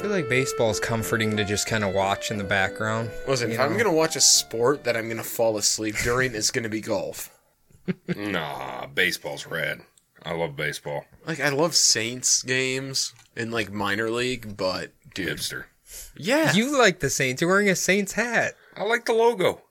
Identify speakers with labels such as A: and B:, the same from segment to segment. A: feel like baseball's comforting to just kind of watch in the background.
B: Listen,
A: you
B: if
A: know?
B: I'm gonna watch a sport that I'm gonna fall asleep during, it's gonna be golf.
C: Nah, baseball's rad. I love baseball.
B: Like I love Saints games and like minor league, but dude,
C: Hipster.
B: yeah,
A: You like the Saints. You're wearing a Saints hat.
C: I like the logo.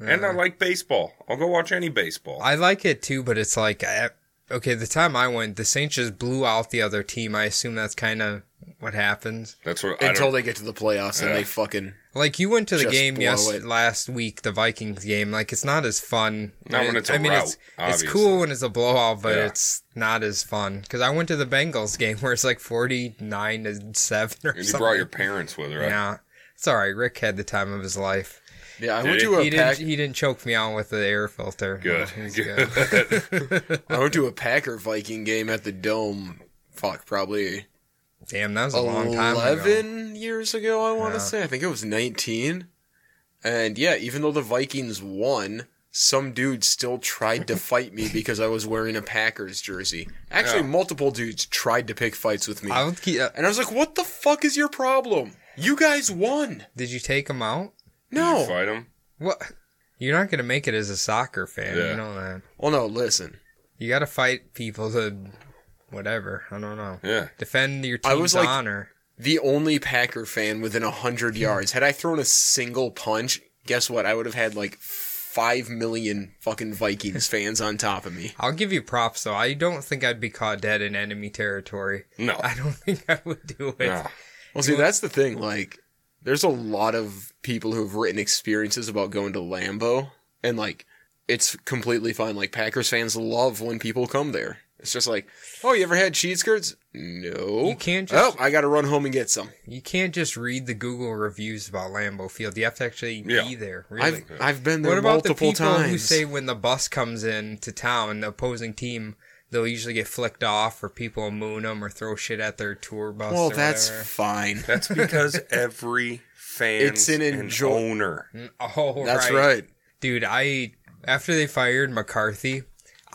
C: And I like baseball. I'll go watch any baseball.
A: I like it too, but it's like, I, okay, the time I went, the Saints just blew out the other team. I assume that's kind of what happens.
C: That's what I
B: until
C: don't,
B: they get to the playoffs and
C: Yeah.
B: they fucking
A: Like you went to the
B: Just
A: game
B: blow
A: yes
B: it.
A: last week, the Vikings game. Like it's not as fun.
C: Not when it's a
A: I mean, it's,
C: rout,
A: it's
C: obviously.
A: cool when it's a blowout, but
C: Yeah.
A: it's not as fun. Because I went to the Bengals game where it's like forty nine to seven or
C: and you
A: something.
C: brought your parents with, right?
A: yeah. It's all right. Rick had the time of his life.
B: yeah. I
C: Did
B: went
C: he?
B: to a
A: He
B: pack.
A: didn't. He didn't choke me out with the air filter.
C: Good.
A: No, it's
C: Good.
B: I went to a Packer Viking game at the Dome. Fuck, probably
A: Damn, that was a long time ago.
B: eleven years ago. I want to
A: Yeah.
B: say. I think it was nineteen. And yeah, even though the Vikings won, some dude still tried to fight me because I was wearing a Packers jersey. Actually,
C: Yeah.
B: multiple dudes tried to pick fights with me.
A: I would keep, uh,
B: And I was like, what the fuck is your problem? You guys won.
A: did you take him out?
C: Did you
B: No.
C: fight him?
A: What? You're not gonna make it as a soccer fan.
C: Yeah.
A: You know that.
B: Well, no, listen.
A: You gotta fight people to, whatever. I don't know.
C: Yeah.
A: Defend your
B: I
A: team's
B: was like-
A: honor.
B: The only Packer fan within
A: Hmm.
B: 100 yards. Had I thrown a single punch, guess what? I would have had like 5 million fucking Vikings fans on top of me.
A: I'll give you props though. I don't think I'd be caught dead in enemy territory.
C: No.
A: I don't think I would do it.
C: No.
B: Well, see, that's the thing. Like, there's a lot of people who have written experiences about going to Lambeau, and like, it's completely fine. Like, Packers fans love when people come there. It's just like, oh, you ever had cheese curds? No.
A: You can't just-
B: Oh, I got to run home and get some.
A: You can't just read the Google reviews about Lambeau Field. You have to actually be
C: Yeah.
A: there. Really.
B: I've I've been there
A: what about the
B: multiple
A: people
B: times.
A: who say when the bus comes in to town, the opposing team, they'll usually get flicked off, or people will moon them, or throw shit at their tour bus.
B: well,
A: or
B: that's
A: whatever.
B: fine.
C: That's because every fan
B: It's an enjoy-
C: owner.
A: oh,
B: That's right.
A: dude. I after they fired McCarthy,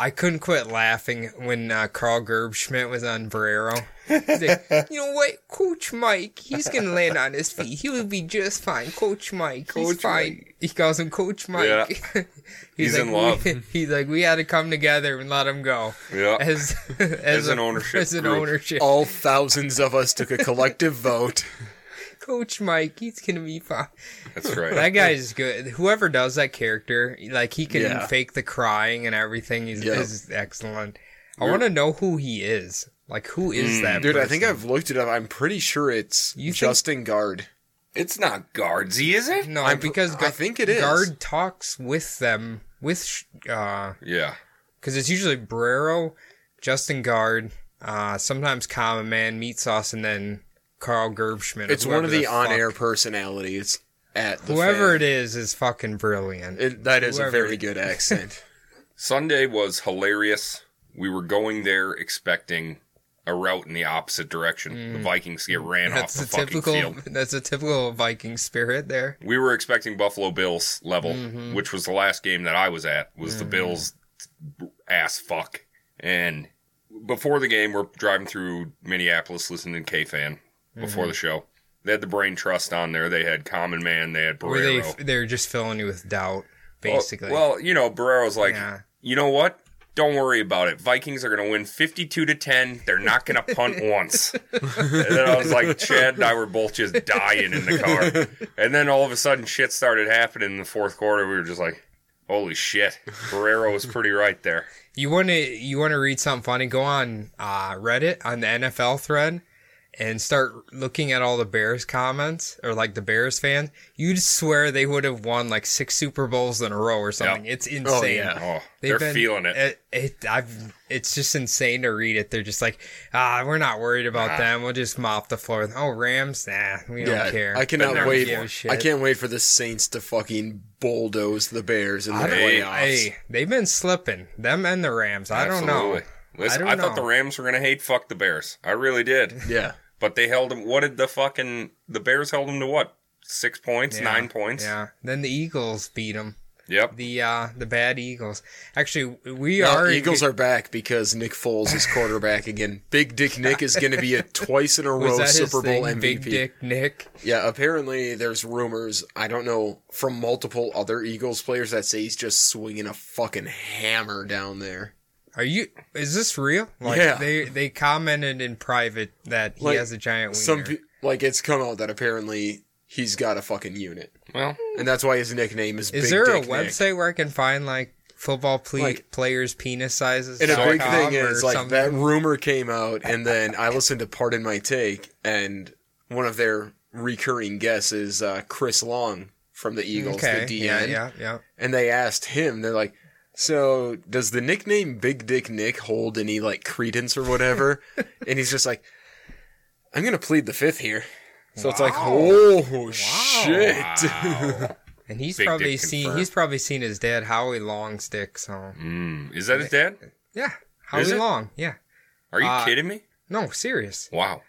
A: I couldn't quit laughing when uh, Carl Gerbschmidt was on Barrero. He's like, you know what, Coach Mike, he's gonna land on his feet. He will be just fine, Coach Mike. he's
C: Coach
A: fine. He calls him Coach Mike.
C: Yeah. He's in love.
A: We, he's like, we had to come together and let him go.
C: Yeah.
A: As Uh, as,
C: an
A: a-
C: ownership
A: As an
C: group. Oh.
A: ownership.
B: All thousands of us took a collective vote.
A: Coach Mike, he's gonna be fine.
C: That's right.
A: That guy's good. Whoever does that character, like he can
B: Yeah.
A: fake the crying and everything. He's
B: Yeah.
A: is excellent. I want to know who he is. Like who is that?
B: Mm, Dude, I
A: person?
B: think I've looked it up. I'm pretty sure it's
A: You think-
B: Justin Guard.
C: it's not Guardsy, is it?
A: no
B: I'm pr-
A: because
B: I think it is.
A: Guard talks with them with sh- uh
C: Yeah.
A: because it's usually Brero, Justin Guard, uh sometimes Common Man, Meat Sauce, and then Carl Gerbschmidt. or
B: It's one of
A: whoever
B: the on-air
A: fuck-
B: personalities at the
A: Whoever
B: fan.
A: it is is fucking brilliant.
B: It, that is
A: Whoever
B: a very
A: it-
B: good accent.
C: Sunday was hilarious. We were going there expecting a route in the opposite direction. The Vikings get ran
A: Mm. that's
C: off
A: the
C: the fucking
A: typical.
C: field.
A: That's a typical Viking spirit there.
C: We were expecting Buffalo Bills level,
A: Mm-hmm.
C: which was the last game that I was at. Was
A: Mm.
C: the Bills ass fuck? And before the game, we're driving through Minneapolis, listening to K Fan before
A: Mm-hmm.
C: the show. They had the Brain Trust on there. They had Common Man. They had
A: Were they
C: Barrero.
A: they're just filling you with doubt,
C: Well-
A: basically.
C: Well, you know, Barrero's like,
A: Yeah.
C: you know what? Don't worry about it. Vikings are going to win 52 to 10. They're not going to punt once. and then I was like, Chad and I were both just dying in the car. And then all of a sudden, shit started happening in the fourth quarter. We were just like, holy shit. Barrero was pretty right there.
A: you want to you want to read something funny? Go on uh, Reddit on the NFL thread and start looking at all the Bears comments or like the Bears fans. You'd swear they would have won like six Super Bowls in a row or something. It's insane.
B: yeah.
C: Oh,
A: They've
C: they're
A: been-
C: feeling it.
A: It, it- I've, it's just insane to read it. They're just like, ah, we're not worried about
C: Nah.
A: them. We'll just mop the floor. Oh, Rams, nah, we
B: yeah,
A: don't care.
B: I
C: But
B: cannot
C: no,
B: wait.
A: give a shit.
B: I can't wait for the Saints to fucking bulldoze the Bears in the
A: I don't-
B: playoffs.
A: Hey, they've been slipping. Them and the Rams. I don't know.
C: Absolutely. Listen,
A: don't
C: I, thought
A: know.
C: the Rams were going to hate fuck the Bears. I really did.
B: Yeah.
C: But they held them. What did the fucking. The Bears held them to what? Six points? Nine points?
A: Yeah. Then the Eagles beat them.
C: Yep.
A: the uh, the bad Eagles. Actually, we
B: Now,
A: are
B: Eagles are back because Nick Foles is quarterback again. Big Dick Nick is going to be a twice in a
A: was
B: row
A: that his
B: Super Bowl
A: thing,
B: MVP.
A: Big Dick Nick.
B: Yeah, apparently there's rumors, I don't know, from multiple other Eagles players that say he's just swinging a fucking hammer down there.
A: Are you? Is this real? Like
B: Yeah.
A: they they commented in private that he
B: Like,
A: has a giant wiener.
B: Some pe- like it's come out that apparently he's got a fucking unit.
C: Well,
B: And that's why his nickname is
A: is
B: Big
A: there a
B: Dick Nick.
A: website where I can find like football ple-
B: Like-
A: players penis sizes?
B: And a
A: dot
B: big
A: com
B: thing
A: or
B: is like
A: something?
B: that rumor came out, and then I listened to Pardon My Take, and one of their recurring guests is uh, Chris Long from the Eagles,
A: Okay.
B: the DN,
A: yeah, yeah, yeah.
B: and they asked him, they're like. So does the nickname Big Dick Nick hold any like credence or whatever? and he's just like, I'm gonna plead the fifth here. So it's like,
A: Wow.
B: oh shit!
C: wow.
A: And he's
C: Big
A: probably
C: dick
A: seen
C: confirmed.
A: he's probably seen his dad Howie Long stick. So
C: Mm, is that his dad?
A: yeah, Howie
C: it?
A: Long. Yeah.
C: Are you
A: Uh,
C: kidding me?
A: No, serious.
C: Wow.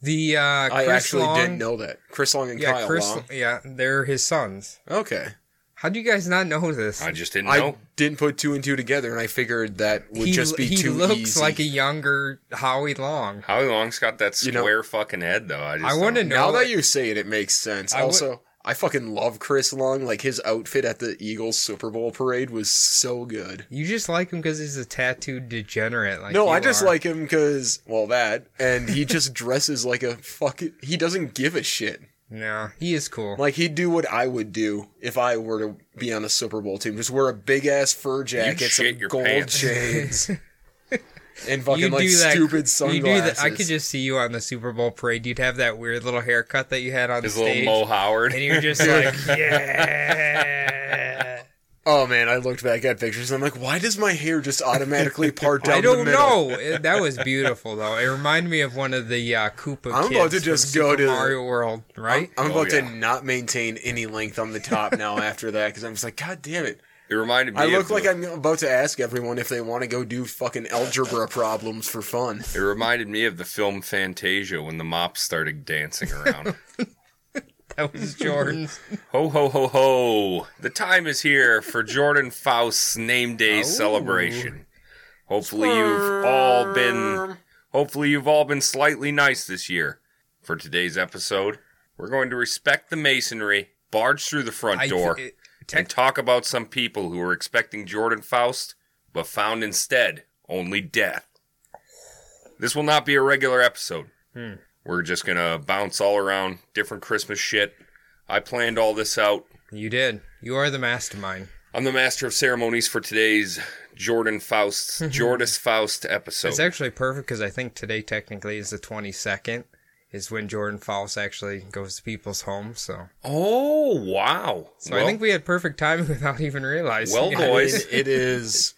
A: The uh,
B: I
A: Chris
B: actually
A: Long,
B: didn't know that Chris Long and
A: Yeah,
B: Kyle
A: Chris.
B: Long.
A: Yeah, they're his sons.
B: Okay,
A: How do you guys not know this?
C: I just didn't
B: I
C: know.
B: didn't put two and two together, and I figured that would
A: he
B: just be
A: he
B: too
A: looks
B: easy.
A: like a younger Howie Long.
C: Howie Long's got that
B: You
C: square
B: know-
C: fucking head, though. I, just
A: I wanna
C: don't-
A: know-
B: now that
A: like-
B: you say it, it makes sense.
A: I would-
B: also, I fucking love Chris Long. Like his outfit at the Eagles Super Bowl parade was so good.
A: You just like him because he's a tattooed degenerate. Like
B: no,
A: you
B: I just
A: are.
B: like him because well that, and he just dresses like a fucking. He doesn't give a shit.
A: No, he is cool.
B: Like he'd do what I would do if I were to be on a Super Bowl team. Just wear a big ass fur jacket,
C: shit
B: some
C: your
B: gold
C: pants.
B: chains, and fucking like stupid sunglasses.
A: You do that. I could just see you on the Super Bowl parade. You'd have that weird little haircut that you had on
C: his
A: stage,
C: little Mo Howard.
A: and you're just like, yeah.
B: Oh man, I looked back at pictures and I'm like, why does my hair just automatically part down
A: I don't
B: the
A: know.
B: middle?
A: It- that was beautiful though. It reminded me of one of the uh, Koopa.
B: I'm
A: kids
B: about to
A: from
B: just
A: Super
B: go to-
A: Mario World, right?
B: I'm
C: Oh,
B: about
C: yeah.
B: to not maintain any length on the top now after that because I'm just like, God damn it!
C: it reminded me.
B: I
C: of
B: look
C: the-
B: like I'm about to ask everyone if they want to go do fucking algebra problems for fun.
C: It reminded me of the film Fantasia when the mops started dancing around.
A: that was Jordan's.
C: ho ho ho ho! The time is here for Jordan Faust's name
B: Oh.
C: day celebration. Hopefully you've all been hopefully you've all been slightly nice this year. For today's episode, we're going to respect the masonry, barge through the front
A: I-
C: door,
A: it-
C: and talk about some people who were expecting Jordan Faust, but found instead only death. This will not be a regular episode.
A: Hmm.
C: We're just gonna bounce all around different Christmas shit. I planned all this out.
A: you did. You are the mastermind.
C: I'm the master of ceremonies for today's Jordan Faust, Jordis Faust episode.
B: Oh.
A: It's actually perfect because I think today technically is the 22nd, is when Jordan Faust actually goes to people's homes. So,
C: oh wow!
A: so I think we had perfect timing without even realizing.
C: Well,
A: it.
B: I mean,
C: Boys.
B: it is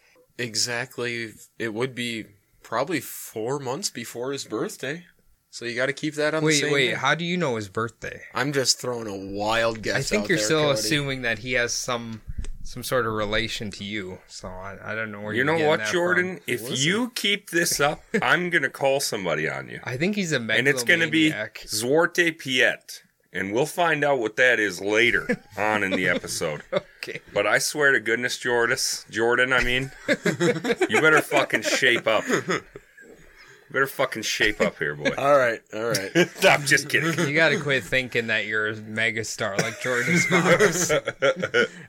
B: exactly. It would be probably four months before his birthday, so you got to keep that on the
A: wait,
B: same.
A: wait.
B: day.
A: How do you know his birthday?
B: I'm just throwing a wild guess.
A: I
B: out
A: think you're
B: there,
A: still
B: Cody.
A: assuming that he has some some sort of relation to you. So I, I don't know where
C: you
A: you're
C: know
A: getting
C: what,
A: that
C: Jordan?
A: from.
C: If
B: was
C: you keep this up, I'm gonna call somebody on you.
A: I think he's a megalomaniac.
C: and it's going to be Zwarte Piet. And we'll find out what that is later on in the episode.
A: okay.
C: But I swear to goodness, Jordis, Jordan, I mean, you better fucking shape up. You better fucking shape up here, boy.
B: All right, all right.
C: I'm just kidding.
A: You got to quit thinking that you're a megastar like Jordan Sparks.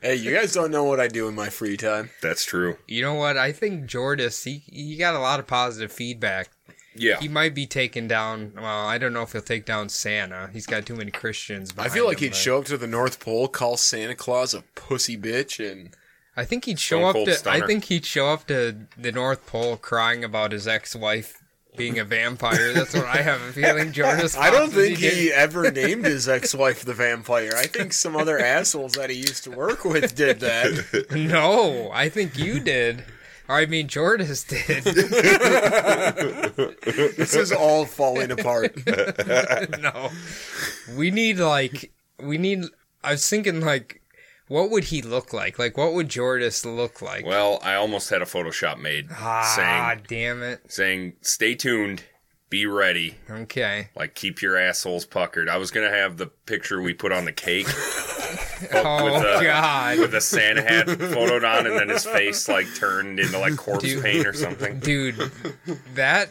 B: Hey, you guys don't know what I do in my free time.
C: That's true.
A: you know what? I think Jordis, he, he got a lot of positive feedback.
C: Yeah.
A: He might be taking down. Well, I don't know if he'll take down Santa. He's got too many Christians.
B: I
A: Behind
B: feel like
A: him,
B: he'd
A: but-
B: show up to the North Pole, call Santa Claus a pussy bitch, and
A: I think he'd
C: Stone
A: show up
C: Cold
A: to.
C: Stunner.
A: I think he'd show up to the North Pole crying about his ex-wife being a vampire. That's what I have a feeling. Jordan's.
B: I don't
A: possibly
B: think
A: did.
B: he ever named his ex-wife the vampire. I think some other assholes that he used to work with did that.
A: No, I think you did. Or I mean, Jordan's did.
B: This is all falling apart.
A: no, we need like we need. I was thinking like, what would he look like? Like, what would Jordan's look like?
C: Well, I almost had a Photoshop made
A: ah,
C: saying,
A: damn it.
C: saying, stay tuned, be ready,
A: Okay.
C: like keep your assholes puckered. I was going to have the picture we put on the cake. up with
A: Oh
C: a
A: god,
C: with a Santa hat photoed on, and then his face like turned into like corpse
A: Dude.
C: paint or something.
A: dude, that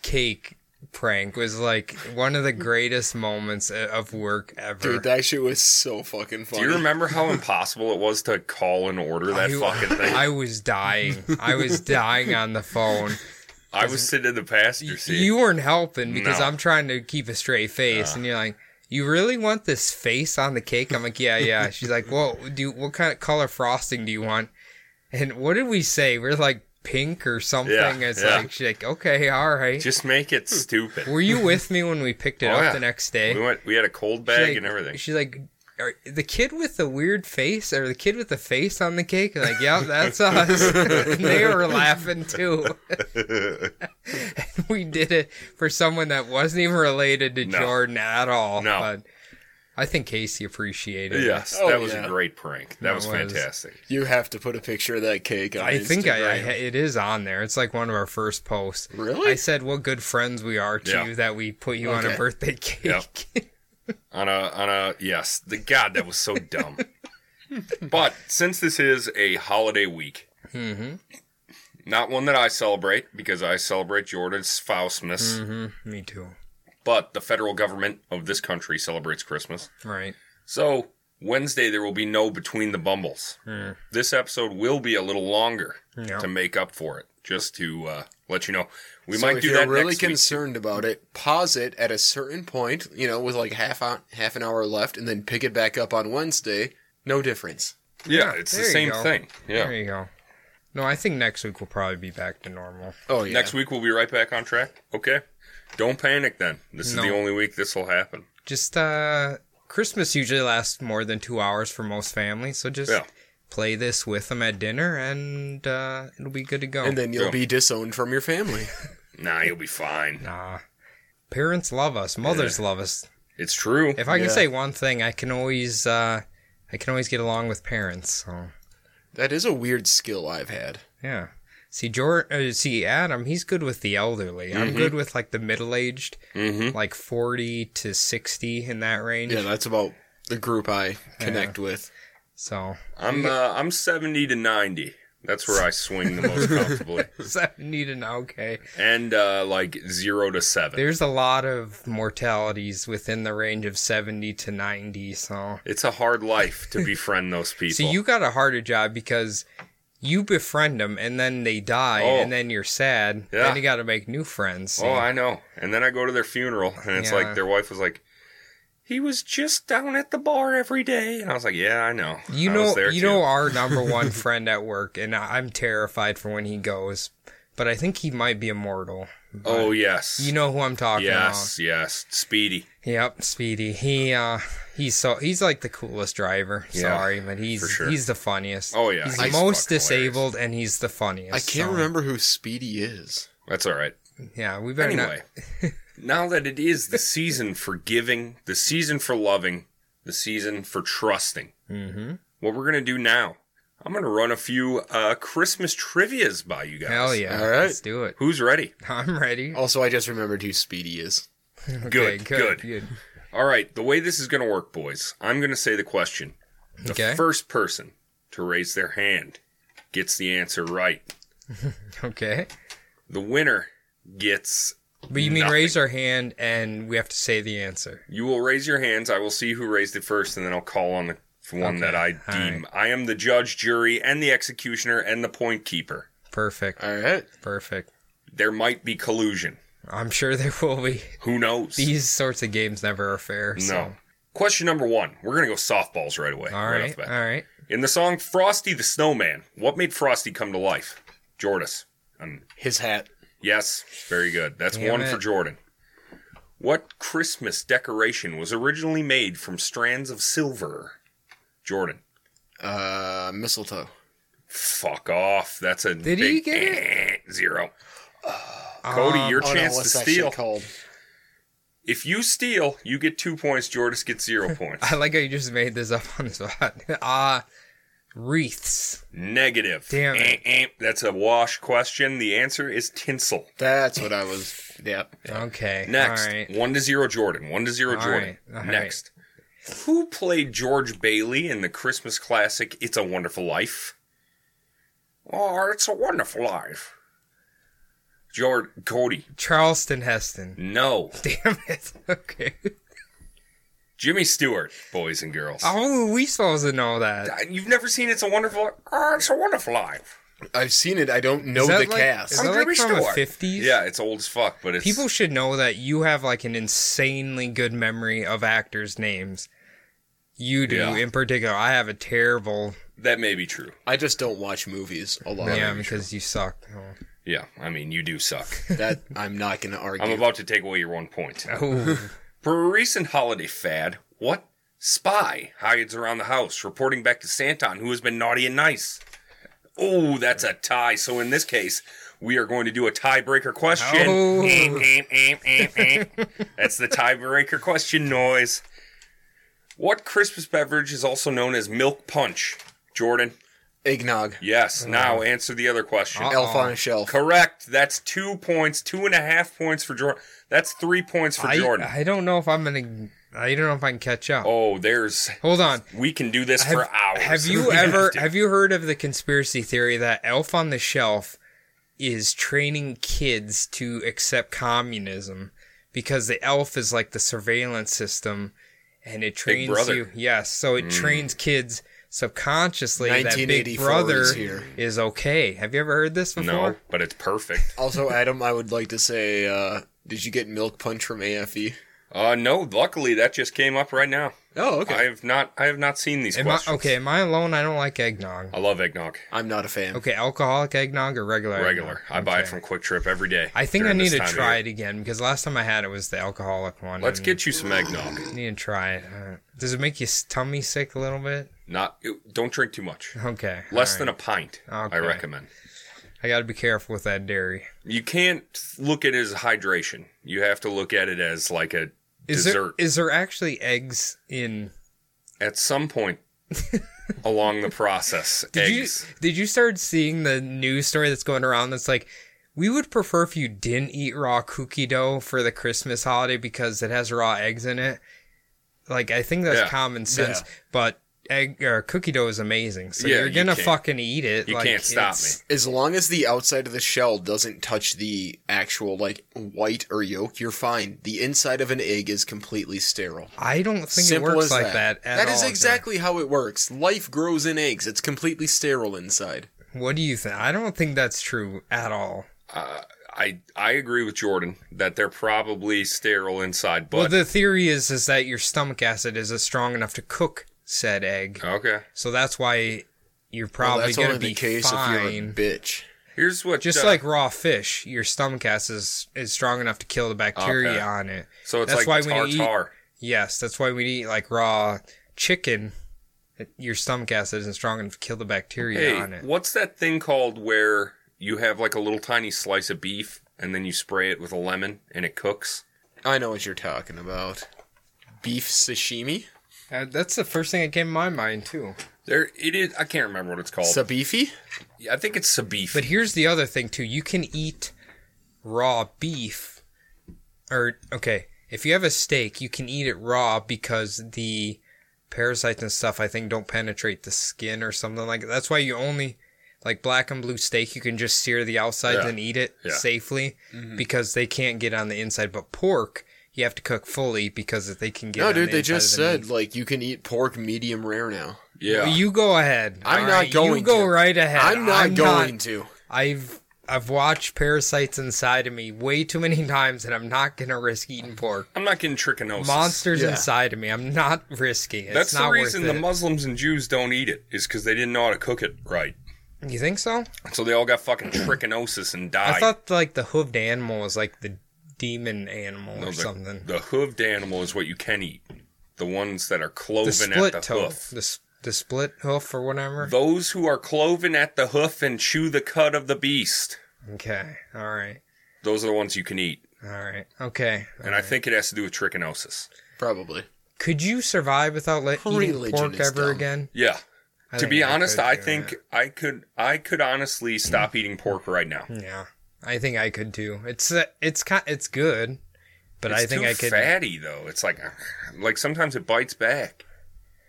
A: cake prank was like one of the greatest moments o- of work ever.
B: Dude, that shit was so fucking
C: Do
B: funny.
C: you remember how impossible it was to call and order that
A: I-
C: fucking thing? I,
A: I was dying. I was dying on the phone.
C: was sitting in the passenger seat.
A: You weren't helping because
C: No.
A: I'm trying to keep a straight face, and you're like, "You really want this face on the cake?" I'm like, "Yeah, yeah." She's like, "Well, do what kind of color frosting do you want?" And what did we say? We're like pink or something.
C: Yeah,
A: it's
C: yeah.
A: like she's like, "Okay, all right."
C: Just make it stupid.
A: Were you with me when we picked it
C: Oh,
A: up
C: yeah.
A: the next day?
C: We went. We had a cold bag
A: She's like-
C: and everything.
A: She's like, are, the kid with the weird face, or the kid with the face on the cake? I'm like, yep, that's us. and they were laughing too. we did it for someone that wasn't even related to
C: No.
A: Jordan at all.
C: No.
A: But I think Casey appreciated it.
C: Yes,
B: Oh,
C: that was
B: yeah.
C: a great prank. That
A: It
C: was,
A: was.
C: fantastic.
B: You have to put a picture of that cake on
A: I think I, I
B: Instagram.
A: it is on there. It's like one of our first posts.
B: Really?
A: I said what good friends we are to
C: Yeah.
A: you that we put you on a
B: Okay.
A: birthday cake.
C: On a on a yes. The God, that was so dumb. but since this is a holiday week,
A: hmm
C: not one that I celebrate because I celebrate Jordan's Faustmas,
A: hmm Me too.
C: but the federal government of this country celebrates Christmas.
A: Right.
C: So Wednesday there will be no between the bumbles.
A: Mm.
C: This episode will be a little longer
A: Yeah.
C: to make up for it. Just to uh, let you know, we
B: So
C: might
B: if
C: do
B: you're
C: that
B: really
C: next week.
B: concerned about it, pause it at a certain point, you know, with like half on, half an hour left, and then pick it back up on Wednesday. No difference.
C: Yeah, it's the
A: there you
C: same
A: go.
C: thing. Yeah.
A: There you go. No, I think next week we'll probably be back to normal.
B: Oh yeah.
C: Next week we'll be right back on track. Okay. Don't panic then. This is
A: No.
C: the only week this will happen.
A: Just uh Christmas usually lasts more than 2 hours for most families, so just
C: Yeah.
A: play this with them at dinner and uh it'll be good to go.
B: and then you'll
C: Yeah.
B: be disowned from your family.
C: Nah, you'll be fine.
A: nah. Parents love us, mothers love us.
C: It's true.
A: If I can
B: Yeah.
A: say one thing, I can always uh I can always get along with parents. So,
B: that is a weird skill I've had.
A: yeah. See, George, uh, see Adam, he's good with the elderly.
B: Mm-hmm.
A: I'm good with like the middle-aged,
C: Mm-hmm.
A: like 40 to 60 in that range.
B: Yeah, that's about the group I connect with.
A: so,
C: I'm uh, I'm seventy to ninety. That's where I swing the most comfortably.
A: 70 to okay.
C: And uh, like zero to seven.
A: There's a lot of mortalities within the range of 70 to 90, so
C: It's a hard life to befriend those people.
A: so you got a harder job because you befriend them and then they die
C: Oh.
A: and then you're sad.
C: Yeah.
A: Then you got to make new friends. see?
C: oh, I know. And then I go to their funeral, and it's
A: Yeah.
C: like their wife was like, "He was just down at the bar every day," and I was like, "Yeah, I know."
A: you
C: I was
A: know,
C: there
A: you
C: too.
A: know our number one friend at work, and I- I'm terrified for when he goes. But I think he might be immortal.
C: Oh yes.
A: You know who I'm talking about.
C: Yes, yes. Speedy.
A: Yep, Speedy. He uh he's so he's like the coolest driver.
C: Yeah,
A: Sorry, but he's
C: for sure.
A: he's the funniest.
C: Oh, yeah.
A: He's the
C: He's
A: most
C: fucking hilarious.
A: disabled and he's the funniest.
B: I can't
A: so,
B: remember who Speedy is.
C: That's all right.
A: Yeah, we better
C: anyway, now that it is the season for giving, the season for loving, the season for trusting,
A: not mm-hmm.
C: what we're going to do now, I'm going to run a few uh, Christmas trivias by you guys.
A: Hell yeah.
B: All right.
A: Let's do it.
C: Who's ready?
A: I'm ready.
B: Also, I just remembered who Speedy is.
A: Okay,
C: Oh, good, good.
A: good.
C: All right, the way this is going to work, boys, I'm going to say the question. The
A: Okay.
C: first person to raise their hand gets the answer right.
A: Okay.
C: The winner gets.
A: But you mean
C: Nothing.
A: raise our hand and we have to say the answer.
C: You will raise your hands. I will see who raised it first, and then I'll call on the one
A: Okay,
C: that I
A: all
C: deem. I am the judge, jury, and the executioner, and the point keeper.
A: Perfect.
B: All right.
A: Perfect.
C: There might be collusion.
A: I'm sure there will be.
C: Who knows?
A: These sorts of games never are fair. So.
C: no. Question number one. We're gonna go softballs right away.
A: All
C: right
A: right.
C: off the bat.
A: All right.
C: In the song "Frosty the Snowman," what made Frosty come to life? Jordis. Um,
B: His hat.
C: Yes, very good. That's
A: Damn
C: one
A: it.
C: for Jordan. What Christmas decoration was originally made from strands of silver? Jordan.
B: Uh, mistletoe.
C: Fuck off. That's a
A: Did
C: big eh,
A: he get it?
C: zero. Cody,
A: Um,
C: your
B: Oh, no,
C: chance to
B: what's that shit
C: steal.
B: called?
C: If you steal, you get two points. Jordis gets zero points.
A: I like how you just made this up on the spot. Ah, wreaths.
C: Negative.
A: Damn it.
C: Eh, eh. That's a wash question. The answer is tinsel.
B: That's what I was. Yep.
A: Okay.
C: Next.
A: All right.
C: One to zero, Jordan. One to zero,
A: All
C: Jordan.
A: right, all right.
C: Next. Who played George Bailey in the Christmas classic It's a Wonderful Life? Oh, it's a wonderful life. George Cody.
A: Charleston Heston.
C: No.
A: Damn it. Okay.
C: Jimmy Stewart, boys and girls. Uh,
A: How are we supposed to know that?
C: You've never seen It's a Wonderful Life? Oh, it's a wonderful life.
B: I've seen it. I don't know
A: Is that
B: the
A: like- Is
B: cast.
A: that
C: I'm
A: like
C: Jimmy
A: from the
C: Stewart.
A: 50s?
C: Yeah, it's old as fuck, but it's
A: People should know that you have like an insanely good memory of actors' names. You do
C: Yeah.
A: in particular. I have a terrible
C: that may be true.
B: I just don't watch movies a lot.
A: yeah because you suck. Oh.
C: Yeah, I mean you do suck.
B: That I'm not going to argue.
C: I'm about to take away your one point.
A: Oh,
C: For a recent holiday fad, what spy hides around the house, reporting back to Santon, who has been naughty and nice? Oh, that's a tie. So in this case, we are going to do a tiebreaker question.
A: Oh.
C: Eep, eep, eep, eep, eep. that's the tiebreaker question noise. What Christmas beverage is also known as milk punch? Jordan.
B: Eggnog.
A: Uh.
C: Yes. Now answer the other question.
A: Uh-oh.
B: Elf on a Shelf.
C: Correct. That's two points, two and a half points for Jordan. That's three points for
A: I,
C: Jordan.
A: I don't know if I'm gonna. I don't know if I can catch up.
C: oh, there's
A: Hold on.
C: We can do this
A: Have,
C: for hours.
A: have you
C: We
A: ever
C: to-
A: have you heard of the conspiracy theory that Elf on the Shelf is training kids to accept communism because the elf is like the surveillance system and it trains
C: Brother. Hmm.
A: you yes so it trains kids subconsciously that big
B: 1984
A: brother
B: is here.
A: is okay have you ever heard this before
C: No, but it's perfect.
B: Also, Adam, I would like to say, uh, did you get Milk Punch from E? AFE?
C: Uh, no, luckily that just came up right now.
B: Oh,
C: I have not, I have not seen these
A: am I,
C: questions.
A: okay am I alone I don't like eggnog
C: I love eggnog.
B: I'm not a fan.
A: okay alcoholic eggnog or regular
C: Regular.
A: eggnog?
C: I buy it
A: Okay.
C: from Quick Trip every day.
A: I think I
C: during
A: need
C: this
A: to
C: time of
A: try
C: year.
A: it again because last time I had it was the alcoholic one
C: Let's
A: and-
C: get you some eggnog.
A: Need to try it. All right. Does it make your s- tummy sick a little bit?
C: Not, it- don't drink too much.
A: Okay.
C: Less than a pint,
A: Okay.
C: I recommend.
A: I got to be careful with that dairy.
C: You can't look at it as hydration. You have to look at it as like a
A: Is
C: dessert.
A: there is there actually eggs in?
C: at some point along the process,
A: Did
C: eggs.
A: you did you start seeing the news story that's going around that's like we would prefer if you didn't eat raw cookie dough for the Christmas holiday because it has raw eggs in it. Like I think that's
C: Yeah.
A: common sense,
B: Yeah.
A: but egg or cookie dough is amazing. So
C: Yeah,
A: you're
C: you
A: gonna
C: can't-
A: fucking eat it.
C: you
A: like,
C: can't stop
A: it's-
B: As long as the outside of the shell doesn't touch the actual, like, white or yolk, you're fine. The inside of an egg is completely sterile.
A: I don't think
B: Simple
A: it works
B: as
A: like that. at
B: that is
A: all, Joe.
B: exactly how it works. Life grows in eggs. It's completely sterile inside.
A: What do you think? I don't think that's true at all.
C: Uh, I I agree with Jordan that they're probably sterile inside,
A: well,
C: but
A: the theory is is that your stomach acid isn't strong enough to cook said egg,
C: okay.
A: so that's why you're
B: Well,
A: probably
B: that's
A: going
B: only
A: to be
B: the case
A: fine.
B: if you're a bitch.
C: Here's what
A: Just
C: uh,
A: like raw fish, your stomach acid is, is strong enough to kill the bacteria
C: Okay.
A: on it.
C: so it's
A: that's
C: like
A: why when you eat-
C: tartar.
A: Yes, that's why we eat like raw chicken. It- Your stomach acid isn't strong enough to kill the bacteria on
C: Hey,
A: it.
C: what's that thing called where you have like a little tiny slice of beef and then you spray it with a lemon and it cooks?
B: I know what you're talking about. Beef sashimi?
A: Uh, that's the first thing that came to my mind too.
C: There it is. I can't remember what it's called.
B: Sabifi?
C: Yeah, I think it's sabif.
A: But here's the other thing too. You can eat raw beef or okay, if you have a steak, you can eat it raw because the parasites and stuff I think don't penetrate the skin or something like that. That's why you only like black and blue steak, you can just sear the outside
C: Yeah.
A: and eat it
C: Yeah. Mm-hmm.
A: safely because they can't get on the inside. But pork, you have to cook fully because if they can get.
B: no,
A: on
B: dude,
A: the
B: they
A: inside
B: just
A: of the
B: said,
A: meat.
B: like, you can eat pork medium rare now.
C: yeah.
A: You go ahead.
B: I'm
A: All
B: not
A: You
B: going
A: go
B: to.
A: right ahead.
B: I'm not going to.
A: I've I've watched parasites inside of me way too many times, and I'm not gonna risk eating pork.
C: I'm not getting trichinosis.
A: Monsters
B: Yeah.
A: inside of me. I'm not risking it.
C: That's
A: it's not
C: the reason
A: worth
C: the
A: it.
C: Muslims and Jews don't eat it is because they didn't know how to cook it right,
A: you think so?
C: so they all got fucking trichinosis and died.
A: I thought like the hooved animal was like the demon animal
C: No,
A: or
C: the,
A: something.
C: The hooved animal is what you can eat. The ones that are cloven
A: The split
C: at the
A: toe,
C: hoof.
A: the s- the split hoof or whatever.
C: Those who are cloven at the hoof and chew the cud of the beast.
A: Okay, all right,
C: Those are the ones you can eat.
A: all right, okay.
C: And I think it has to do with trichinosis.
B: Probably.
A: Could you survive without let, eating
B: Religion
A: pork
B: is
A: ever
B: dumb.
A: again?
C: Yeah.
A: I
C: to
A: think
C: be
A: I
C: honest,
A: could
C: I
A: do
C: think
A: that.
C: I could I could honestly stop eating pork right now.
A: Yeah, I think I could too. It's uh, it's ki- it's good, But
C: It's
A: I think
C: too
A: I could.
C: fatty though. It's like, like sometimes it bites back.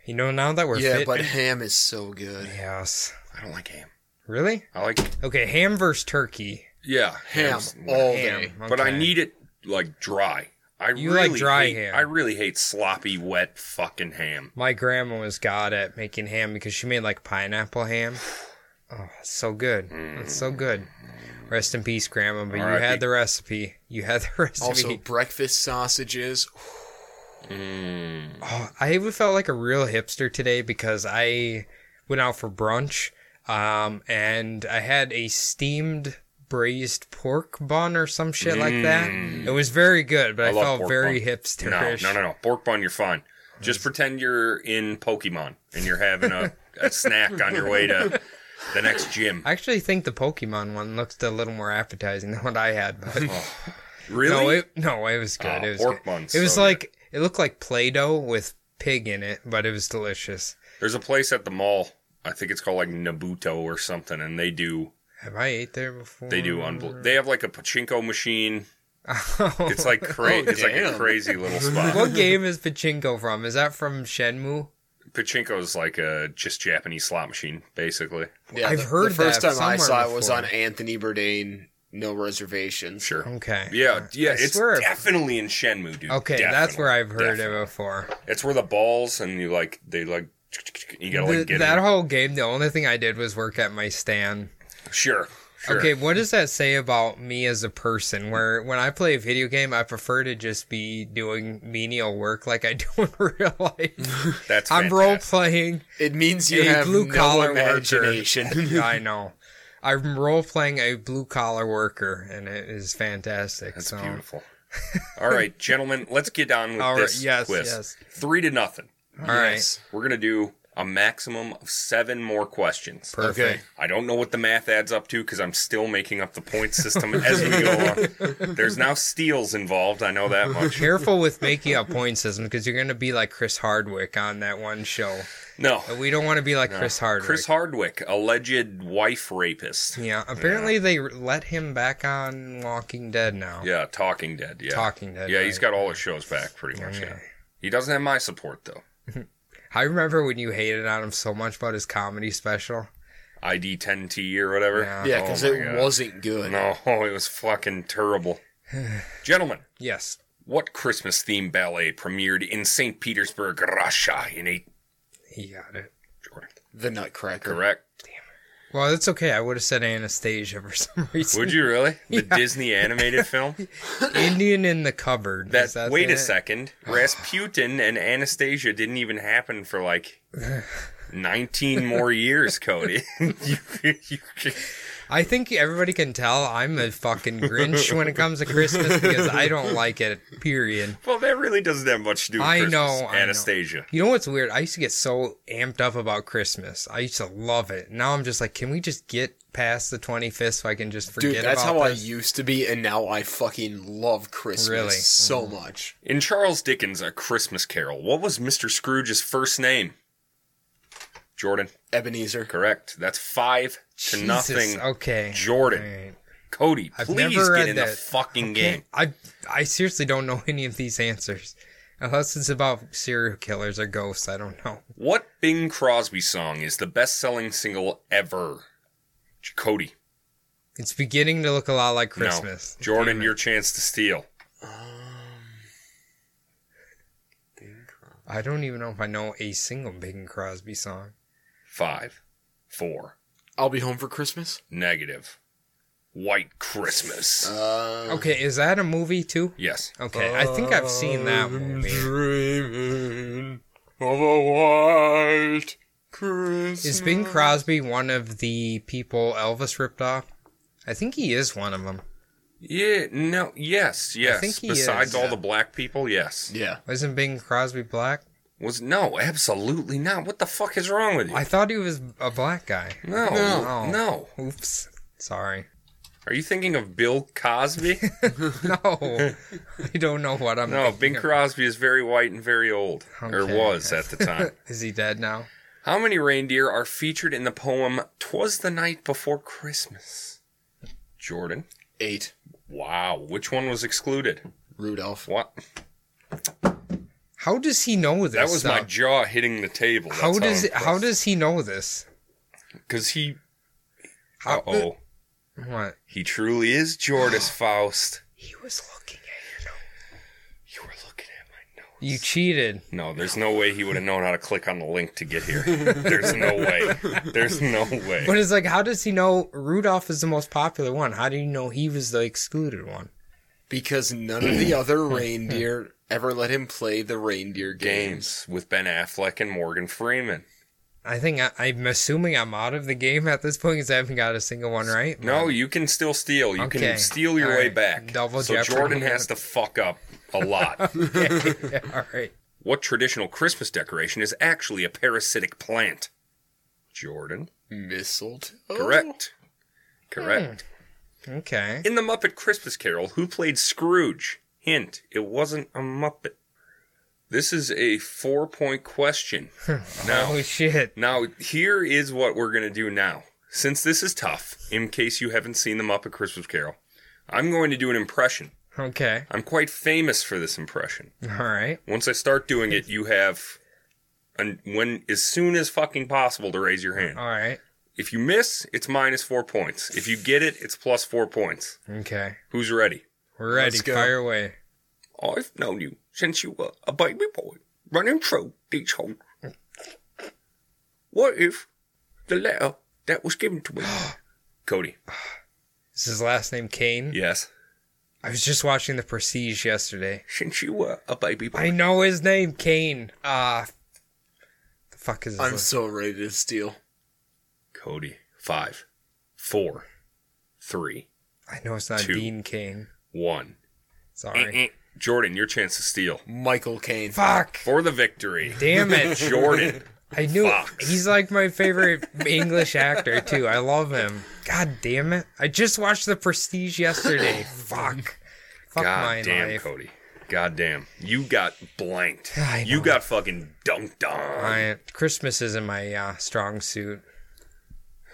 A: You know, now that we're
B: yeah,
A: fit-
B: but ham is so good.
A: yes,
C: I don't like ham.
A: really?
C: I like
A: Okay, ham versus turkey.
C: yeah
B: Ham Oh,
C: ham's-
B: all
A: Ham,
B: day.
C: but I
A: okay.
C: need it like dry. I
A: You
C: really
A: like dry
C: hate,
A: ham.
C: I really hate sloppy, wet fucking ham.
A: My grandma was god at making ham because she made like pineapple ham. Oh, it's so good. It's so good. Rest in peace, grandma. But you
C: R.I.P.
A: had the recipe. You had the recipe.
B: Also, breakfast sausages.
A: Oh, I even felt like a real hipster today because I went out for brunch, um, and I had a steamed braised pork bun or some shit like that. It was very good, but I,
C: Mm. love
A: felt
C: pork
A: very
C: bun.
A: hipsterish.
C: No, no, no, no. Pork bun, you're fine. Just pretend you're in Pokemon and you're having a, a snack on your way to the next gym.
A: I actually think the Pokemon one looked a little more appetizing than what I had. But
C: Really?
A: no, it, no, it was good.
C: Oh,
A: it was
C: pork
A: good.
C: bun's
A: It was
C: so
A: like it looked like Play-Doh with pig in it, but it was delicious.
C: There's a place at the mall. I think it's called like Nabuto or something, and they do
A: Have I ate there before?
C: they do unbel- they have like a pachinko machine.
A: it's
C: It's like cra-
B: Oh,
C: it's like a
B: damn.
C: crazy little spot.
A: what game is Pachinko from? Is that from Shenmue?
C: Pachinko's like a just Japanese slot machine, basically.
B: Yeah,
A: I've
B: the,
A: heard
B: the first
A: that
B: time I
A: somewhere
B: saw it was
A: before.
B: on Anthony Bourdain, No Reservations.
C: Sure.
A: Okay.
C: Yeah, yeah,
A: I
C: it's
A: swear-
C: definitely in Shenmue, dude.
A: Okay, that's where I've heard
C: Definitely.
A: it before.
C: It's where the balls and you like they like you gotta
A: The-
C: like get
A: that
C: in.
A: whole game, the only thing I did was work at my stand.
C: Sure, sure.
A: Okay, what does that say about me as a person? Where when I play a video game, I prefer to just be doing menial work like I do in real life.
C: That's
A: I'm role
C: fantastic.
A: playing.
B: It means you
A: A
B: have no
A: blue-collar
B: imagination.
A: Yeah, I know. I'm role playing a blue collar worker, and it is fantastic.
C: That's
A: so.
C: beautiful. All right, gentlemen, let's get on with
A: All right,
C: this
A: yes,
C: quiz.
A: yes.
C: Three to nothing.
A: All right,
B: Yes.
C: We're gonna do a maximum of seven more questions.
A: perfect.
B: Okay.
C: I don't know what the math adds up to because I'm still making up the point system as we go along. There's now steals involved. I know that much.
A: Careful with making up point system because you're going to be like Chris Hardwick on that one show.
C: No,
A: But we don't want to be like Chris Hardwick.
C: Chris Hardwick, alleged wife rapist.
A: yeah, apparently they let him back on Walking Dead now.
C: Yeah, Talking Dead. Yeah,
A: Talking Dead,
C: Yeah, he's
A: right.
C: got all his shows back pretty much. Yeah, he doesn't have my support though.
A: I remember when you hated on him so much about his comedy special.
C: ID 10T or whatever.
A: Yeah.
B: Yeah, because
C: Oh my
B: it
C: God.
B: wasn't good.
C: No, it was fucking terrible. Gentlemen,
A: Yes.
C: what Christmas themed ballet premiered in St. Petersburg, Russia in 8
A: He got it.
C: Jordan?
B: The Nutcracker.
C: Correct.
A: Well, that's okay. I would have said Anastasia for some reason.
C: Would you really? The Disney animated film?
A: Indian in the cupboard.
C: That,
A: Is that
C: wait a
A: it?
C: second. Rasputin and Anastasia didn't even happen for like 19 more years, Cody. You- you-
A: I think everybody can tell I'm a fucking Grinch when it comes to Christmas because I don't like it. Period.
C: well, that really doesn't have much to do with
A: I
C: Christmas.
A: know, I know.
C: Anastasia.
A: You know what's weird? I used to get so amped up about Christmas. I used to love it. Now I'm just like, can we just get past the 25th so I can just forget
B: Dude, that's
A: about
B: how I
A: this?
B: used to be, and now I fucking love Christmas
A: Really? Mm-hmm.
B: so much.
C: In Charles Dickens' A Christmas Carol, what was Mr. Scrooge's first name? Jordan.
B: Ebenezer.
C: Correct. That's five to
A: Jesus,
C: nothing.
A: Okay.
C: Jordan.
A: Alright.
C: Cody,
A: I've
C: please
A: never
C: get
A: read
C: in the
A: that.
C: fucking game.
A: Can't- I I seriously don't know any of these answers. Unless it's about serial killers or ghosts, I don't know.
C: What Bing Crosby song is the best selling single ever? J- Cody.
A: It's beginning to look a lot like
C: no.
A: Christmas.
C: Jordan, your chance to steal.
A: Um, I don't even know if I know a single Bing Crosby song.
C: Five, four,
B: I'll be home for Christmas.
C: negative. White Christmas.
B: Uh,
A: Okay, is that a movie too?
C: yes.
A: Okay, I think I've seen that movie.
B: dreaming of a white Christmas.
C: Hmm.
A: Is Bing Crosby one of the people Elvis ripped off? I think he is one of them.
C: Yeah, no, yes, yes.
A: think he
C: Besides
A: is.
C: all the black people, yes.
B: Yeah.
A: Wasn't Bing Crosby black?
C: Was no, absolutely not. What the fuck is wrong with you?
A: I thought he was a black guy.
C: no,
A: No.
C: no,
A: Oops. Sorry.
C: Are you thinking of Bill Cosby?
A: No. I don't know what I'm
C: no, Bing Crosby is very white and very old, or
A: Okay.
C: was at the time.
A: Is he dead now?
C: How many reindeer are featured in the poem "Twas the Night Before Christmas"? Jordan.
B: Eight.
C: Wow, which one was excluded?
B: Rudolph.
C: What?
A: How does he know this?
C: That was my
A: stuff?
C: jaw hitting the table.
A: How does how does he know this?
C: Because he.
A: How
C: Uh oh.
A: What?
C: He truly is Jordis Faust.
A: He was looking at
C: You were looking at my nose.
A: you. You cheated.
C: No, there's no way he would have known how to click on the link to get here. There's no way. There's no way.
A: But it's like, how does he know Rudolph is the most popular one? How do you know he was the excluded one?
B: Because none of the other reindeer ever let him play the reindeer games.
C: Games with Ben Affleck and Morgan Freeman.
A: I think I, I'm assuming I'm out of the game at this point because I haven't got a single one right.
C: No, you can still steal. You
A: Okay.
C: can steal your
A: All
C: way
A: right.
C: back.
A: Double
C: so
A: jeopardy.
C: Jordan has to fuck up a lot.
A: Yeah, all right.
C: what traditional Christmas decoration is actually a parasitic plant? Jordan.
B: Mistletoe.
C: Correct. Correct.
A: Okay.
C: In the Muppet Christmas Carol, who played Scrooge? Hint, it wasn't a Muppet. This is a four point question. now,
A: Oh shit.
C: now, here is what we're going to do now. Since this is tough, in case you haven't seen the Muppet Christmas Carol, I'm going to do an impression.
A: Okay.
C: I'm quite famous for this impression.
A: All right.
C: Once I start doing it, you have. And when as soon as fucking possible to raise your hand.
A: All right.
C: If you miss, it's minus four points. If you get it, it's plus four points.
A: Okay.
C: Who's ready?
A: We're ready.
B: Let's go.
A: Fire away.
C: I've known you since you were a baby boy, running through these halls. What if the letter that was given to me, Cody?
A: Is his last name Kane?
C: Yes.
A: I was just watching The Prestige yesterday.
C: Since you were a baby
A: I
C: boy,
A: know his name, Kane. Uh the fuck is his
B: I'm
A: last-
B: so ready to steal.
C: Cody. Five, four, three,
A: I know it's not
C: Two.
A: Dean Kane.
C: one. Eh,
A: Sorry.
C: Jordan, your chance to steal
B: Michael Caine.
A: Fuck.
C: for the victory.
A: Damn it.
C: Jordan.
A: I knew
C: Fox.
A: he's like my favorite English actor too. I love him. God damn it! I just watched The Prestige yesterday. Fuck. Fuck my
C: God damn,
A: life.
C: Cody. God damn. You got blanked.
A: I
C: You
A: know.
C: got fucking dunked on.
A: I, Christmas isn't my uh, strong suit.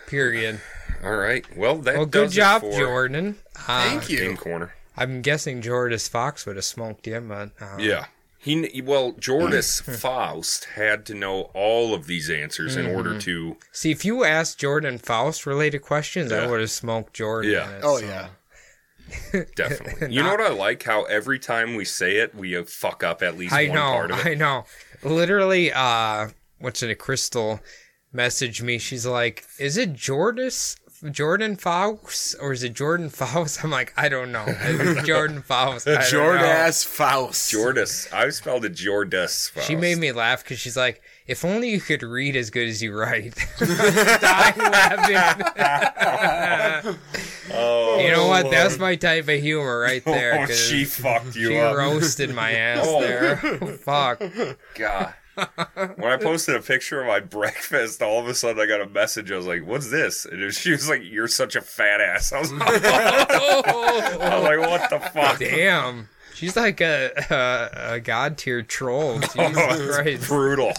A: Period.
C: All right. Well, that
A: Well,
C: does
A: good job,
C: it for
A: Jordan. Uh,
B: Thank you.
C: Game corner.
A: I'm guessing Jordis Fox would have smoked you, but uh,
C: Yeah. He kn- well, Jordis Faust had to know all of these answers in order to.
A: see if you asked Jordan Faust related questions, I
C: Yeah.
A: would have smoked Jordan.
C: Yeah.
B: Oh,
A: so-
B: yeah.
C: Definitely. you know what I like? How every time we say it, we uh, fuck up at least
A: I
C: one
A: know,
C: part of it.
A: I know. Literally, uh, what's it? A crystal messaged me. She's like, "Is it Jordis, Jordan Faust, or is it Jordan Faust?" I'm like, "I don't know. It's Jordan Faust." I don't know."
B: Jordass Faust.
C: Jordis. I spelled it Jordis Faust.
A: She made me laugh because she's like, "If only you could read as good as you write." Dying laughing.
C: Oh,
A: You know what? That's my type of humor right there.
C: oh,
A: 'cause
C: she fucked you
A: she
C: up.
A: roasted my ass
C: Oh.
A: there. Fuck.
C: God. when I posted a picture of my breakfast, all of a sudden I got a message. I was like, "What's this?" And it- she was like, "You're such a fat ass." I was like,
A: Oh,
C: I was like "What the fuck?"
A: Damn. She's like a, a, a god tier troll. Jesus
C: Oh,
A: Christ.
C: it's brutal.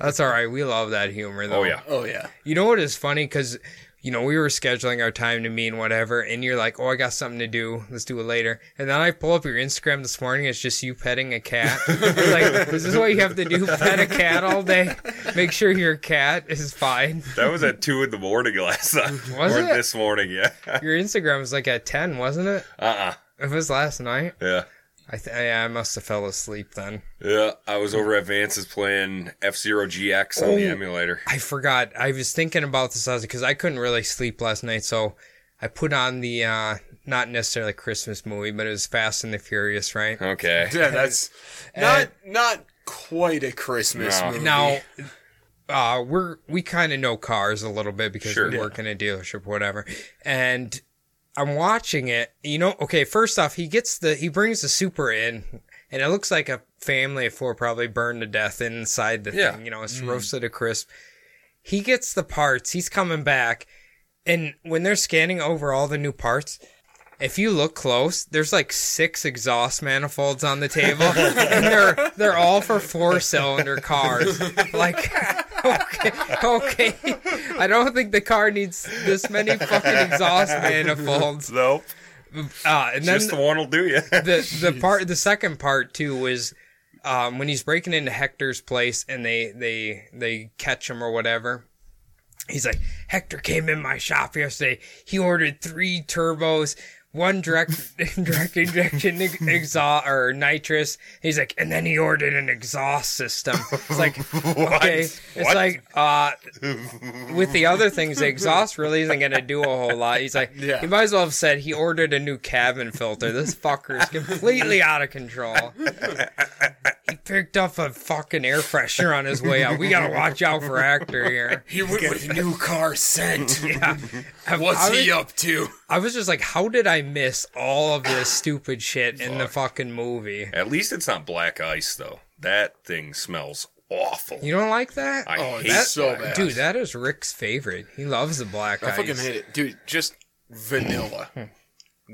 A: That's all right. We love that humor, though.
C: Oh yeah.
B: Oh, yeah.
A: You know what is funny? Because, you know, we were scheduling our time to meet and whatever, and you're like, oh, I got something to do. Let's do it later. And then I pull up your Instagram this morning. It's just you petting a cat. It's like, is this what you have to do? Pet a cat all day? Make sure your cat is fine.
C: That was at two in the morning last night.
A: Was
C: or
A: it?
C: this morning? Yeah. Uh
A: Your Instagram was like at 10, wasn't it?
C: uh
B: Uh-uh.
A: It was last night.
C: Yeah.
A: I, th- I, I must have fell asleep then.
C: Yeah. I was over at Vance's playing F Zero GX on the
A: Oh.
C: emulator.
A: I forgot. I was thinking about this because I couldn't really sleep last night, so I put on the uh, not necessarily Christmas movie, but it was Fast and the Furious, right?
C: Okay.
B: Yeah, that's not not quite a Christmas
C: No.
B: movie.
A: Now, uh, we're we kind of know cars a little bit because
C: Sure.
A: we work in a dealership, whatever. And I'm watching it. You know, okay. First off, he gets the he brings the super in, and it looks like a family of four probably burned to death inside the
C: Yeah. Mm.
A: thing. You know, it's roasted to crisp. He gets the parts. He's coming back, and when they're scanning over all the new parts. If you look close, there's like six exhaust manifolds on the table, and they're they're all for four cylinder cars. Like, okay, okay, I don't think the car needs this many fucking exhaust manifolds.
C: Nope.
A: Uh, and then
C: Just the one will do you.
A: the the part the second part too was um, when he's breaking into Hector's place and they they they catch him or whatever. He's like, Hector came in my shop yesterday. He ordered three turbos, one direct direct injection exhaust or nitrous. He's like, and then he ordered an exhaust system. It's like, okay, it's
C: What?
A: like uh, with the other things, the exhaust really isn't going to do a whole lot. He's like,
B: Yeah.
A: he might as well have said he ordered a new cabin filter. This fucker is completely out of control. he picked up a fucking air freshener on his way out. We got to watch out for Hector here.
D: He went with new car scent.
A: I
D: What's
A: was,
D: he up to?
A: I was just like, how did I miss all of this stupid shit in the fucking movie?
C: At least it's not black ice though. That thing smells awful.
A: You don't like that?
C: I hate
B: That's
C: that.
B: Oh, so bad.
A: Dude, that is Rick's favorite. He loves the black
B: I
A: ice.
B: fucking hate it, dude. Just vanilla.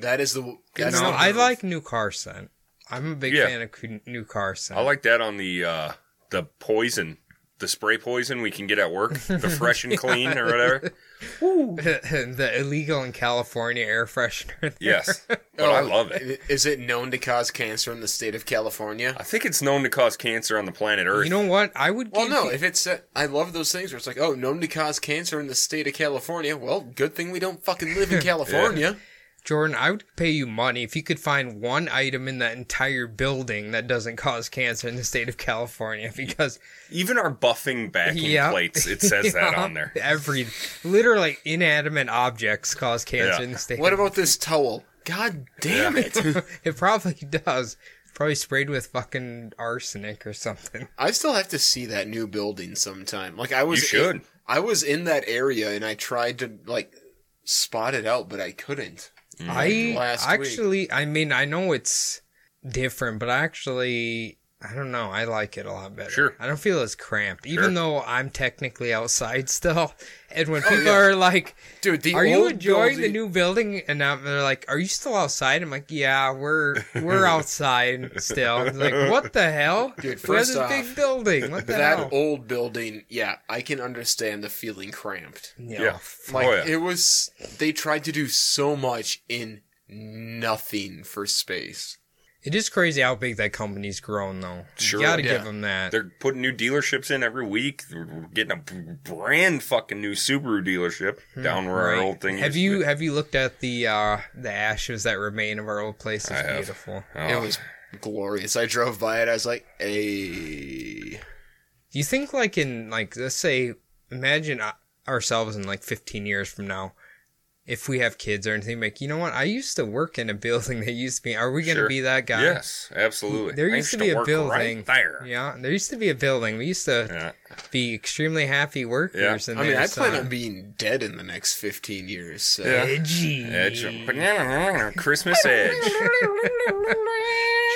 B: that is the. That's
A: No,
B: the
A: Hmm. I
B: move.
A: like new car scent. I'm a big
C: Yeah.
A: fan of c- new car scent.
C: I like that on the uh, the poison, the spray poison we can get at work, the fresh and clean or whatever.
A: the illegal in California air freshener.
C: Yes, but I
B: Oh,
C: love it.
B: i- Is it known to cause cancer in the state of California?
C: I think it's known to cause cancer on the planet Earth.
A: You know what? I would.
B: Well,
A: give
B: no.
A: you-
B: If it's, uh, I love those things where it's like, oh, known to cause cancer in the state of California. Well, good thing we don't fucking live in California.
A: Jordan, I would pay you money if you could find one item in that entire building that doesn't cause cancer in the state of California, because
C: Even our buffing backing
A: yeah,
C: plates, it says that
A: Yeah.
C: on there.
A: Every literally inanimate objects cause cancer
C: Yeah.
A: in the state.
B: What about this towel? God damn
C: Yeah.
B: it!
A: it probably does. Probably sprayed with fucking arsenic or something.
B: I still have to see that new building sometime. Like I was,
C: You should.
B: in- I was in that area and I tried to like spot it out, but I couldn't.
A: I
B: last week.
A: actually, I mean, I know it's different, but I actually, I don't know. I like it a lot better.
C: Sure.
A: I don't feel as cramped,
C: Sure.
A: even though I'm technically outside still. And when people are like,
B: Dude, Oh, the
A: "Are you
B: old
A: enjoying the
B: building-
A: new building?" and now they're like, "Are you still outside?" I'm like, "Yeah, we're we're outside still." I'm like, what the hell?
B: Dude,
A: We're in
B: first
A: this big
B: off,
A: building. What the
B: that
A: hell?
B: old building? Yeah, I can understand the feeling cramped.
A: yeah.
C: Yeah.
B: Like
C: oh yeah.
B: it was, they tried to do so much in nothing for space.
A: It is crazy how big that company's grown, though.
C: Sure.
A: you gotta
B: Yeah.
A: give them that.
C: They're putting new dealerships in every week. We're getting a b- brand fucking new Subaru dealership down where our
A: Hmm, Right.
C: old thing
A: Have
C: is.
A: you have you looked at the uh the ashes that remain of our old place? It's
C: I have.
A: beautiful.
C: Oh.
B: It was glorious. I drove by it. I was like, "Hey,
A: Do you think like in like let's say imagine uh, ourselves in like 15 years from now if we have kids or anything like you know what I used to work in a building that used to be are we going to
C: Sure.
A: be that guy?
C: Yes, absolutely.
A: There
C: I
A: used to be a
C: work
A: building.
C: right there.
A: Yeah, there used to be a building. We used to
C: Yeah.
A: be extremely happy workers.
C: Yeah.
A: And
B: I mean,
A: they
B: I
A: just,
B: plan
A: uh,
B: on being dead in the next 15 years." So.
C: Yeah.
A: edgy.
C: Edge of- banana, Christmas edge.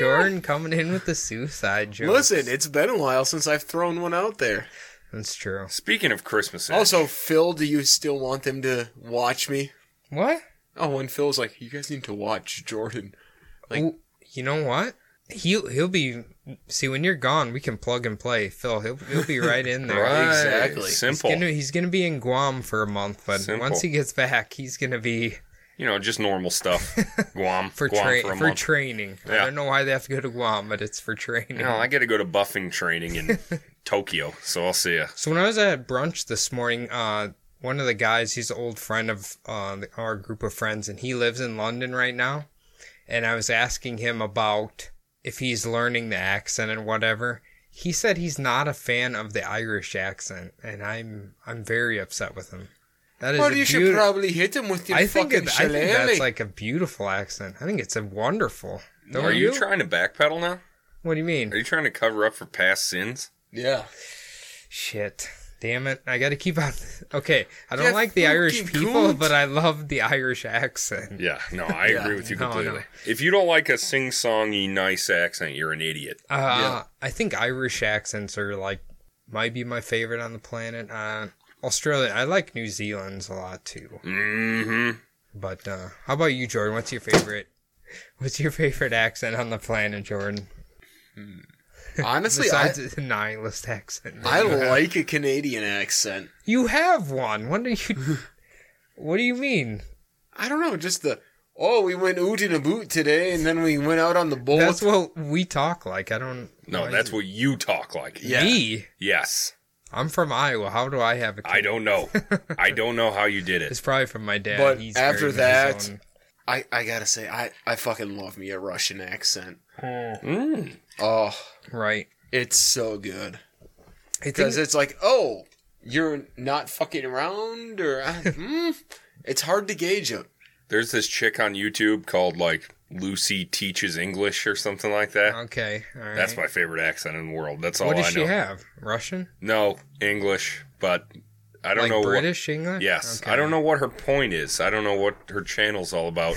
A: Jordan coming in with the suicide joke.
B: Listen, it's been a while since I've thrown one out there.
A: that's true.
C: Speaking of Christmas edge,
B: Also, Phil, do you still want them to watch me?
A: What?
B: Oh, and Phil's like, you guys need to watch Jordan. Like-
A: Ooh, you know what? He'll he'll be see when you're gone. We can plug and play, Phil. He'll he'll be right in there.
C: Right,
B: Exactly.
A: He's
C: Simple.
A: gonna he's gonna be in Guam for a month, but
C: Simple.
A: once he gets back, he's gonna be
C: you know, just normal stuff. Guam
A: for
C: Guam
A: tra-
C: for a
A: for,
C: month.
A: training. I
C: Yeah.
A: don't know why they have to go to Guam, but it's for training.
C: you know, I got to go to buffing training in Tokyo, so I'll see ya.
A: So when I was at brunch this morning, uh, one of the guys, he's an old friend of uh, our group of friends, and he lives in London right now. And I was asking him about if he's learning the accent and whatever. He said he's not a fan of the Irish accent, and I'm I'm very upset with him. That is
B: Well,
A: a
B: you should
A: beauti-
B: probably hit him with your
A: I
B: fucking
A: think it, I think
B: shillelagh.
A: that's like a beautiful accent. I think it's a wonderful. Don't
C: Are you?
A: you?
C: trying to backpedal now?
A: what do you mean?
C: Are you trying to cover up for past sins?
B: yeah.
A: Shit. Damn it. I gotta keep on. Okay. I don't
B: You
A: like the Irish
B: fucking
A: people,
B: coot.
A: but I love the Irish accent.
C: Yeah, no, I
B: Yeah.
C: agree with you
A: No,
C: completely.
A: no.
C: If you don't like a sing-songy, nice accent, you're an idiot.
A: Uh,
B: Yeah.
A: I think Irish accents are like, might be my favorite on the planet. Uh, Australia. I like New Zealand's a lot too.
C: hmm
A: But uh, how about you, Jordan? What's your favorite? What's your favorite accent on the planet, Jordan?
B: Honestly, I,
A: Besides the nihilist accent.
B: I like a Canadian accent.
A: you have one. What do you? what do you mean?
B: I don't know, just the oh, we went oot in a boot today, and then we went out on the bowl.
A: That's what we talk like. I don't.
C: No,
A: why
C: that's
A: is-
C: what you talk like.
B: Yeah.
A: Me.
C: Yes.
A: I'm from Iowa. How do I have a kid?
C: I don't know. I don't know how you did
A: It's
C: it.
A: probably from my dad.
B: But
A: He's
B: after
A: very good at his
B: that- I, I gotta say, I, I fucking love me a Russian accent.
C: Mm.
B: Oh,
A: own- right?
B: it's so good.
A: I think-
B: Because it's like, oh, you're not fucking around, or uh, hmm? it's hard to gauge it.
C: There's this chick on YouTube called like Lucy Teaches English or something like that.
A: okay. All right.
C: That's my favorite accent in the world. That's all
A: What does
C: I
A: she
C: know.
A: have? Russian?
C: No, English, but I don't
A: like
C: know
A: British
C: what.
A: English?
C: Yes,
A: Okay.
C: I don't know what her point is. I don't know what her channel's all about.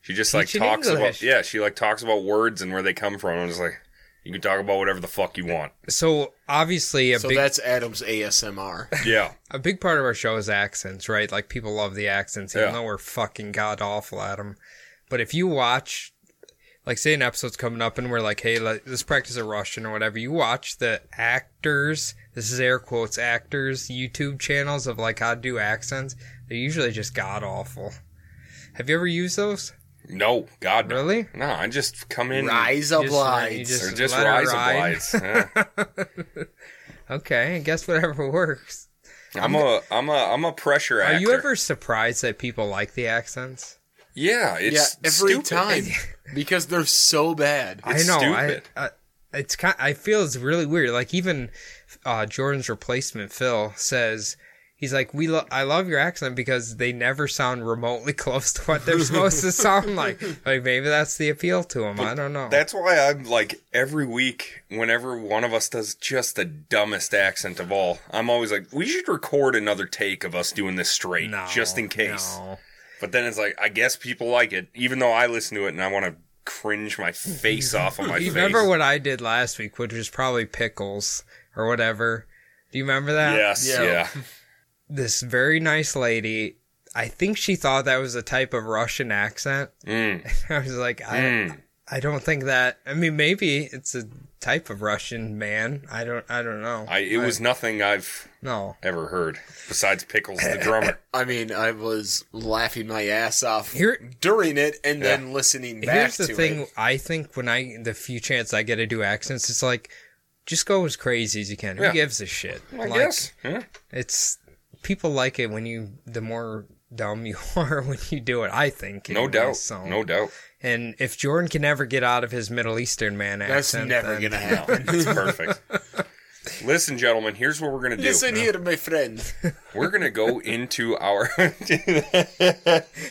C: She just like
A: Teaching
C: talks
A: English.
C: about yeah, she like talks about words and where they come from. I'm just like, you can talk about whatever the fuck you want.
A: So obviously, a
B: So
A: big
B: that's Adam's ASMR.
C: Yeah,
A: a big part of our show is accents, right? Like people love the accents, even
C: Yeah.
A: though we're fucking god awful at them. But if you watch, like, say an episode's coming up and we're like, hey, let, let's practice a Russian or whatever, you watch the actors, this is air quotes, actors YouTube channels of like how to do accents. They're usually just god awful. Have you ever used those?
C: no, God, no.
A: Really?
C: no. I just come in,
B: Rise
A: You
B: of
A: just- uh, you
B: lights.
A: just
C: or just
A: let her
C: rise
A: ride.
C: obliges. Yeah.
A: Okay, I guess whatever works.
C: I'm a, I'm a, I'm a pressure actor.
A: Are you ever surprised that people like the accents?
C: Yeah,
B: Yeah,
C: it's
B: every
C: stupid.
B: time. because they're so bad.
C: It's
A: I know.
C: stupid.
A: I, I it's kind. I feel it's really weird. Like even uh, Jordan's replacement Phil says he's like we. Lo- I love your accent because they never sound remotely close to what they're supposed to sound like. Like maybe that's the appeal to him. I don't know.
C: That's why I'm like every week, whenever one of us does just the dumbest accent of all, I'm always like, we should record another take of us doing this straight,
A: No,
C: just in case.
A: no.
C: But then it's like, I guess people like it, even though I listen to it and I want to cringe my face off of my
A: Do you
C: face.
A: remember what I did last week, which was probably pickles or whatever. Do you remember that?
C: Yes,
B: Yeah.
C: yeah.
A: This very nice lady. I think she thought that was a type of Russian accent.
C: Mm,
A: I was like, I,
C: mm.
A: I don't think that. I mean, maybe it's a type of Russian man. I don't. I don't know.
C: I, it was nothing I've
A: No.
C: ever heard besides Pickles the drummer.
B: I mean, I was laughing my ass off
A: Here-
B: during it and then listening back
A: Here's the
B: to
A: thing.
B: it.
A: I think when I the few chance I get to do accents, it's like, just go as crazy as you can.
C: Yeah.
A: Who gives a shit?
C: I
A: like,
C: guess. Yeah.
A: it's people like it when you the more dumb you are when you do it. I think.
C: No
A: anyways,
C: doubt.
A: So.
C: No doubt.
A: And if Jordan can never get out of his Middle Eastern man
B: That's
A: accent,
B: never
A: then-
B: gonna
C: No,
B: happen.
C: it's perfect. Listen, gentlemen, here's what we're going to do.
B: Listen here, my friend.
C: We're gonna go into our.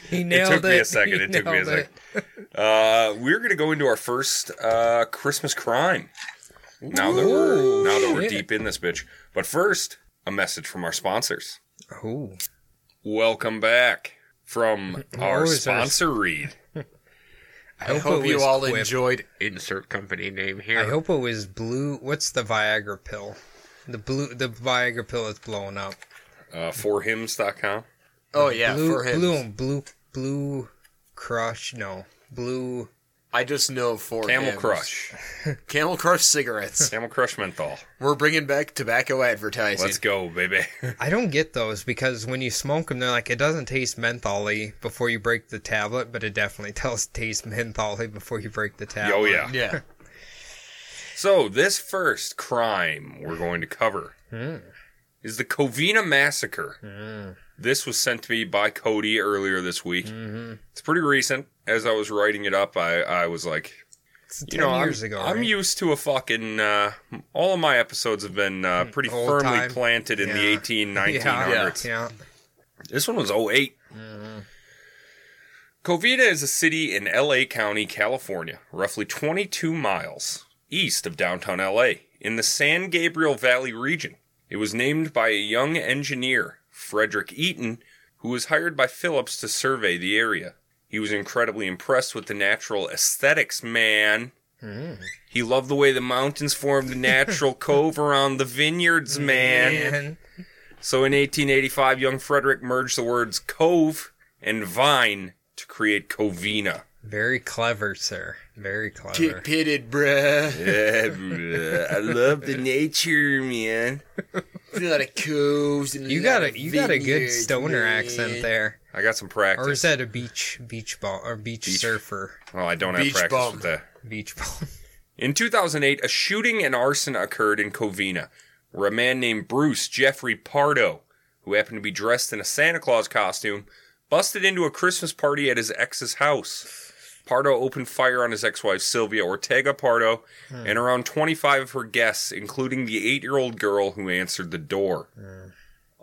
A: He
C: it
A: nailed it.
C: took me a second.
A: He
C: It took me a
A: nailed it.
C: second. Uh, we're gonna go into our first uh, Christmas crime. Now that we're
A: Ooh,
C: now that we're
A: shit.
C: deep in this bitch, but first a message from our sponsors.
A: Ooh.
C: Welcome back from our
A: is our-
C: sponsor read.
A: I
B: I
A: hope,
B: hope
A: it
B: you
A: was
B: all
A: Quip.
B: enjoyed. Insert company name here.
A: I hope it was blue. What's the Viagra pill? The blue, the Viagra pill is blowing up.
C: Uh, forhims.com.
B: oh yeah,
A: blue,
B: for him.
A: blue, blue, blue, crush. No, blue.
B: I just know for
C: Camel
B: him.
C: Crush.
B: Camel Crush cigarettes.
C: Camel Crush menthol.
B: We're bringing back tobacco advertising.
C: Let's go, baby.
A: I don't get those because when you smoke them, they're like it doesn't taste mentholy before you break the tablet, but it definitely does taste mentholy before you break the tablet.
C: oh yeah.
B: yeah.
C: So this first crime we're going to cover
A: Hmm.
C: is the Covina massacre. This was sent to me by Cody earlier this week.
A: Mm-hmm.
C: It's pretty recent. As I was writing it up, I, I was like,
A: It's ten
C: you know,
A: years
C: I'm,
A: ago.
C: I'm
A: right?
C: used to a fucking. Uh, all of my episodes have been uh, pretty
A: Hmm. Old
C: firmly
A: time.
C: planted in the
A: Yeah.
C: 18,
A: Yeah,
C: 1900s.
A: yeah.
C: This one was 8 Covina is a city in LA County, California, roughly 22 miles east of downtown LA in the San Gabriel Valley region. It was named by a young engineer, Frederick Eaton, who was hired by Phillips to survey the area. He was incredibly impressed with the natural aesthetics, man. He loved the way the mountains formed a natural cove around the vineyards, man.
A: And
C: So in 1885, young Frederick merged the words cove and vine to create Covina.
A: very clever, sir. Very clever.
B: Get pitted, bruh.
C: I love the nature, man.
B: A lot of coves and a
A: You
B: lot
A: got a
B: of
A: you got a good
B: vineyards,
A: stoner
B: man.
A: accent there.
C: I got some
A: Or is
C: practice.
A: that a beach beach ball or beach, surfer
C: well, I don't have
B: Beach
C: practice
B: bum.
C: with that.
A: beach ball?
C: In 2008, a shooting and arson occurred in Covina, where a man named Bruce Jeffrey Pardo, who happened to be dressed in a Santa Claus costume, busted into a Christmas party at his ex's house. Pardo opened fire on his ex wife Sylvia Ortega Pardo and around 25 of her guests, including the eight year old girl who answered the door.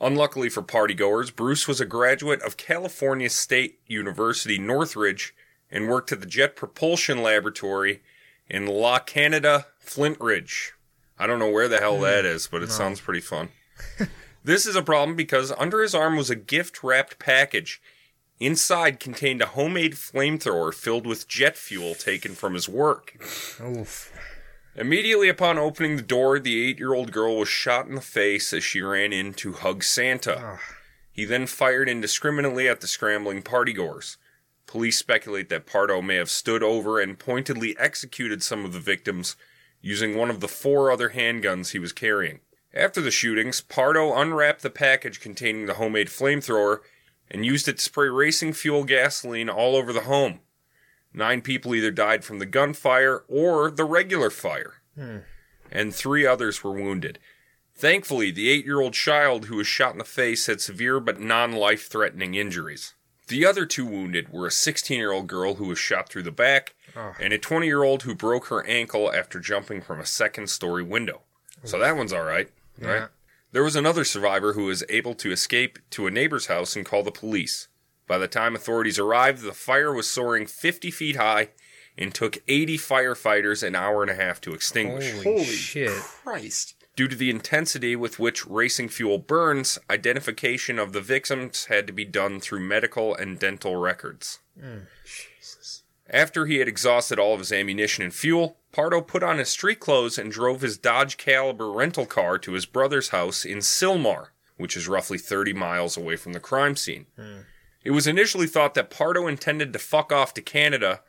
C: Unluckily for partygoers, Bruce was a graduate of California State University Northridge and worked at the Jet Propulsion Laboratory in La Canada, Flint Ridge. I don't know where the hell that is, but it sounds pretty fun. this is a problem because under his arm was a gift wrapped package. Inside contained a homemade flamethrower filled with jet fuel taken from his work.
A: Oof.
C: Immediately upon opening the door, the eight year old girl was shot in the face as she ran in to hug Santa.
A: Ugh.
C: He then fired indiscriminately at the scrambling partygoers. Police speculate that Pardo may have stood over and pointedly executed some of the victims using one of the four other handguns he was carrying. After the shootings, Pardo unwrapped the package containing the homemade flamethrower and used it to spray racing fuel gasoline all over the home. Nine people either died from the gunfire or the regular fire, and three others were wounded. Thankfully, the eight year old child who was shot in the face had severe but non life threatening injuries. The other two wounded were a 16 year old girl who was shot through the back
A: Oh.
C: and a 20 year old who broke her ankle after jumping from a second story window. So that one's all right.
A: Yeah.
C: Right? There was another survivor who was able to escape to a neighbor's house and call the police. By the time authorities arrived, the fire was soaring 50 feet high and took 80 firefighters an hour and a half to extinguish.
A: Holy, shit.
B: Christ.
C: Due to the intensity with which racing fuel burns, identification of the victims had to be done through medical and dental records. After he had exhausted all of his ammunition and fuel, Pardo put on his street clothes and drove his Dodge Caliber rental car to his brother's house in Silmar, which is roughly 30 miles away from the crime scene. It was initially thought that Pardo intended to fuck off to Canada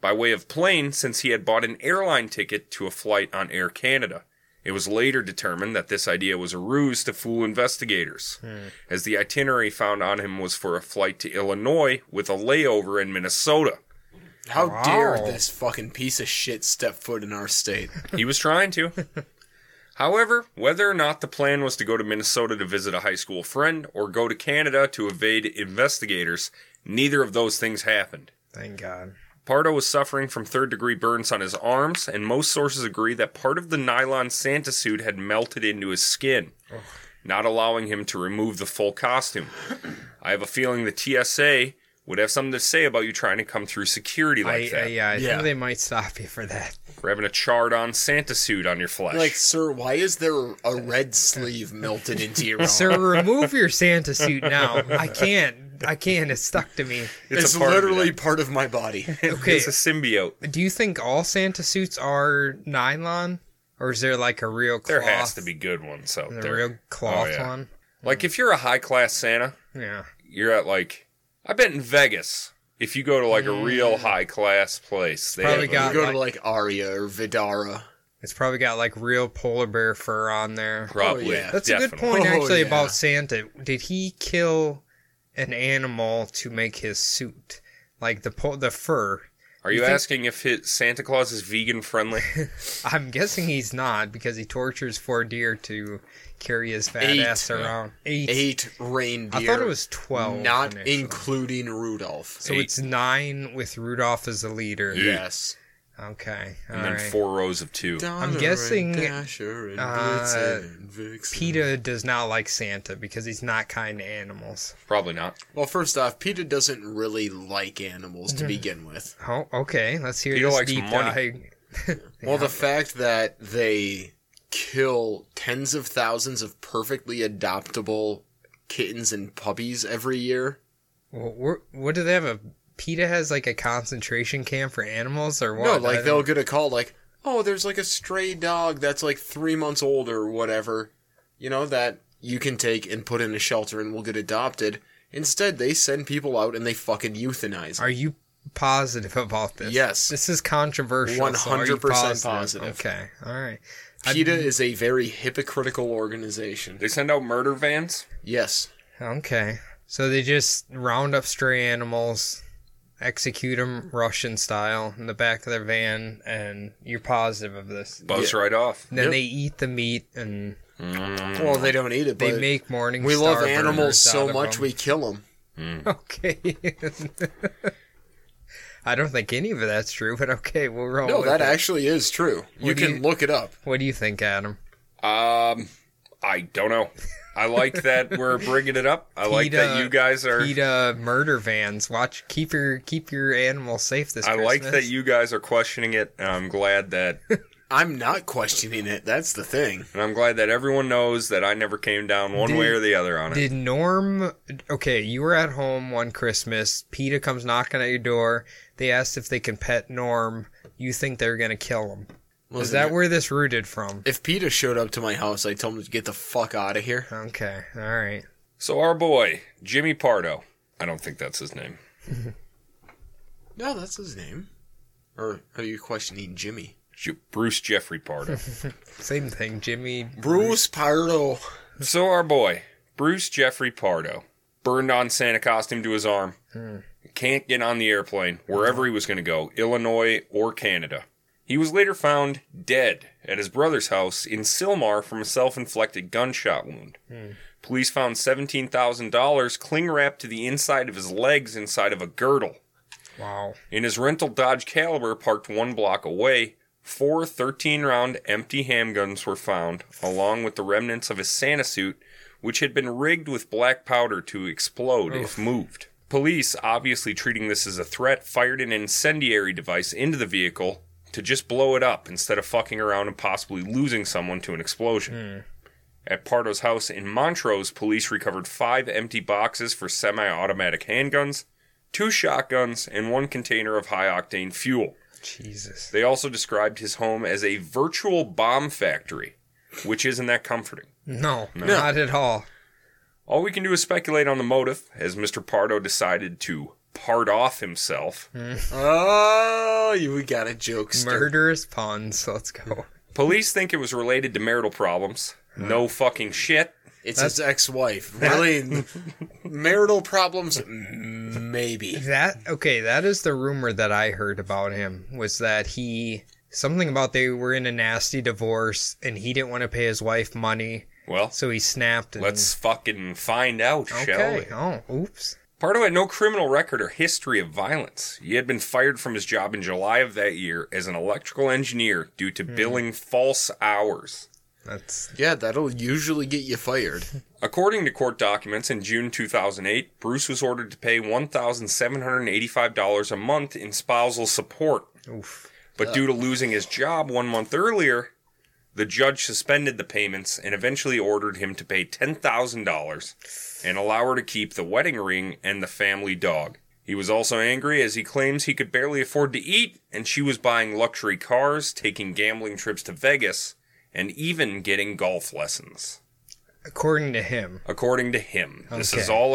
C: by way of plane since he had bought an airline ticket to a flight on Air Canada. It was later determined that this idea was a ruse to fool investigators, as the itinerary found on him was for a flight to Illinois with a layover in Minnesota.
B: How dare
A: Wow.
B: this fucking piece of shit step foot in our state?
C: He was trying to. However, whether or not the plan was to go to Minnesota to visit a high school friend or go to Canada to evade investigators, neither of those things happened.
A: Thank God.
C: Pardo was suffering from third degree burns on his arms, and most sources agree that part of the nylon Santa suit had melted into his skin, not allowing him to remove the full costume. I have a feeling the TSA would have something to say about you trying to come through security like
A: I,
C: that.
A: I, uh, yeah, I
B: Yeah.
A: think they might stop you for that.
C: For having a charred on Santa suit on your flesh.
B: Like, sir, why is there a red sleeve melted into your arm?
A: Sir, remove your Santa suit now. I can't. I can't. It's stuck to me.
B: it's,
C: a part of
B: literally
C: that.
B: part of my body.
A: Okay.
C: It's a symbiote.
A: Do you think all Santa suits are nylon, or is there like a real cloth?
C: There has to be good ones out
A: the
C: there.
A: real cloth
C: Oh, yeah.
A: one.
C: Like if you're a high class Santa,
A: Yeah.
C: you're at like I bet in Vegas, if you go to like a real high class place, they
A: Probably
C: have
A: got-
B: you go to like Aria or Vidara.
A: It's probably got like real polar bear fur on there.
C: probably.
B: Oh, yeah.
A: That's a
C: definitely.
A: good point,
B: Oh,
A: actually,
B: yeah.
A: about Santa. Did he kill an animal to make his suit, like the po- the fur?
C: Are you,
A: You think-
C: asking if his Santa Claus is vegan friendly?
A: I'm guessing he's not because he tortures four deer to carry his fat
B: Eight.
A: ass around. Eight.
B: Eight reindeer.
A: I thought it was twelve.
B: not
A: initially.
B: including Rudolph.
A: So it's nine with Rudolph as the leader.
B: yes.
A: Okay. All
C: and then
A: right.
C: four rows of two.
B: Donner
A: guessing,
B: and Dasher and
A: uh,
B: Blitzen and Vixen.
A: PETA does not like Santa because he's not kind to animals.
C: Probably not.
B: Well, first off, Peter doesn't really like animals
A: Mhm.
B: to begin with.
A: Oh, okay. Let's hear
C: PETA
A: this
C: likes
A: deep
C: money.
A: dive.
B: Well, the fact that they kill tens of thousands of perfectly adoptable kittens and puppies every year.
A: Well, we're, what do they have? A PETA has like a concentration camp for animals or what?
B: No,
A: I
B: like
A: don't-
B: they'll get a call like, "Oh, there's like a stray dog that's like 3 months old or whatever." You know that you can take and put in a shelter and will get adopted. Instead, they send people out and they fucking euthanize. 'em.
A: Are you positive about this?
B: Yes.
A: This is controversial. so are you positive?
B: 100% positive.
A: Okay. All right.
B: PETA is a very hypocritical organization.
C: They send out murder vans.
B: Yes.
A: Okay. So they just round up stray animals, execute them Russian style in the back of their van, and you're positive of this.
C: Buzz right off. Um,
A: Then
B: Yep.
A: they eat the meat and
B: Well, they don't eat it.
A: they
B: but
A: make morning.
B: we
A: star
B: love animals
A: burgers out
B: so
A: of
B: much
A: them.
B: we kill them.
A: Okay. I don't think any of that's true, but Oh, okay, we'll roll.
B: No,
A: with
B: that
A: it.
B: actually is true. You
A: What do
B: can
A: you-
B: look it up.
A: What do you think, Adam?
C: Um, I don't know. I like that we're bringing it up. I like that
A: PETA-
C: you guys are.
A: PETA uh, murder vans. Watch, keep your keep your animals safe this.
C: I
A: Christmas.
C: like that you guys are questioning it, and I'm glad that,
B: I'm not questioning it. That's the thing.
C: and I'm glad that everyone knows that I never came down one way or the other on it.
A: Did Norm? Okay, you were at home one Christmas. PETA comes knocking at your door. They asked if they can pet Norm. You think they're gonna kill him? Is
B: Listen,
A: that where this rooted from?
B: If Peter showed up to my house, I'd tell him to get the fuck out of here.
A: Okay, all right.
C: So our boy Jimmy Pardo. I don't think that's his name.
B: No, that's his name. Or are you questioning Jimmy?
C: Ju- Bruce Jeffrey Pardo.
A: Same thing, Jimmy.
B: Bruce Pardo.
C: so our boy Bruce Jeffrey Pardo burned on Santa costume to his arm. Can't get on the airplane wherever he was going to go, Illinois or Canada. He was later found dead at his brother's house in Silmar from a self-inflicted gunshot wound. Police found seventeen thousand dollars cling wrapped to the inside of his legs inside of a girdle.
A: Wow.
C: In his rental Dodge Caliber parked one block away, four 13 round empty handguns were found, along with the remnants of his Santa suit, which had been rigged with black powder to explode if moved. Police, obviously treating this as a threat, fired an incendiary device into the vehicle to just blow it up instead of fucking around and possibly losing someone to an explosion. At Pardo's house in Montrose, police recovered five empty boxes for semi automatic handguns, two shotguns, and one container of high octane fuel.
A: Jesus.
C: They also described his home as a virtual bomb factory, which isn't that comforting.
A: No, not at all.
C: All we can do is speculate on the motive, as Mr. Pardo decided to part off himself.
B: Oh, you we got a joke.
A: Murderous puns. Let's go.
C: Police think it was related to marital problems. No fucking shit.
B: It's his ex-wife. Really, marital problems? Maybe.
A: That okay, that is the rumor that I heard about him was that he something about they were in a nasty divorce and he didn't want to pay his wife money,
C: Well,
A: so he snapped and
C: let's fucking find out, shall we?
A: Okay. Oh, oops.
C: Pardo had no criminal record or history of violence. He had been fired from his job in July of that year as an electrical engineer due to billing false hours.
A: That's
B: Yeah, that'll usually get you fired.
C: According to court documents, in June 2008, Bruce was ordered to pay $1,785 a month in spousal support.
A: oof.
C: But due to losing his job one month earlier, the judge suspended the payments and eventually ordered him to pay $10,000 and allow her to keep the wedding ring and the family dog. He was also angry as he claims he could barely afford to eat and she was buying luxury cars, taking gambling trips to Vegas, and even getting golf lessons.
A: According to him.
C: According to him. This is
A: Okay.
C: all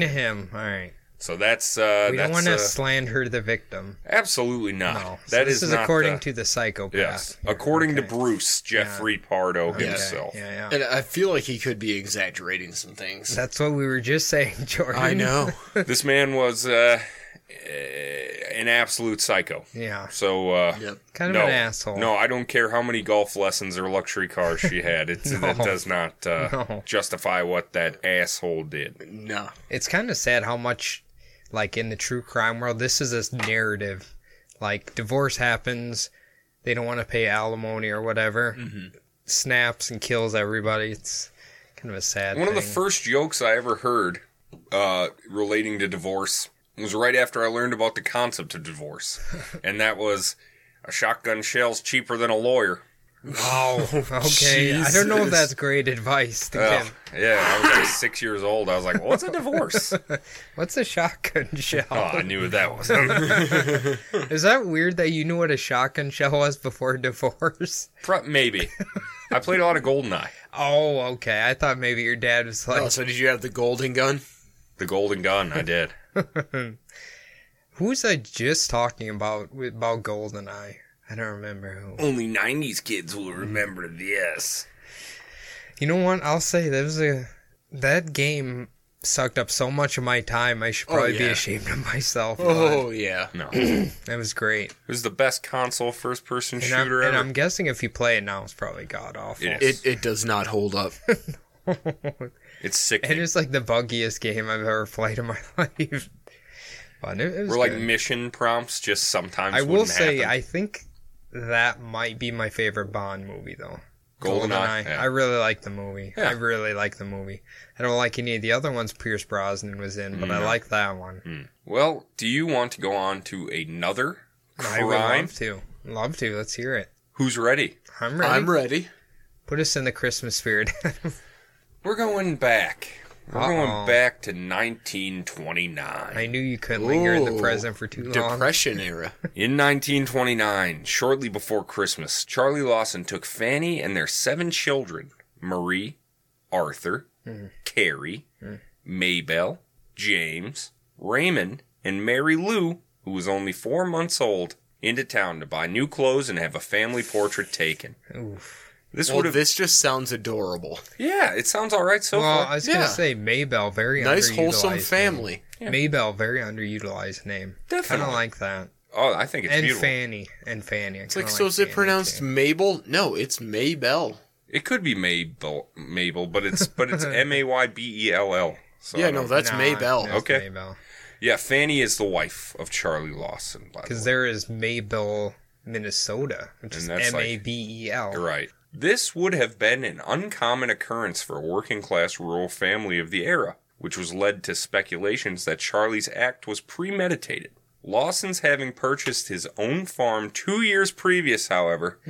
A: according
C: to
A: to him. All right.
C: So that's uh
A: We
C: that's
A: don't want to
C: uh,
A: slander the victim.
C: absolutely not.
A: No. So
C: That
A: this
C: is
A: is
C: not
A: according
C: the-
A: to the psychopath.
C: Yes.
A: here.
C: According to
A: Okay.
C: Bruce Jeffrey Pardo
A: Okay.
C: himself.
A: Yeah, yeah.
B: And I feel like he could be exaggerating some things.
A: That's what we were just saying, Jordan.
B: I know.
C: This man was uh, eh, an absolute psycho.
A: Yeah.
C: So uh,
B: Yep.
A: Kind of
C: no,
A: an asshole.
C: No, I don't care how many golf lessons or luxury cars she had. It's, That does not uh,
A: No.
C: justify what that asshole did.
B: No.
A: it's kind of sad how much like in the true crime world this is this narrative like divorce happens they don't want to pay alimony or whatever snaps and kills everybody it's kind of a sad
C: One of the
A: thing.
C: first jokes I ever heard uh, relating to divorce was right after I learned about the concept of divorce, and that was a shotgun shell's cheaper than a lawyer.
A: okay i don't know if
B: Jesus.
A: that's great advice to
C: Yeah,
A: give
C: yeah. I was like six years old. I was like, "What's a divorce?"
A: what's a shotgun
C: oh,
A: shell
C: I knew what that was.
A: is that weird that you knew what a shotgun shell was before divorce
C: Pro- maybe. I played a lot of Goldeneye.
A: oh okay i thought maybe your dad was like
B: Oh, so did you have the golden gun?
C: The Golden Gun, I did.
A: who was i just talking about with- about goldeneye i don't remember who
C: Only 90s kids will remember this.
A: You know what? I'll say that was a that game sucked up so much of my time. I should
B: Oh,
A: probably be
B: yeah.
A: ashamed of myself.
B: Oh yeah.
C: No, it
A: but That was great.
C: was the best console first person
A: And I'm,
C: shooter
A: and
C: ever.
A: I'm guessing if you play it now, it's probably god awful.
C: It is.
B: It it does not hold up.
C: It's sick.
A: It is like the buggiest game I've ever played in my life. But it, it was
C: We're like
A: good.
C: mission prompts, just sometimes.
A: I will
C: wouldn't
A: say,
C: happen.
A: I think that might be my favorite Bond movie, though.
C: Goldeneye, yeah.
A: I really like the movie.
C: Yeah.
A: I really like the movie. I don't like any of the other ones Pierce Brosnan was in, but I like that one.
C: Well, do you want to go on to another
A: I would
C: crime?
A: love to. Love to. Let's hear it.
C: Who's ready?
A: I'm ready.
B: I'm ready.
A: Put us in the Christmas spirit.
C: We're going back. We're
A: Uh-oh.
C: going back to 1929.
A: I knew you couldn't linger in the
B: Ooh,
A: present for too long.
B: Depression era.
C: In 1929, shortly before Christmas, Charlie Lawson took Fanny and their seven children Marie, Arthur, Carrie, Maybelle, James, Raymond, and Mary Lou, who was only four months old, into town to buy new clothes and have a family portrait taken.
A: Oof.
C: This
B: Well,
C: would have.
B: this just sounds adorable.
C: yeah, it sounds all right so
A: Well,
C: far.
A: I was
B: yeah.
A: gonna say Maybell, very
B: Nice
A: underutilized
B: wholesome
A: name.
B: family.
A: Maybell, very underutilized name. Kind
C: Definitely.
A: of like that.
C: oh, I think it's
A: and
C: beautiful.
A: Fanny, and Fanny. I
B: It's like,
A: kinda
B: so is it
A: Fanny,
B: pronounced
A: too.
B: Mabel? No, it's Maybell.
C: It could be Mabel, Mabel, but it's but it's M A Y B E L L. So I
B: yeah, no,
C: don't-
B: that's
A: Nah,
B: Maybell.
A: no, it's
C: Okay.
A: Maybell,
C: Yeah, Fanny is the wife of Charlie Lawson. By the
A: because
C: way.
A: there is Maybell, Minnesota, which is
C: And that's
A: M
C: like-
A: A B E L.
C: right. This would have been an uncommon occurrence for a working class rural family of the era, which was led to speculations that Charlie's act was premeditated. Lawson's having purchased his own farm two years previous, however,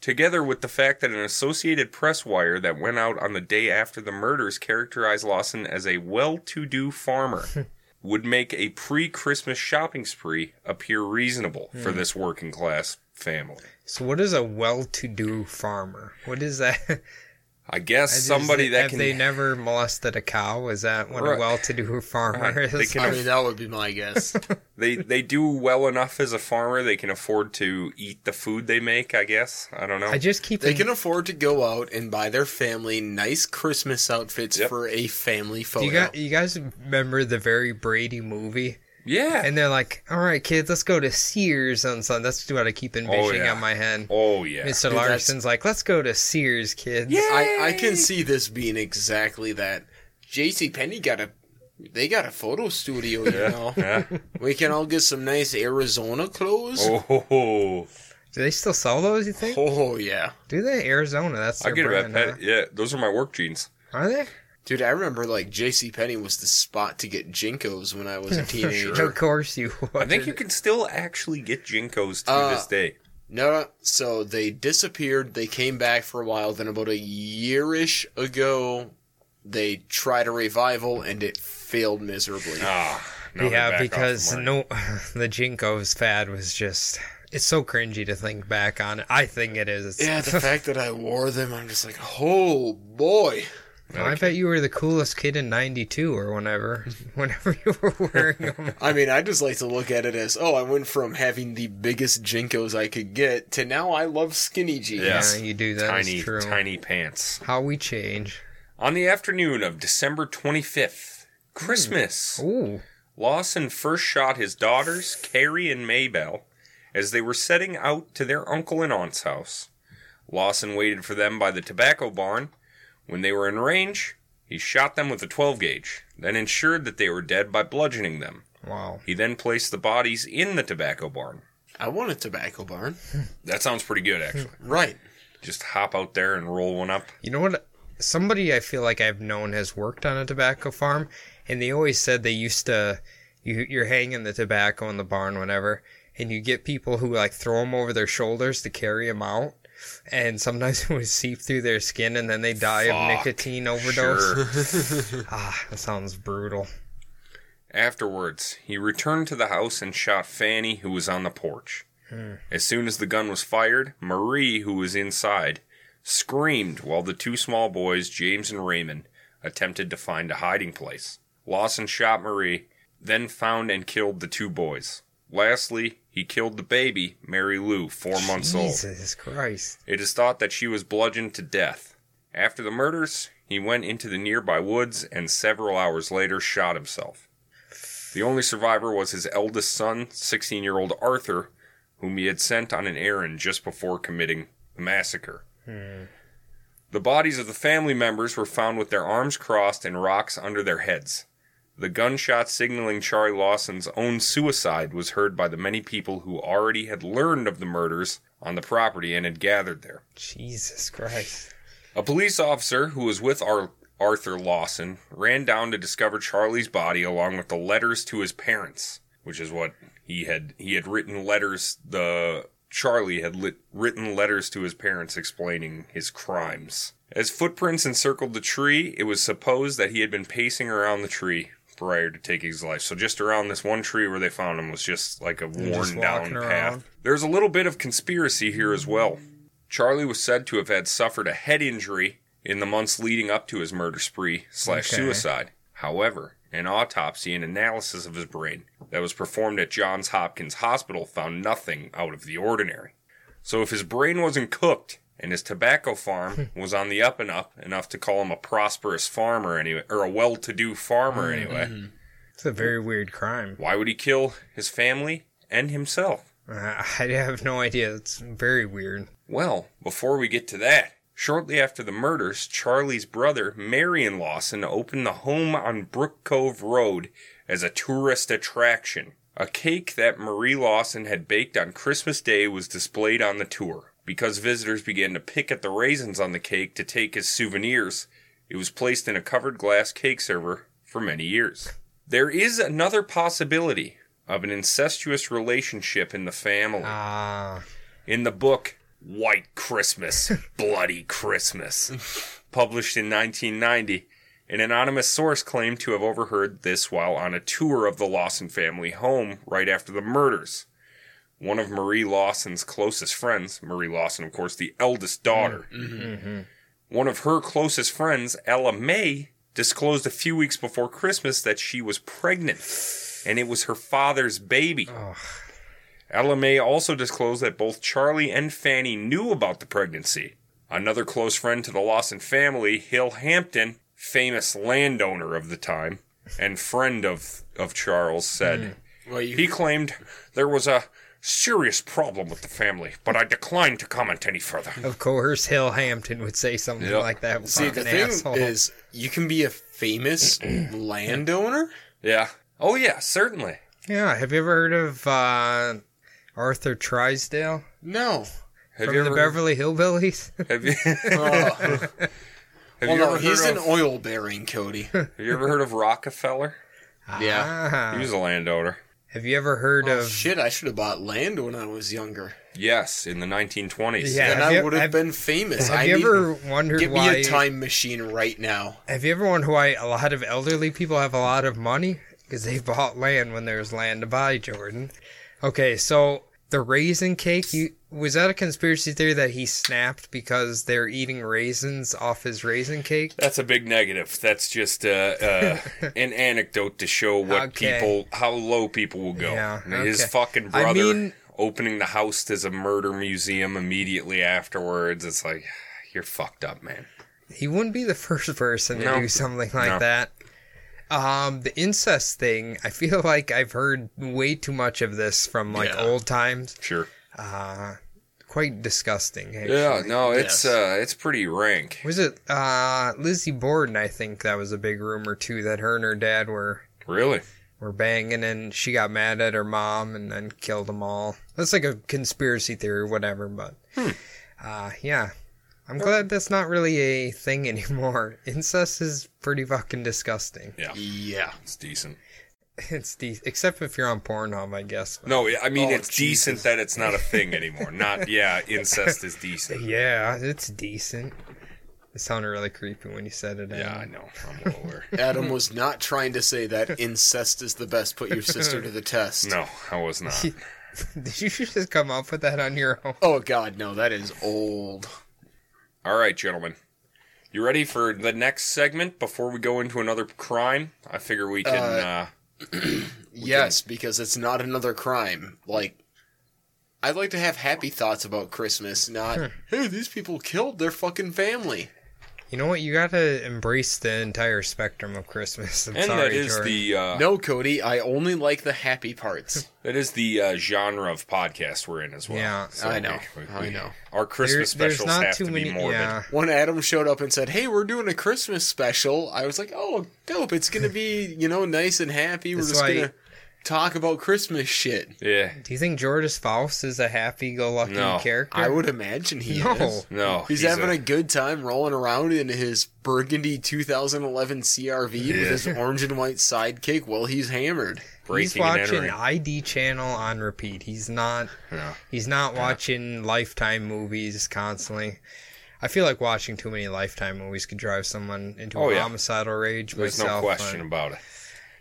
C: together with the fact that an Associated Press wire that went out on the day after the murders characterized Lawson as a well to do farmer, would make a pre Christmas shopping spree appear reasonable for this working class family.
A: So, what is a well-to-do farmer? What is that?
C: I guess
A: Is
C: somebody
A: it-
C: that
A: have
C: can.
A: they never molested a cow? Is that what
C: Right.
A: a well-to-do farmer
C: Right.
A: is?
C: They can-
B: I mean, that would be my guess.
C: they they do well enough as a farmer they can afford to eat the food they make i guess i don't know
A: I just keep
B: they
A: in-
B: can afford to go out and buy their family nice Christmas outfits
C: Yep.
B: for a family
A: Do
B: photo.
A: you, got, you guys remember the very Brady movie?
C: yeah
A: And they're like, all right, kids, let's go to Sears on Sunday. That's what I keep envisioning
C: Oh, yeah.
A: on my head.
C: oh yeah
A: Mr.
B: Dude, that's-
A: Larson's like, let's go to Sears, kids.
C: Yeah.
B: I, I can see this being exactly that. J.C. Penney got a they got a photo studio, you know.
C: Yeah.
B: We can all get some nice Arizona clothes.
C: oh, ho, ho.
A: Do they still sell those, you think?
B: Oh, yeah,
A: Do they? Arizona, that's
C: i
A: their
C: get about
A: brand,
C: that
A: huh?
C: yeah those are my work jeans
A: Are they?
B: dude. I remember like J.C. Penney was the spot to get jinkos when I was a teenager.
A: Of course you would.
C: i think you can still actually get jinkos to
B: Uh,
C: this day
B: No, so they disappeared. They came back for a while. Then about a yearish ago, they tried a revival and it failed miserably.
C: ah now they're back
A: Yeah,
C: off the
A: because
C: market.
A: no, the Jinkos fad was just. It's so cringy to think back on it. I think it is.
B: yeah, the fact that I wore them, I'm just like, oh boy.
A: I bet you were the coolest kid in '92 or whenever, whenever you were wearing them.
B: I mean, I just like to look at it as, oh, I went from having the biggest jinkos I could get to now I love skinny jeans.
C: Yeah.
A: Yeah, you do. That is
C: tiny
A: true.
C: tiny pants
A: How we change.
C: on the afternoon of december 25th
A: Hmm.
C: christmas
A: Ooh,
C: Lawson first shot his daughters, Carrie and Maybelle, as they were setting out to their uncle and aunt's house. Lawson waited for them by the tobacco barn. When they were in range, he shot them with a 12 gauge, then ensured that they were dead by bludgeoning them.
A: wow.
C: He then placed the bodies in the tobacco barn.
B: I want a tobacco barn.
C: That sounds pretty good, actually.
B: Right.
C: Just hop out there and roll one up.
A: You know what? Somebody I feel like I've known has worked on a tobacco farm, and they always said they used to. You, you're hanging the tobacco in the barn whenever, and you get people who like throw them over their shoulders to carry them out, and sometimes it would seep through their skin, and then they die of
C: Fuck.
A: nicotine overdose.
C: Sure.
A: Ah, that sounds brutal.
C: Afterwards, he returned to the house and shot Fanny, who was on the porch. As soon as the gun was fired, Marie, who was inside, screamed while the two small boys, James and Raymond, attempted to find a hiding place. Lawson shot Marie, then found and killed the two boys. Lastly, he killed the baby, Mary Lou, four months old.
A: Jesus Christ.
C: It is thought that she was bludgeoned to death. After the murders, He went into the nearby woods and several hours later shot himself. The only survivor was his eldest son, 16 year old Arthur, whom he had sent on an errand just before committing the massacre. The bodies of the family members were found with their arms crossed and rocks under their heads. The gunshot signaling Charlie Lawson's own suicide was heard by the many people who already had learned of the murders on the property and had gathered there.
A: Jesus Christ.
C: A police officer who was with Ar- Arthur Lawson ran down to discover Charlie's body along with the letters to his parents, which is what he had he had written letters the Charlie had lit, written letters to his parents explaining his crimes. As footprints encircled the tree, it was supposed that he had been pacing around the tree prior to taking his life. So just around this one tree where they found him was just like a worn down
A: walking around.
C: path. There's a little bit of conspiracy here as well. Charlie was said to have had suffered a head injury in the months leading up to his murder spree slash
A: Okay.
C: suicide. However, an autopsy and analysis of his brain that was performed at Johns Hopkins Hospital found nothing out of the ordinary. So if his brain wasn't cooked and his tobacco farm was on the up and up enough to call him a prosperous farmer anyway or a well-to-do farmer anyway,
A: It's a very weird crime.
C: why would he kill his family and himself?
A: Uh, I have no idea. It's very weird.
C: Well, before we get to that, shortly after the murders, Charlie's brother, Marion Lawson, opened the home on Brook Cove Road as a tourist attraction. A cake that Marie Lawson had baked on Christmas Day was displayed on the tour. Because visitors began to pick at the raisins on the cake to take as souvenirs, it was placed in a covered glass cake server for many years. There is another possibility of an incestuous relationship in the family
A: Ah,
C: in the book White Christmas, Bloody Christmas, published in 1990. An anonymous source claimed to have overheard this while on a tour of the Lawson family home right after the murders. One of Marie Lawson's closest friends, Marie Lawson, of course, the eldest daughter,
A: Mm-hmm.
C: one of her closest friends, Ella May, disclosed a few weeks before Christmas that she was pregnant and it was her father's baby. Ella May also disclosed that both Charlie and Fanny knew about the pregnancy. Another close friend to the Lawson family, Hill Hampton, famous landowner of the time and friend of, of Charles, said
B: Well, you,
C: he claimed there was a serious problem with the family, but I declined to comment any further.
A: of course, Hill Hampton would say something
C: Yep.
A: like that.
B: see the
A: fucking
B: thing
A: asshole.
B: is, you can be a famous landowner.
C: Yeah. Oh, yeah, certainly.
A: yeah. Have you ever heard of uh, Arthur Trisdale
B: No,
C: Have
A: from
C: you
A: the
C: ever,
A: Beverly Hillbillies?
C: have you, have
B: oh,
C: you
B: well, no,
C: ever
B: he's
C: heard
B: an
C: of,
B: oil bearing, Cody.
C: have you ever heard of Rockefeller?
B: yeah.
A: Ah.
C: He was a landowner.
A: Have you ever heard
B: Oh,
A: of?
B: shit, I should have bought land when I was younger.
C: Yes, in the 1920s.
A: Yeah.
B: Then
A: have
B: I
A: you-
B: would have
A: have-
B: been famous.
A: Have
B: I
A: you
B: need-
A: ever wondered
B: Get
A: why?
B: me a time machine right now.
A: Have you ever wondered why a lot of elderly people have a lot of money? Because they bought land when there was land to buy, Jordan. Okay, so the raisin cake, you, was that a conspiracy theory that he snapped because they're eating raisins off his raisin cake?
C: That's a big negative. That's just uh, uh, an anecdote to show what
A: Okay.
C: people, how low people will go.
A: Yeah,
C: His
A: okay.
C: fucking
A: I
C: brother
A: mean-
C: opening the house as a murder museum immediately afterwards. It's like you're fucked up, man.
A: He wouldn't be the first person to
C: No.
A: do something like
C: No.
A: that. Um, the incest thing, I feel like I've heard way too much of this from like
B: Yeah.
A: old times.
C: Sure.
A: Uh, quite disgusting. Actually.
C: Yeah. No. It's
B: yes.
C: uh, it's pretty rank.
A: Was it uh, Lizzie Borden? I think that was a big rumor too that her and her dad were
C: Really.
A: were banging, and she got mad at her mom and then killed them all. That's like a conspiracy theory, or whatever. But
C: Hmm.
A: uh, yeah, I'm glad that's not really a thing anymore. Incest is pretty fucking disgusting.
C: Yeah.
B: Yeah.
C: It's decent.
A: It's de- except if you're on Pornhub, I guess. but-
C: No, I mean
B: Oh,
C: it's decent that it's not a thing anymore. Not yeah, incest is decent.
A: Yeah, it's decent. It sounded really creepy when you said it.
C: Yeah, I
A: Adam.
C: know. I'm well aware.
B: Adam was not trying to say that incest is the best. Put your sister to the test.
C: No, I was not.
A: Did you just come up with that on your own?
B: Oh God, no! That is old.
C: All right, gentlemen. You ready for the next segment before we go into another crime? I figure we can. Uh,
B: Yes, because it's not another crime. Like, I'd like to have happy thoughts about Christmas, not hey, these people killed their fucking family.
A: You know what? You got to embrace the entire spectrum of Christmas. I'm
C: And
A: sorry,
C: that is
A: Jordan.
C: the uh,
B: No, Cody, I only like the happy parts.
C: that is the uh, genre of podcast we're in as well.
A: Yeah.
B: I know. I know.
C: Our
A: There-
C: Christmas specials have to be morbid.
A: Yeah,
B: When Adam showed up and said, "Hey, we're doing a Christmas special," I was like, "Oh, dope! It's gonna be you know nice and happy. We're
A: That's
B: just
A: why-
B: gonna talk about Christmas shit."
C: Yeah.
A: do you think George's Faust is a happy-go-lucky
C: No,
A: character?
B: I would imagine he
A: No.
B: is.
C: No.
B: Oh, He's, having a, good time rolling around in his burgundy 2011 CRV with
C: Yeah.
B: his orange and white sidekick while he's hammered.
A: He's
C: breaking and
A: watching
C: entering.
A: ID Channel on repeat. He's not.
C: No.
A: He's not watching Lifetime movies constantly. I feel like watching too many Lifetime movies could drive someone into
C: Oh,
A: a
C: yeah.
A: homicidal rage.
C: There's no
A: myself,
C: question about it.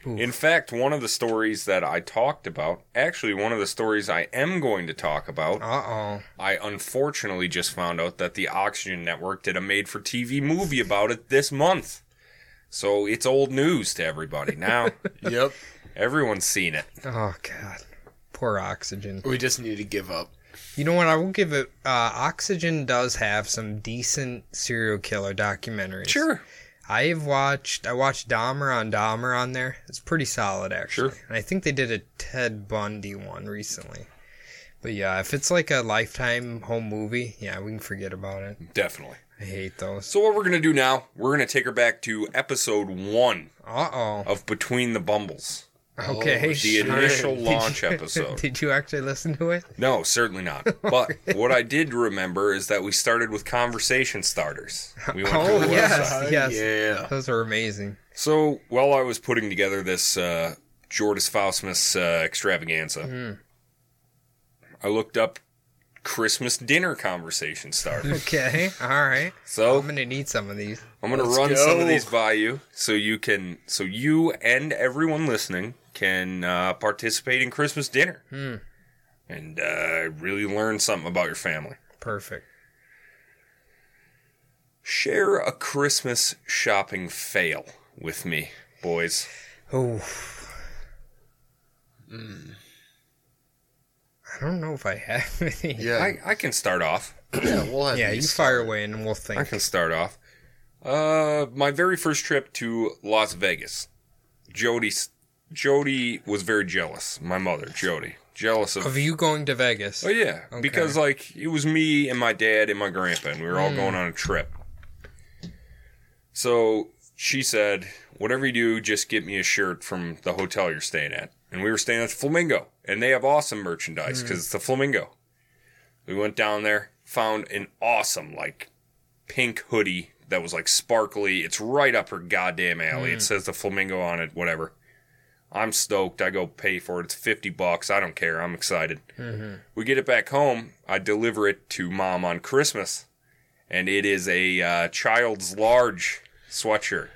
C: In fact, one of the stories that I talked about, actually, one of the stories I am going to talk about,
A: Uh oh.
C: I unfortunately just found out that the Oxygen Network did a made for TV movie about it this month. So it's old news to everybody now.
B: Yep.
C: Everyone's seen it.
A: Oh god. Poor oxygen.
B: We just need to give up.
A: You know what? I will give it. Uh, Oxygen does have some decent serial killer documentaries. I have watched. I watched Dahmer on Dahmer on there. It's pretty solid, actually.
C: Sure.
A: And I think they did a Ted Bundy one recently. But yeah, if it's like a lifetime home movie, yeah, we can forget about it.
C: Definitely.
A: I hate those.
C: So, what we're going to do now, we're going to take her back to episode one
A: Uh oh.
C: of Between the Bumbles,
A: Okay.
C: Oh, the
A: sure.
C: initial
A: Did
C: launch
A: you-
C: episode.
A: Did you actually listen to it?
C: No, certainly not. But what I did remember is that we started with conversation starters. We went
A: Oh
C: to the
A: yes,
C: website.
A: yes.
B: Yeah.
A: Those are amazing.
C: So while I was putting together this uh, Jordis Faustmas uh, extravaganza, I looked up Christmas dinner conversation starters.
A: Okay. All right.
C: So
A: I'm gonna need some of these.
C: I'm gonna
B: Let's
C: run some
B: go.
C: of these by you, so you can, so you and everyone listening can uh, participate in Christmas dinner, and uh, really learn something about your family.
A: Perfect.
C: Share a Christmas shopping fail with me, boys.
A: Oh. I don't know if I have any.
B: Yeah.
C: I, I can start off.
B: yeah, we'll have
A: Yeah, you
B: these.
A: fire away and we'll think.
C: I can start off. Uh, my very first trip to Las Vegas, Jody, s- Jody was very jealous. My mother, Jody, jealous of.
A: Of you going to Vegas.
C: oh yeah, because like it was me and my dad and my grandpa, and we were all going on a trip. So she said, "Whatever you do, just get me a shirt from the hotel you're staying at." And we were staying at the Flamingo, and they have awesome merchandise because it's the Flamingo. We went down there, found an awesome like pink hoodie that was like sparkly. It's right up her goddamn alley. It says the flamingo on it, whatever. I'm stoked. I go pay for it. It's 50 bucks. I don't care. I'm excited. We get it back home. I deliver it to mom on Christmas. And it is a uh, child's large sweatshirt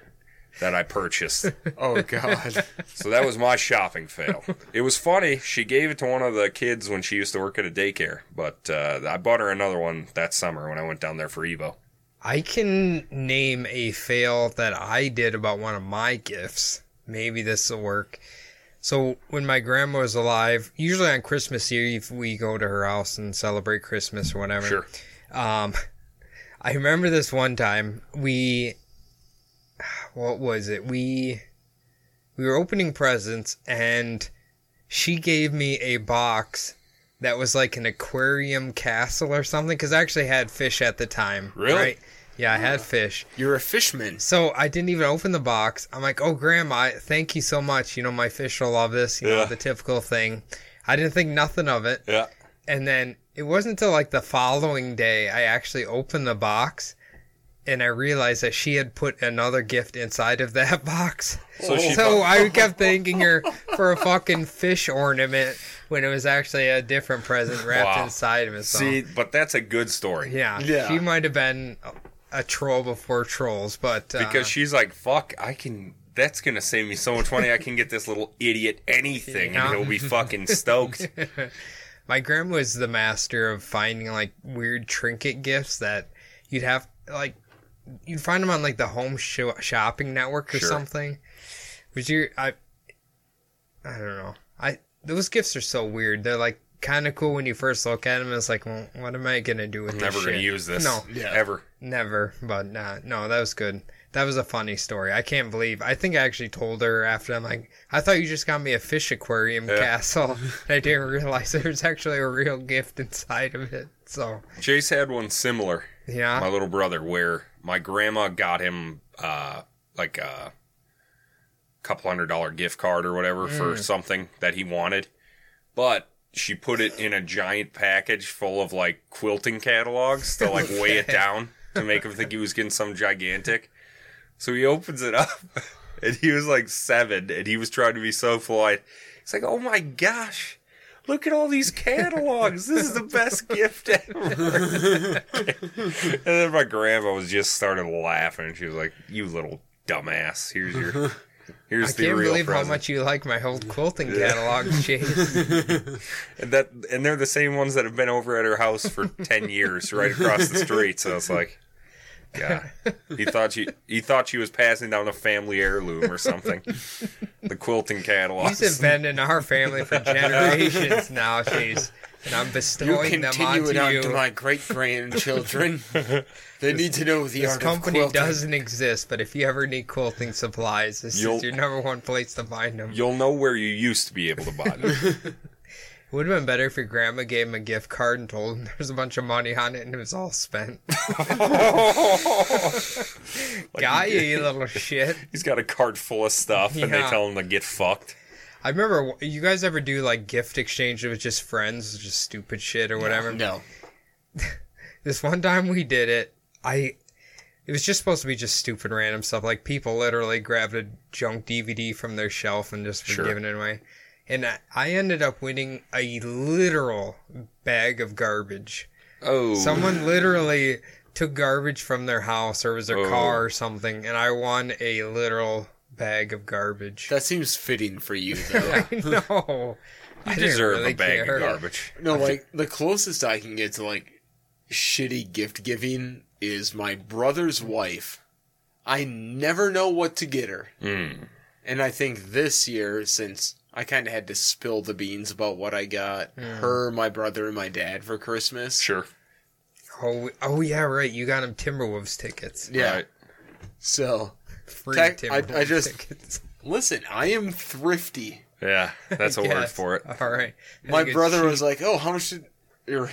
C: that I purchased.
B: Oh, God.
C: So that was my shopping fail. It was funny. She gave it to one of the kids when she used to work at a daycare, but uh, I bought her another one that summer when I went down there for Evo.
A: I can name a fail that I did about one of my gifts. Maybe this will work. So when my grandma was alive, usually on Christmas Eve we go to her house and celebrate Christmas or whatever.
C: Sure.
A: Um, I remember this one time we, what was it? We, we were opening presents and she gave me a box that was like an aquarium castle or something because I actually had fish at the time.
C: Really?
A: Right? Yeah, I had fish.
B: You're a fishman.
A: So I didn't even open the box. I'm like, oh, grandma, thank you so much. You know, my fish will love this. You know,
C: Yeah.
A: the typical thing. I didn't think nothing of it.
C: Yeah.
A: And then it wasn't until like the following day I actually opened the box and I realized that she had put another gift inside of that box.
C: So she
A: So I kept thanking her for a fucking fish ornament when it was actually a different present wrapped
C: Wow.
A: inside of it. So,
C: See, but that's a good story.
A: yeah,
B: Yeah.
A: she might have been a- a troll before trolls, but uh,
C: Because she's like, fuck, I can. That's going to save me so much money. I can get this little idiot anything
A: Yeah.
C: and he'll be fucking stoked.
A: my grandma was the master of finding like weird trinket gifts that you'd have like you'd find them on like the home sho shopping network or
C: Sure.
A: something. Was your I I don't know. I those gifts are so weird. They're like kind of cool when you first look at them. It's like, well, what am I gonna do with
C: I'm
A: this?
C: never going to
A: shit?
C: use this.
A: No,
C: Yeah. Ever.
A: never. But nah, no, that was good. That was a funny story. I can't believe. I think I actually told her after. I'm like, I thought you just got me a fish aquarium castle, and I didn't realize there's actually a real gift inside of it. So
C: Chase had one similar.
A: yeah,
C: my little brother where my grandma got him uh like a couple hundred dollar gift card or whatever for something that he wanted but she put it in a giant package full of like quilting catalogs to like weigh it down to make him think he was getting some gigantic so he opens it up and he was like seven and he was trying to be so polite he's like oh my gosh look at all these catalogs this is the best gift ever and then my grandma was just started laughing. She was like, "You little dumbass! Here's your, here's
A: I
C: the
A: can't
C: real
A: believe
C: present."
A: how much you like my whole quilting catalog, Chase.
C: and that and they're the same ones that have been over at her house for ten years, right across the street. So it's like, God, he thought she he thought she was passing down a family heirloom or something. The quilting catalog.
A: These have been in our family for generations now, Chase, and I'm
B: You
A: bestowing them
B: continue
A: onto
B: it on
A: you.
B: to my great grandchildren. they need to know the
A: This
B: art
A: company
B: of quilting.
A: doesn't exist, but if you ever need quilting supplies, this
C: You'll-
A: is your number one place to find them.
C: You'll know where you used to be able to buy them.
A: It would have been better if your grandma gave him a gift card and told him there's a bunch of money on it and it was all spent. Got you, you little shit.
C: He's got a cart full of stuff, and they
A: Yeah.
C: tell him to get fucked.
A: I remember you guys ever do like gift exchange with just friends, just stupid shit or whatever.
B: No.
A: this one time we did it i it was just supposed to be just stupid random stuff like people literally grabbed a junk dvd from their shelf and just were
C: Sure.
A: giving it away and I, I ended up winning a literal bag of garbage
C: Oh,
A: someone literally took garbage from their house or it was their
C: Oh.
A: car or something and i won a literal bag of garbage
B: That seems fitting for you, though.
A: no
C: you
A: I didn't
C: deserve
A: really
C: a bag
A: care.
C: of garbage.
B: no, like, the closest I can get to, like, shitty gift giving is my brother's wife. I never know what to get her.
C: Mm.
B: And I think this year, since I kind of had to spill the beans about what I got her, my brother, and my dad for Christmas.
C: Sure.
A: oh, we- oh yeah right you got him timberwolves tickets
B: Yeah.
C: Right.
B: So,
A: free
B: Tech- I- I
A: timberwolves
B: just-
A: tickets
B: listen, I am thrifty.
C: Yeah, that's a word
A: Yes.
C: for it.
A: All right. I
B: my
A: think it's
B: brother
A: cheap.
B: was like, "Oh, how much did?" Or,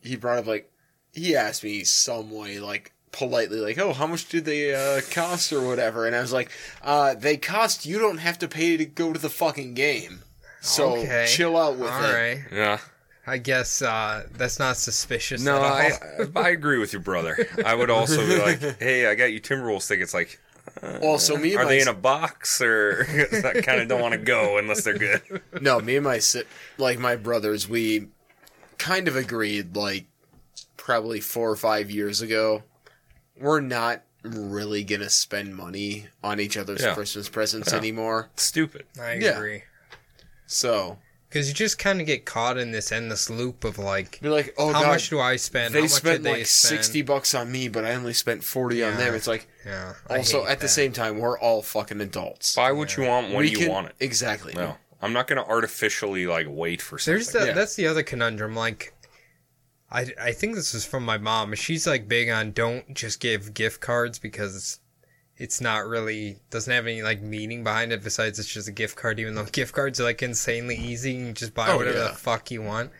B: he brought up like he asked me some way like politely like, "Oh, how much did they uh, cost or whatever?" And I was like, uh, "They cost. You don't have to pay to go to the fucking game. So
A: Okay.
B: chill out with
A: All
B: it."
A: right.
C: Yeah.
A: I guess uh, that's not suspicious.
C: No,
A: at all.
C: I I agree with your brother. I would also be like, hey, I got you Timberwolves tickets. Like,
B: Also, me and
C: are
B: my
C: they in a box or? 'cause I kind of don't want to go unless they're good.
B: no, me and my si- like my brothers, we kind of agreed like probably four or five years ago. We're not really gonna spend money on each other's
C: Yeah.
B: Christmas presents anymore.
C: Stupid.
A: I
B: Yeah.
A: agree.
B: So
A: Because you just kind of get caught in this endless loop of like,
B: Be like, oh
A: how
B: god,
A: much do I spend?
B: they
A: how much
B: spent
A: did they
B: like
A: spend?
B: sixty bucks on me, but I only spent forty on
A: Yeah.
B: them. It's like
A: Yeah. I
B: also
A: hate
B: at the
A: that.
B: same time, we're all fucking adults.
C: Buy what you want when
B: We
C: you
B: can-
C: want it.
B: exactly.
C: No, I'm not going to artificially like wait for something.
A: There's that.
B: Yeah.
A: That's the other conundrum. Like, I I think this is from my mom. She's like big on don't just give gift cards because it's it's not really doesn't have any like meaning behind it besides it's just a gift card. Even though gift cards are like insanely easy, you can just buy
B: Oh,
A: whatever
B: yeah.
A: the fuck you want.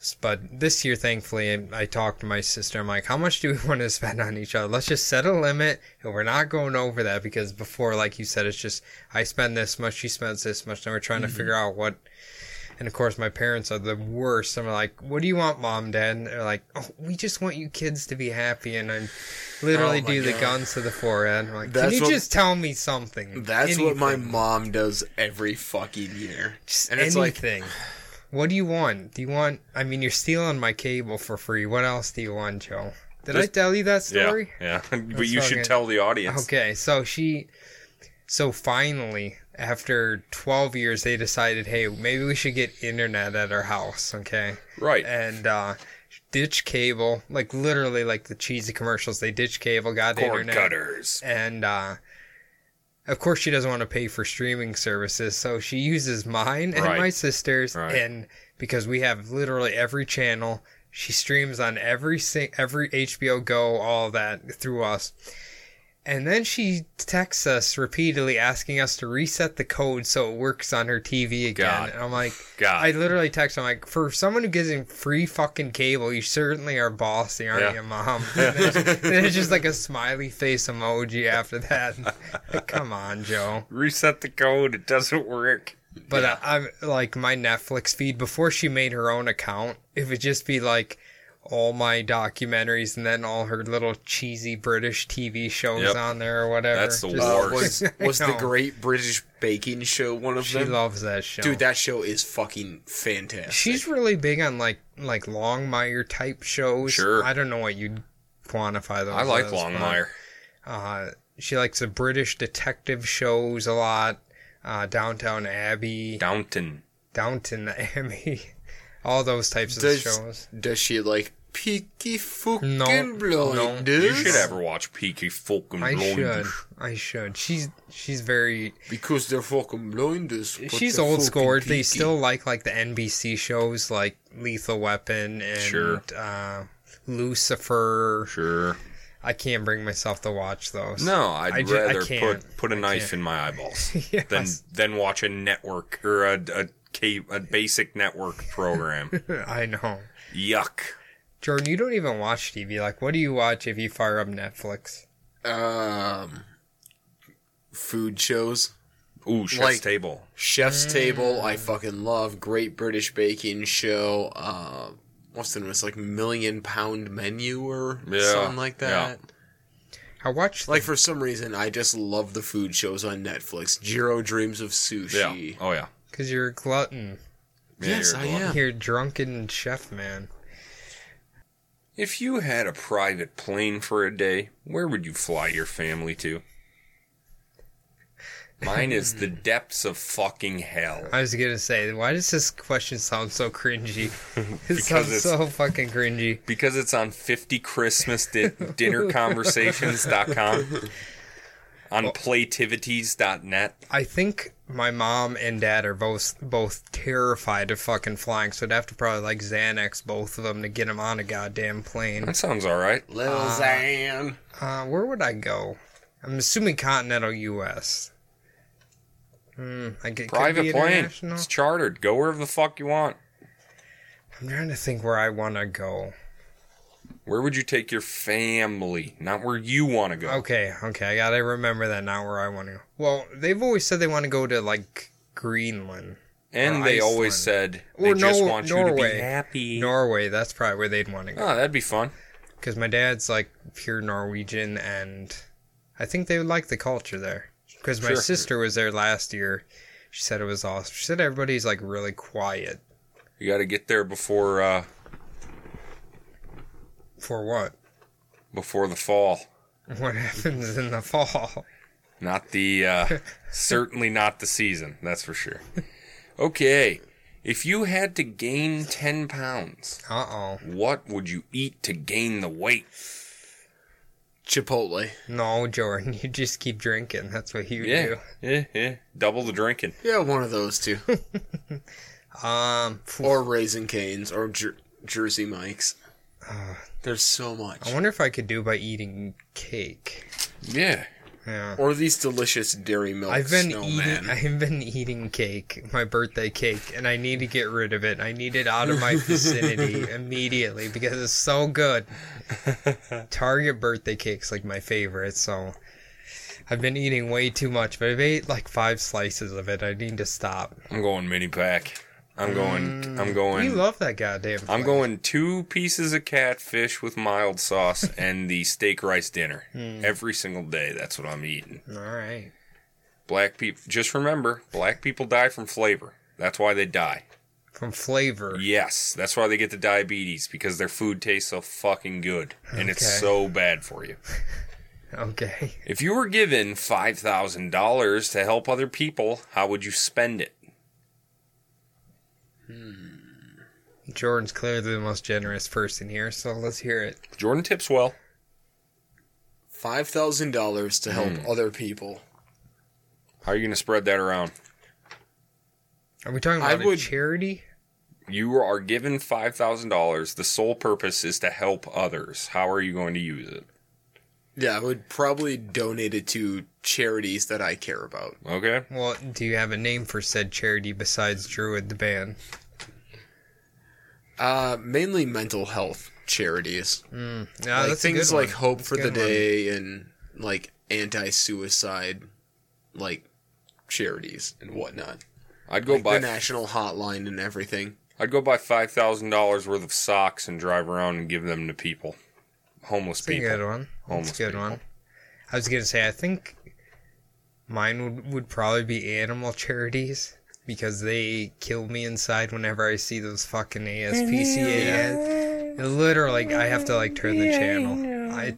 A: S- But this year, thankfully, I- I talked to my sister. I'm like, how much do we want to spend on each other? Let's just set a limit, and we're not going over that because before, like you said, it's just I spend this much, she spends this much, and we're trying
B: Mm-hmm.
A: to figure out what and of course, my parents are the worst. I'm like, "What do you want, mom, dad?" And they're like, "Oh, we just want you kids to be happy." And I literally
B: Oh my
A: do the
B: God.
A: guns to the forehead. I'm like,
B: That's
A: "Can you
B: what-
A: just tell me something?"
B: That's what my
A: Anything.
B: mom does every fucking year.
A: Just
B: and it's like
A: anything. what do you want? Do you want? I mean, you're stealing my cable for free. What else do you want, Joe? Did I
C: This-
A: tell you that
C: yeah,
A: story?
C: yeah. but you
A: not
C: should
A: good.
C: tell the audience.
A: Okay, so she, so finally, after 12 years, they decided, hey, maybe we should get internet at our house. Okay.
C: Right.
A: and uh ditch cable like literally like the cheesy commercials they ditch cable got
C: Cord
A: internet
C: cutters.
A: and uh Of course, she doesn't want to pay for streaming services, so she uses mine and
C: Right.
A: my sister's.
C: Right.
A: And because we have literally every channel, she streams on every sing- every HBO Go, all that through us. And then she texts us repeatedly asking us to reset the code so it works on her TV again.
C: God.
A: And I'm like,
C: God.
A: I literally text. I'm like, for someone who gives him free fucking cable, you certainly are bossy, aren't
C: Yeah.
A: you, mom? And it's, and it's just like a smiley face emoji after that. Like, Come on, Joe.
C: Reset the code. It doesn't work.
A: But I, I'm like my Netflix feed before she made her own account. It would just be like all my documentaries and then all her little cheesy British TV shows
C: Yep.
A: on there or whatever.
C: That's the
A: Just-
B: Uh,
C: Worse.
B: was was
A: I
B: the
A: know.
B: Great British Baking Show one of
A: She
B: them?
A: loves that show.
B: Dude, that show is fucking fantastic.
A: She's really big on like like Longmire type shows.
C: Sure.
A: I don't know what you'd quantify those.
C: I like
A: as, but,
C: Longmire.
A: Uh, she likes the British detective shows a lot. Uh, Downtown Abbey,
C: Downton.
A: Downton Abbey, all those types of
B: Does-
A: shows.
B: Does she like Peaky fucking
A: No,
B: blinders?
C: You should ever watch Peaky fucking
A: I should.
C: Blinders.
A: I should. She's she's very
B: because they're fucking blinders. but
A: she's
B: they're
A: old
B: fucking
A: school. They
B: peaky.
A: still like like the NBC shows like Lethal Weapon and
C: Sure.
A: uh, Lucifer.
C: Sure.
A: I can't bring myself to watch those.
C: No, I'd
A: I ju- I
C: rather
A: can't.
C: put put a knife in my eyeballs than
A: Yes.
C: than watch a network or a a, ca- a basic network program.
A: I know.
C: Yuck.
A: Jordan, you don't even watch TV. Like, what do you watch if you fire up Netflix?
B: um food shows.
C: Ooh, chef's
B: Like-
C: table.
B: Chef's
C: Mm.
B: Table, I fucking love. Great British Baking Show. Uh, what's the name? It's like Million Pound Menu or
C: Yeah,
B: something like
C: yeah.
B: that.
A: I watch
B: Like for some reason, I just love the food shows on Netflix. Jiro Dreams of
C: Yeah.
B: Sushi.
C: Oh yeah.
A: because you're a glutton.
C: Yeah,
B: Yes,
C: you're
B: I
C: welcome.
B: am.
A: You're a drunken chef, man.
C: If you had a private plane for a day, where would you fly your family to? Mine is the depths of fucking hell.
A: I was gonna say, why does this question sound so cringy? It sounds
C: it's-
A: so fucking cringy.
C: Because it's on 50 Christmas di- dinner conversations.com, on playtivities.net.
A: I think my mom and dad are both both terrified of fucking flying, so I'd have to probably like Xanax both of them to get them on a goddamn plane.
C: That sounds all right.
B: Lil Xan.
A: Uh, where would I go? I'm assuming continental U.S. Hmm, I get could be
C: Private plane.
A: international.
C: It's chartered. Go wherever the fuck you want.
A: I'm trying to think where I want to go.
C: Where would you take your family? Not where you want to go.
A: Okay, okay, I gotta remember that now where I want to go. Well, they've always said they want to go to like Greenland,
C: and
A: or
C: they always said they
A: Or
C: just
A: Nor-
C: want you to
A: Norway.
C: be happy.
A: Norway. That's probably where they'd want to go
C: oh, that'd be fun.
A: because my dad's like pure Norwegian, and I think they would like the culture there. Because my
C: Sure.
A: sister was there last year, she said it was awesome. She said everybody's like really quiet.
C: You got to get there before uh,
A: For what?
C: before the fall.
A: What happens in the fall?
C: Not the uh, certainly not the season. That's for sure. Okay, if you had to gain ten pounds,
A: Uh oh.
C: what would you eat to gain the weight?
B: Chipotle.
A: No, Jordan, you just keep drinking. That's what you
C: Yeah, yeah, yeah. Double the drinking.
B: Yeah, one of those two.
A: do. Um, phew,
B: or Raisin Canes or Jer- Jersey Mike's.
C: Uh,
B: There's so much.
A: I wonder if I could do by eating cake.
C: Yeah,
A: Yeah.
B: Or these delicious dairy milk
A: I've been
B: snowman.
A: eating. I've been eating cake, my birthday cake, and I need to get rid of it. I need it out of my vicinity immediately because it's so good. Target birthday cake's like my favorite, so I've been eating way too much. But I've ate like five slices of it. I need to stop.
C: I'm going mini pack. I'm going. I'm
A: We
C: going.
A: Mm, love that goddamn.
C: I'm
A: flavor.
C: going two pieces of catfish with mild sauce and the steak rice dinner
A: Hmm.
C: every single day. That's what I'm eating.
A: All right.
C: Black people. Just remember, black people die from flavor. That's why they die.
A: From flavor.
C: Yes, that's why they get the diabetes because their food tastes so fucking good and it's
A: Okay.
C: so bad for you.
A: Okay.
C: If you were given $5,000 to help other people, how would you spend it?
A: Jordan's clearly the most generous person here, so let's hear it.
C: Jordan tips well.
B: Five thousand dollars to help other people.
C: How are you going to spread that around?
A: Are we talking
B: I
A: about a
B: would-
A: charity?
C: You are given five thousand dollars. The sole purpose is to help others. How are you going to use it?
B: Yeah, I would probably donate it to charities that I care about.
C: Okay.
A: Well, do you have a name for said charity besides Druid the band?
B: Uh, mainly mental health charities.
A: No,
B: like
A: Oh, Ah, that's a
B: things
A: good one.
B: like Hope
A: That's a
B: for the
A: good one.
B: Day and like anti-suicide, like charities and whatnot.
C: I'd go
B: The
C: buy.
B: national hotline and everything.
C: I'd go buy five thousand dollars worth of socks and drive around and give them to people, homeless
A: That's a
C: people.
A: good one. That's
C: Homeless
A: a good
C: people.
A: one. I was gonna say I think mine would, would probably be animal charities because they kill me inside whenever I see those fucking ASPCA ads. Literally, I have to like turn the channel. I,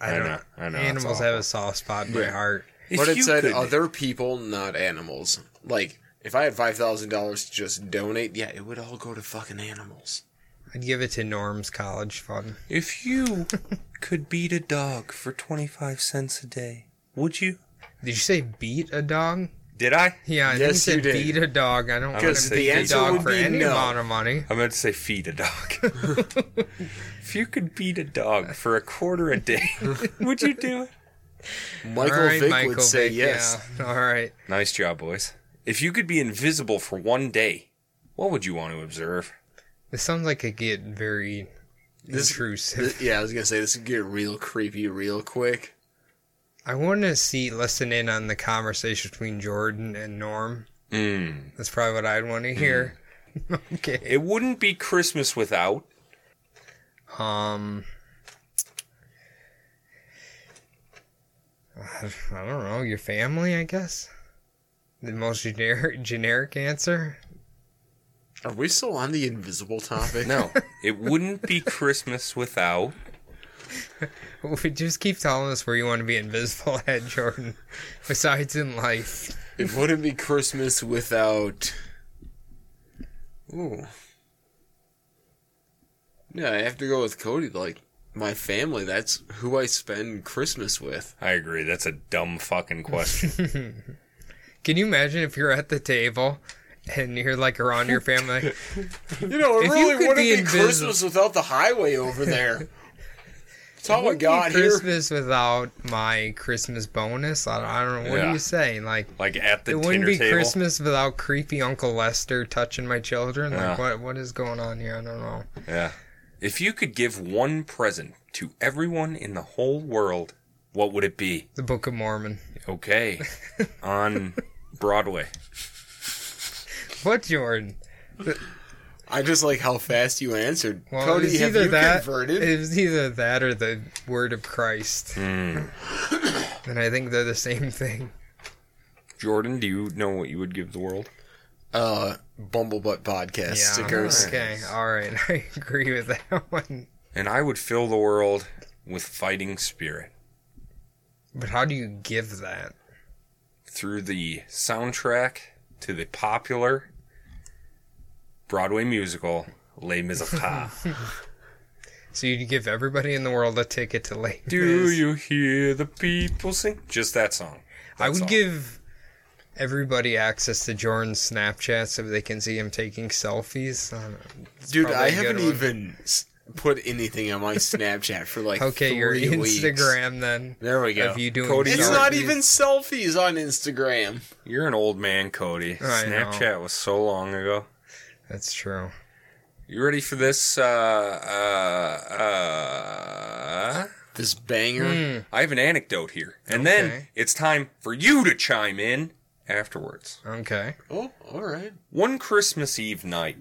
A: I
C: I
A: don't
C: know, I know, it's
A: Animals have a soft spot in my
B: Yeah.
A: heart.
C: If
B: but it
C: you
B: said
C: could-
B: other people, not animals. Like if I had five thousand dollars to just donate, yeah, it would all go to fucking animals.
A: I'd give it to Norm's college fund.
E: If you could beat a dog for 25 cents a day, would you?
A: Did you say beat a dog?
C: Did I?
A: Yeah, I think
B: Yes,
A: you said
B: you did.
A: beat a dog. I don't want
C: Because
A: to beat
C: the
A: a
B: answer
A: dog
B: would
A: for
B: be
A: any
B: no.
A: amount of money.
C: I meant to say feed a dog. if you could beat a dog for a quarter a day, would you do it?
B: Michael
A: All right,
B: Vick
A: Michael
B: would say
A: Vick,
B: yes.
A: yeah. All right.
C: Nice job, boys. If you could be invisible for one day, what would you want to observe?
A: This sounds like it get very
B: This-
A: intrusive.
B: Th- yeah, I was gonna say this would get real creepy real quick.
A: I want to see listen in on the conversation between Jordan and Norm.
C: Mm.
A: That's probably what I'd want to
B: Hmm.
A: hear. okay.
C: It wouldn't be Christmas without.
A: Um. I I don't know your family. I guess the most generic generic answer.
B: Are we still on the invisible topic?
C: No, it wouldn't be Christmas without.
A: We just keep telling us where you want to be invisible at, Jordan. Besides in life,
B: It wouldn't be Christmas without. Ooh. Yeah, I have to go with Cody. Like, my family, that's who I spend Christmas with.
C: I agree. That's a dumb fucking question.
A: can you imagine if you're at the table and you're like around your family?
B: You know, it
A: If you
B: really
A: could
B: wouldn't
A: be
B: be,
A: invisible-
B: Christmas without the highway over there. That's all I
A: Wouldn't be
B: got Oh here.
A: Christmas without my Christmas bonus. I don't, I don't know. What do
C: Yeah.
A: you say? Like
C: like at the
A: it
C: dinner
A: wouldn't be
C: table.
A: Christmas without creepy Uncle Lester touching my children. Like
C: Yeah.
A: what what is going on here? I don't know.
C: Yeah. If you could give one present to everyone in the whole world, what would it be?
A: The Book of Mormon.
C: Okay. On Broadway.
A: What Jordan?
B: I just like how fast you answered.
A: Well, it
B: Cody,
A: was
B: have
A: either
B: you
A: that.
B: converted?
A: It was either that or the Word of Christ. and I think they're the same thing.
C: Jordan, do you know what you would give the world?
B: uh, Bumblebutt podcast stickers.
A: Okay. All right. I agree with that one.
C: And I would fill the world with fighting spirit
A: But how do you give that?
C: through the soundtrack to the popular Broadway musical Les Miserables.
A: So you'd give everybody in the world a ticket to late.
C: do you hear the people sing? Just that song.
A: I would
C: all.
A: give everybody access to Jordan's Snapchat so they can see him taking selfies. Um, I don't know.
B: Dude,
A: probably
B: I
A: a good
B: haven't
A: one.
B: even s- put anything on my Snapchat for like
A: Okay, your
B: three weeks.
A: Instagram then
B: There we go.
A: of you doing
C: Cody,
A: selfies.
B: it's not even selfies on Instagram.
C: You're an old man, Cody.
A: I know.
C: Snapchat was so long ago.
A: That's true.
C: You ready for this? Uh, uh,
B: This banger.
A: Hmm.
C: uh, I have an anecdote here, and then
A: Okay.
C: it's time for you to chime in afterwards.
A: Okay.
B: Oh, all right.
C: One Christmas Eve night,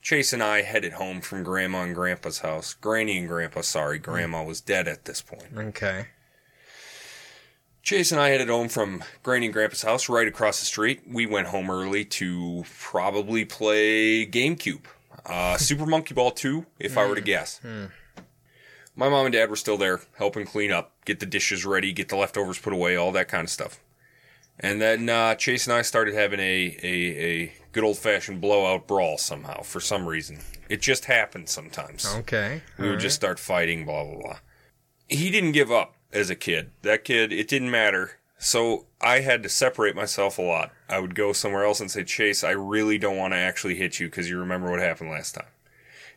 C: Chase and I headed home from Grandma and Grandpa's house. Granny and Grandpa, sorry, Grandma was dead at this point.
A: Okay.
C: Chase and I headed home from Granny and Grandpa's house right across the street. We went home early to probably play GameCube. Uh, Super Monkey Ball 2, if I were to guess. My mom and dad were still there helping clean up, get the dishes ready, get the leftovers put away, all that kind of stuff. And then uh, Chase and I started having a, a, a good old fashioned blowout brawl somehow, for some reason. It just happens sometimes.
A: Oh, Okay.
C: We would
A: All
C: just start fighting, blah, blah, blah. He didn't give up as a kid. That kid, it didn't matter. So I had to separate myself a lot. I would go somewhere else and say, Chase, I really don't want to actually hit you because you remember what happened last time.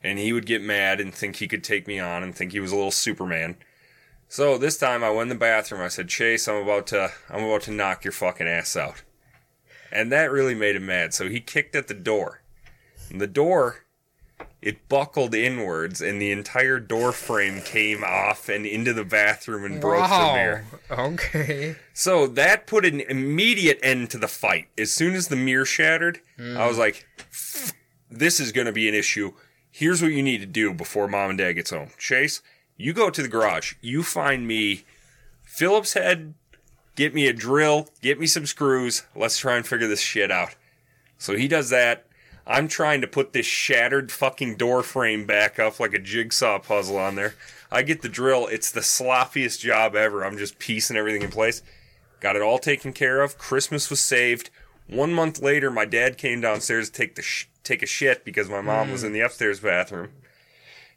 C: And he would get mad and think he could take me on and think he was a little Superman. So this time I went in the bathroom. I said, Chase, I'm about to, I'm about to knock your fucking ass out. And that really made him mad. So he kicked at the door. And the door, it buckled inwards and the entire door frame came off and into the bathroom and broke from
A: Wow.
C: there.
A: Okay.
C: So that put an immediate end to the fight. As soon as the mirror shattered, I was like, this is going to be an issue. Here's what you need to do before mom and dad gets home. Chase, you go to the garage. You find me Phillips head, get me a drill, get me some screws. Let's try and figure this shit out. So he does that. I'm trying to put this shattered fucking door frame back up like a jigsaw puzzle on there. I get the drill. It's the sloppiest job ever. I'm just piecing everything in place. Got it all taken care of. Christmas was saved. One month later, my dad came downstairs to take the sh- take a shit because my mom was in the upstairs bathroom,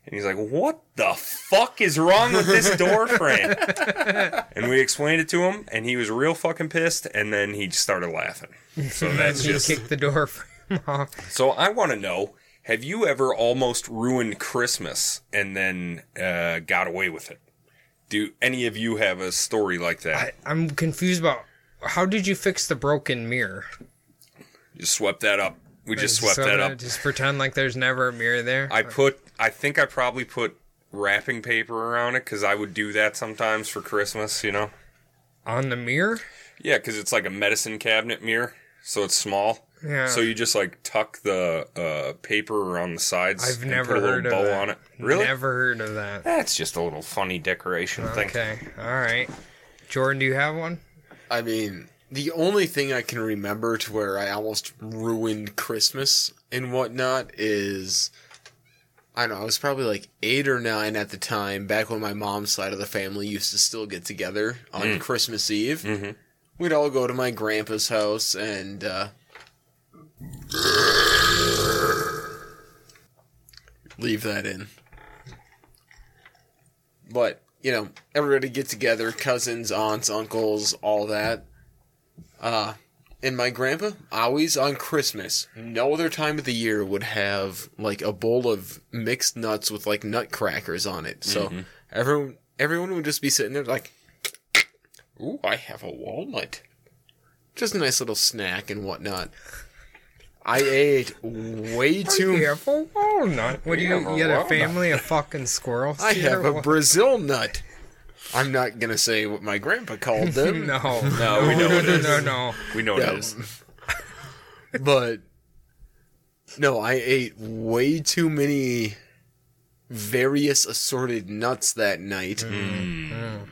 C: and he's like, "What the fuck is wrong with this door frame?" and we explained it to him, and he was real fucking pissed. And then he just started laughing. So that's
A: He
C: just
A: kicked the door frame off.
C: so I want to know: Have you ever almost ruined Christmas and then uh, got away with it? Do any of you have a story like that?
A: I'm confused about how did you fix the broken mirror?
C: just swept that up. We just swept
A: So
C: that
A: I'm
C: up.
A: Just pretend like there's never a mirror there.
C: I put. I think I probably put wrapping paper around it because I would do that sometimes for Christmas. You know.
A: on the mirror?
C: Yeah, because it's like a medicine cabinet mirror, so it's small.
A: Yeah.
C: So you just like tuck the uh, paper around the sides.
A: I've
C: and
A: never
C: put a little
A: heard of
C: bow
A: that.
C: on it. Really?
A: Never heard of that.
C: That's just a little funny decoration thing.
A: Okay. All right. Jordan, do you have one?
B: I mean, the only thing I can remember to where I almost ruined Christmas and whatnot is I don't know, I was probably like eight or nine at the time, back when my mom's side of the family used to still get together on Christmas Eve. Mm-hmm. We'd all go to my grandpa's house and uh, leave that in. But, you know, everybody get together, cousins, aunts, uncles, all that. Uh and my grandpa always on Christmas, no other time of the year would have like a bowl of mixed nuts with like nutcrackers on it. So everyone everyone would just be sitting there like Ooh, I have a walnut. Just a nice little snack and whatnot. I ate way too
A: Careful walnut. Oh, What do you?
C: have a
A: You had a
C: walnut.
A: family of fucking squirrels.
B: I
A: here?
B: have a
A: What-
B: Brazil nut. I'm not gonna say what my grandpa called them.
A: No.
C: No, we know
A: no,
C: what it
A: no,
C: is.
A: no, no.
C: We know what
B: Yeah.
C: it is.
B: but no, I ate way too many various assorted nuts that night.
C: Hmm.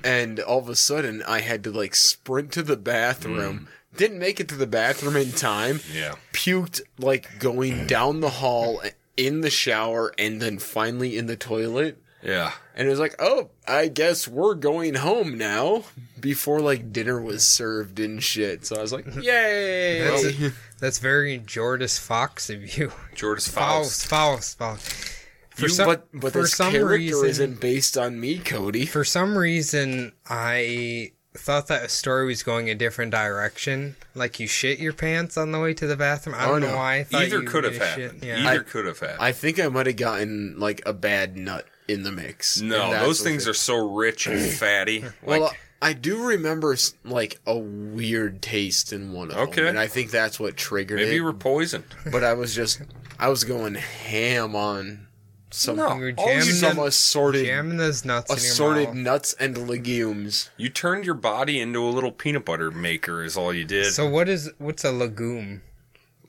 B: And all of a sudden I had to like sprint to the bathroom. Didn't make it to the bathroom in time.
C: Hmm. Yeah. Hmm.
B: Puked like going down the hall in the shower and then finally in the toilet.
C: Yeah.
B: And it was like, oh, I guess we're going home now before like dinner was served and shit. So I was like, yay!
A: That's, that's very Jordis Fox of you.
C: George's
A: Faust,
C: Faust.
A: Faust, Faust. For
B: You-
A: some,
B: but but
A: for
B: this
A: some
B: character
A: reason,
B: isn't based on me, Cody.
A: for some reason, I thought that story was going a different direction. Like you shit your pants on the way to the bathroom. I don't
B: Oh,
A: know
B: no.
A: why. I thought
C: Either
A: you
C: could have
A: did shit.
C: happened.
A: Yeah.
C: Either could have happened.
B: I think I might have gotten like a bad nut in the mix.
C: no,
B: And that's
C: those
B: what
C: things
B: it-
C: are so rich and fatty. Like,
B: Well, I do remember s- like a weird taste in one of
C: Okay.
B: them, and I think that's what triggered
C: maybe
B: it.
C: you were poisoned.
B: but I was just I was going ham on some
A: you were
C: all you
A: jamming,
B: some
A: them-
B: assorted
A: jamming those nuts in
B: assorted
A: your mouth.
B: nuts and legumes.
C: You turned your body into a little peanut butter maker, is all you did.
A: So what is what's a legume?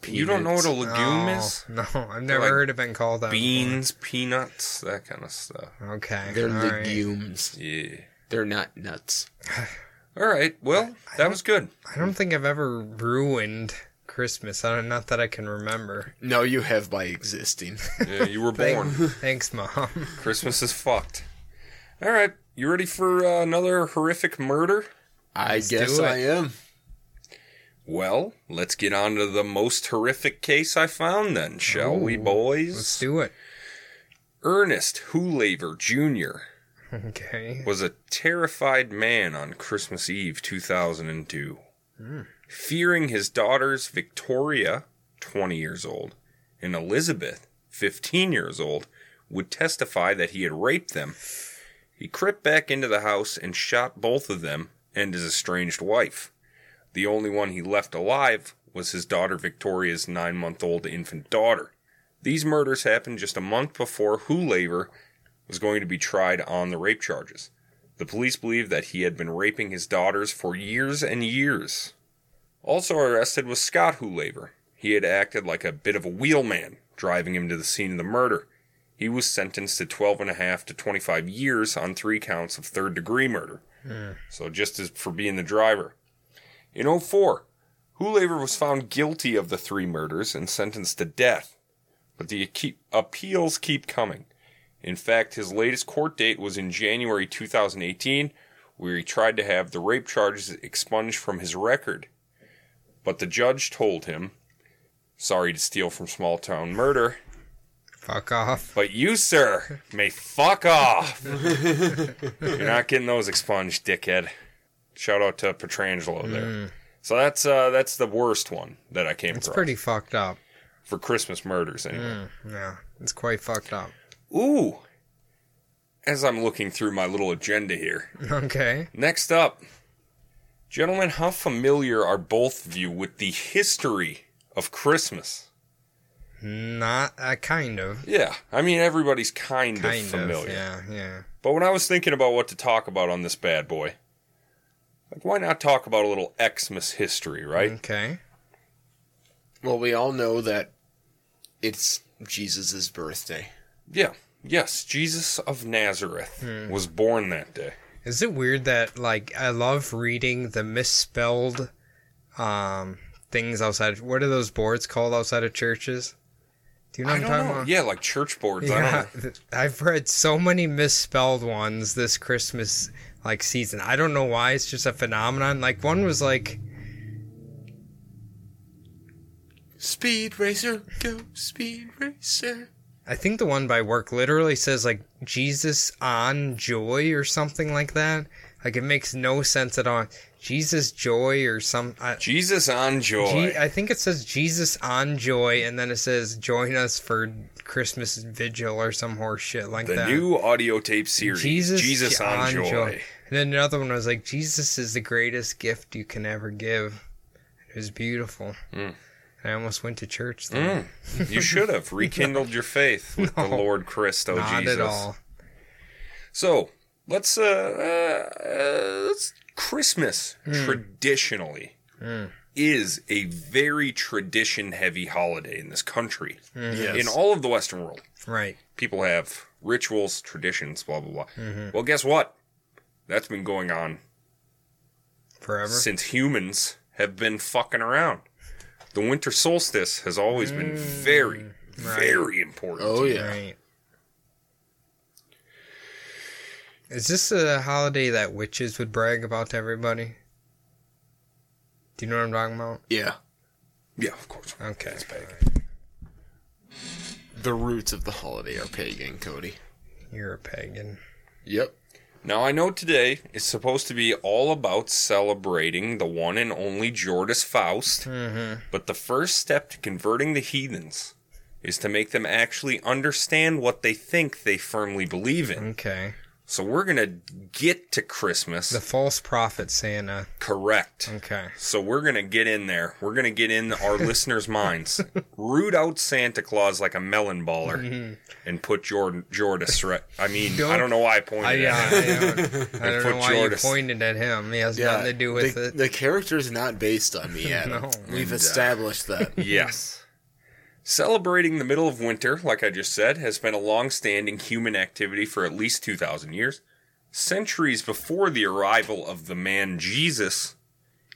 C: you don't know what a legume
A: No,
C: is?
A: No, I've never
C: like
A: heard it been called that.
C: Beans, peanuts, that kind of stuff.
A: before. Okay.
B: They're
A: all right.
B: legumes.
C: Yeah.
B: They're not nuts.
C: All right. Well, that was good.
A: I don't think I've ever ruined Christmas. I don't, not that I can remember.
B: No, you have by existing.
C: Yeah, you were born.
A: Thank, thanks, mom.
C: Christmas is fucked. All right. You ready for uh, another horrific murder?
B: I guess
A: do it.
B: I am.
C: Well, let's get on to the most horrific case I found then, shall we, boys?
A: Let's do it.
C: Ernest Hulaver Jr.
A: Okay.
C: was a terrified man on Christmas Eve 2002, fearing his daughters Victoria, 20 years old, and Elizabeth, 15 years old, would testify that he had raped them. He crept back into the house and shot both of them and his estranged wife. The only one he left alive was his daughter Victoria's nine month old infant daughter. These murders happened just a month before Hulaver was going to be tried on the rape charges. The police believed that he had been raping his daughters for years and years. Also arrested was Scott Hulaver. He had acted like a bit of a wheelman, driving him to the scene of the murder. He was sentenced to 12 and a half to 25 years on three counts of third degree murder. So just as for being the driver. In 04, Hulaver was found guilty of the three murders and sentenced to death. But the appe- appeals keep coming. In fact, his latest court date was in January 2018, where he tried to have the rape charges expunged from his record. But the judge told him, sorry to steal from small town murder,
A: Fuck off.
C: but you, sir, may fuck off. You're not getting those expunged, dickhead. Shout out to Petrangelo there. So that's uh, that's the worst one that I came
A: It's
C: across
A: pretty fucked up.
C: for Christmas murders anyway.
A: Yeah, it's quite fucked up.
C: Ooh. As I'm looking through my little agenda here.
A: Okay.
C: Next up, gentlemen, how familiar are both of you with the history of Christmas?
A: Not uh, kind of.
C: Yeah, I mean everybody's kind,
A: Kind
C: of
A: of.
C: familiar.
A: Yeah, yeah.
C: But when I was thinking about what to talk about on this bad boy, like why not talk about a little Xmas history, right?
A: Okay.
B: Well, we all know that it's Jesus' birthday.
C: Yeah.
A: Mm-hmm.
C: Yes, Jesus of Nazareth
A: Mm.
C: was born that day.
A: Is it weird that like I love reading the misspelled um things outside what are those boards called outside of churches? Do you know
C: I
A: what I'm
C: don't
A: talking
C: know.
A: about?
C: Yeah, like church boards. I don't know.
A: Yeah, th- I've read so many misspelled ones this Christmas like season. I don't know why it's just a phenomenon. Like one was like
B: Speed racer, go speed racer.
A: I think the one by work literally says like Jesus on joy or something like that. Like it makes no sense at all. Jesus joy or some I,
C: Jesus on joy.
A: Je- I think it says Jesus on joy, and then it says join us for Christmas vigil or some horse shit like
C: the
A: that.
C: new audio tape series,
A: Jesus,
C: Jesus, on, joy.
A: And then another one was like, Jesus is the greatest gift you can ever give. It was beautiful.
C: Hmm.
A: I almost went to church then.
C: You should have rekindled your faith with the
A: No.
C: Lord Christo
A: Not
C: Oh, Jesus.
A: at all.
C: So let's uh, uh, uh let's Christmas
A: Hmm.
C: traditionally is a very tradition heavy holiday in this country.
A: Mm-hmm.
B: Yes.
C: In all of the Western world,
A: Right.
C: people have rituals, traditions, blah blah blah.
A: Mm-hmm.
C: Well, guess what? That's been going on
A: Forever.
C: since humans have been fucking around. The winter solstice has always been very,
A: Hmm.
C: very important.
B: oh yeah.
A: Right. Is this a holiday that witches would brag about to everybody? Do you know what I'm talking about?
B: Yeah.
C: Yeah, of course.
A: Okay.
C: It's pagan.
B: The roots of the holiday are pagan, Cody.
A: You're a pagan.
B: Yep.
C: Now, I know today is supposed to be all about celebrating the one and only Jordas Faust,
A: Mm-hmm.
C: but the first step to converting the heathens is to make them actually understand what they think they firmly believe in.
A: Okay.
C: So we're going to get to Christmas
A: The Mm-hmm. false prophet Santa.
C: correct.
A: Okay.
C: So we're going to get in there. We're going to get in our listeners' minds, root out Santa Claus like a melon baller, and put Jordan Jordas right. I mean, I
A: Mm-hmm. Don't-
C: don't know why I pointed
A: I, uh,
C: at
A: yeah,
C: him.
A: I, don't- I don't
C: put
A: know why
C: Jordas.
A: you pointed at him. He has nothing to do with
B: the,
A: it.
B: The character's not based on me, Adam.
A: No.
B: We've established that.
C: Yes. Celebrating the middle of winter, like I just said, has been a long standing human activity for at least 2,000 years. Centuries before the arrival of the man Jesus,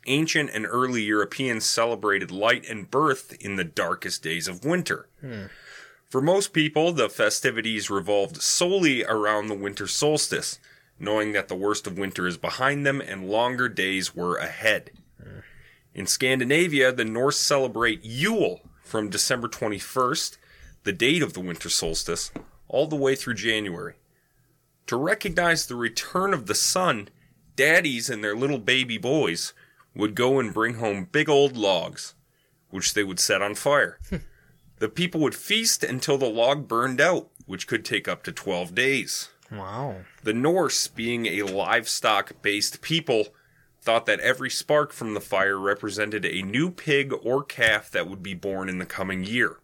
C: ancient and early Europeans celebrated light and birth in the darkest days of winter. For most people, the festivities revolved solely around the winter solstice, knowing that the worst of winter is behind them and longer days were ahead. In Scandinavia, the Norse celebrate Yule from December 21st, the date of the winter solstice, all the way through January. to recognize the return of the sun, daddies and their little baby boys would go and bring home big old logs, which they would set on fire. the people would feast until the log burned out, which could take up to 12 days.
A: Wow.
C: The Norse, being a livestock based people, thought that every spark from the fire represented a new pig or calf that would be born in the coming year.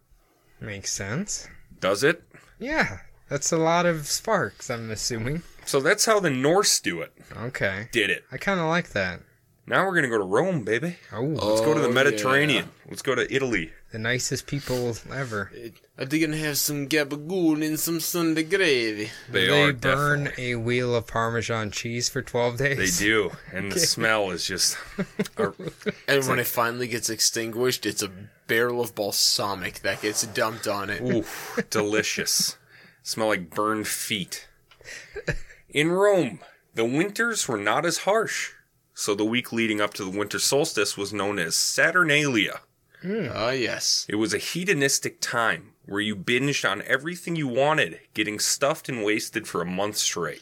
A: Makes sense.
C: Does it?
A: Yeah. That's a lot of sparks, I'm assuming.
C: So that's how the Norse do it.
A: Okay.
C: Did it.
A: I kind of like that.
C: Now we're going to go to Rome, baby.
A: Oh,
C: Let's go to
B: Oh,
C: the
B: yeah.
C: Mediterranean. Let's go to Italy.
A: the nicest people ever.
B: Are they gonna have some gabagool and some Sunday gravy?
C: They,
A: They
C: are
A: burn
C: definitely-
A: a wheel of Parmesan cheese for 12
C: They
A: days.
C: do, and the smell is just. or-
B: And when it finally gets extinguished, it's a barrel of balsamic that gets dumped on it.
C: Oof, delicious. Smell like burned feet. In Rome, the winters were not as harsh, so the week leading up to the winter solstice was known as Saturnalia. Hmm.
B: Ah, yes.
C: It was a hedonistic time where you binged on everything you wanted, getting stuffed and wasted for a month straight.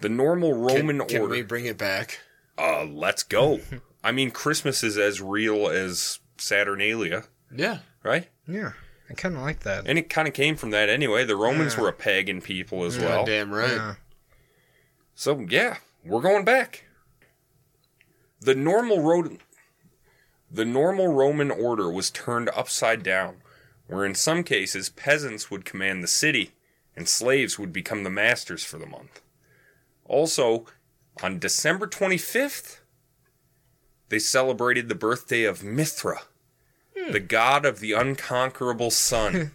C: The normal
B: Hmm. Can-
C: Roman
B: can
C: order.
B: we bring it back?
C: uh, let's go. I mean, Christmas is as real as Saturnalia,
B: Yeah.
C: right?
A: Yeah. I kind of like that.
C: And it kind of came from that anyway. The Romans
A: Yeah.
C: were a pagan people as well.
B: God damn right.
A: Yeah.
C: So yeah, we're going back. The normal road the normal Roman order was turned upside down, where in some cases peasants would command the city and slaves would become the masters for the month. Also, on December 25th, they celebrated the birthday of Mithra, the god of the unconquerable sun.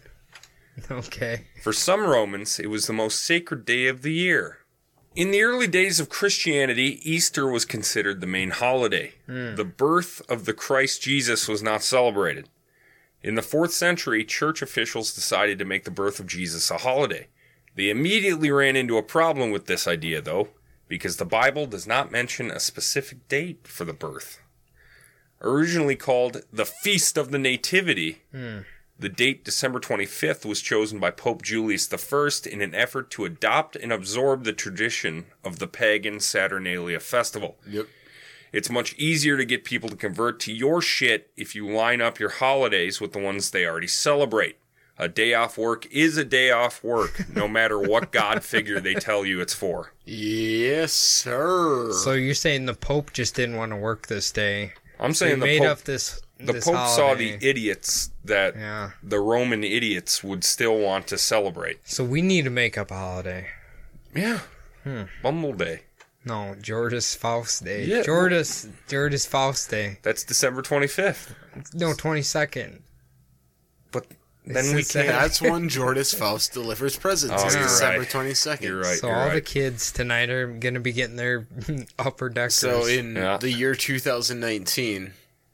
A: Okay.
C: For some Romans, it was the most sacred day of the year. In the early days of Christianity, Easter was considered the main holiday. The birth of the Christ Jesus was not celebrated. In the 4th century, church officials decided to make the birth of Jesus a holiday. They immediately ran into a problem with this idea, though, because the Bible does not mention a specific date for the birth. Originally called the Feast of the Nativity, the date December 25th was chosen by Pope Julius I in an effort to adopt and absorb the tradition of the pagan Saturnalia festival.
B: Yep.
C: It's much easier to get people to convert to your shit if you line up your holidays with the ones they already celebrate. A day off work is a day off work, no matter what God figure they tell you it's for.
B: Yes, sir.
A: So you're saying the Pope just didn't want to work this day?
C: I'm
A: They
C: saying the
A: made
C: Pope,
A: up this.
C: the
A: this
C: Pope saw the
A: holiday.
C: idiots that
A: Yeah.
C: the Roman idiots would still want to celebrate.
A: So we need to make up a holiday.
C: Yeah.
A: Hmm.
C: Bumble Day.
A: No, Jordas Faust Day.
C: Yeah.
A: Jordas Jordas Faust Day.
C: That's December 25th.
A: No, twenty second.
C: But then we
A: It's the
C: can't.
B: That's when Jordas Faust delivers presents.
C: Oh,
B: is
C: you're
B: December
C: right.
B: 22nd.
C: You're right.
A: So
C: you're
A: all the
C: right.
A: kids tonight are gonna be getting their upper deckers.
B: So in
C: Yeah.
B: the year 2019,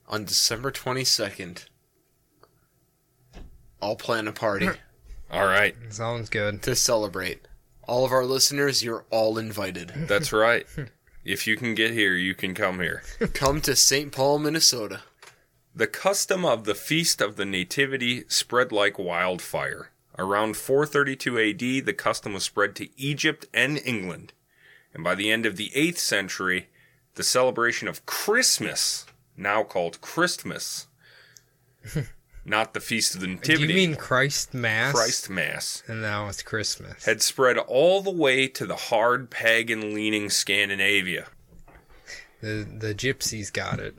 B: on December 22nd, I'll plan a party
C: Hmm. all right.
A: sounds good.
B: to celebrate. All of our listeners, you're all invited.
C: That's right. if you can get here, you can come here.
B: Come to St. Paul, Minnesota.
C: The custom of the feast of the nativity spread like wildfire. Around 432 AD, the custom was spread to Egypt and England. And by the end of the 8th century, the celebration of Christmas, now called Christmas, not the feast of the
A: Do
C: nativity,
A: you mean Christ Mass?
C: Christ Mass.
A: And now it's Christmas.
C: had spread all the way to the hard pagan leaning Scandinavia,
A: The the gypsies got it.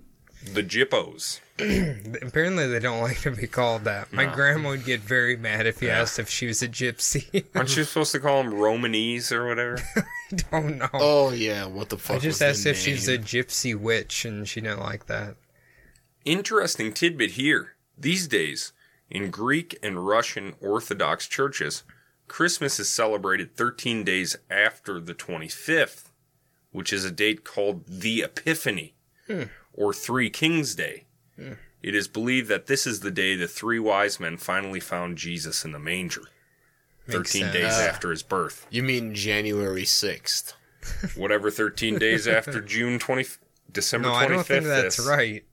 C: the Gyppos.
A: Apparently they don't like to be called that. My grandma would get very mad if you asked if she was a gypsy.
C: Aren't you supposed to call them Romanese or whatever?
A: I don't know.
B: Oh yeah, what the fuck?
A: I just
B: was the
A: asked if she's a
B: name?
A: gypsy witch and she didn't like that.
C: Interesting tidbit here. These days, in Greek and Russian Orthodox churches, Christmas is celebrated 13 days after the 25th, which is a date called the Epiphany
A: Hmm.
C: or Three Kings Day. It is believed that this is the day the three wise men finally found Jesus in the manger,
A: Makes
C: 13
A: sense.
C: days
B: Ah.
C: after his birth.
B: You mean January 6th?
C: Whatever 13 days after June 20, December
A: No,
C: 25th.
A: I don't think that's
C: is,
A: right.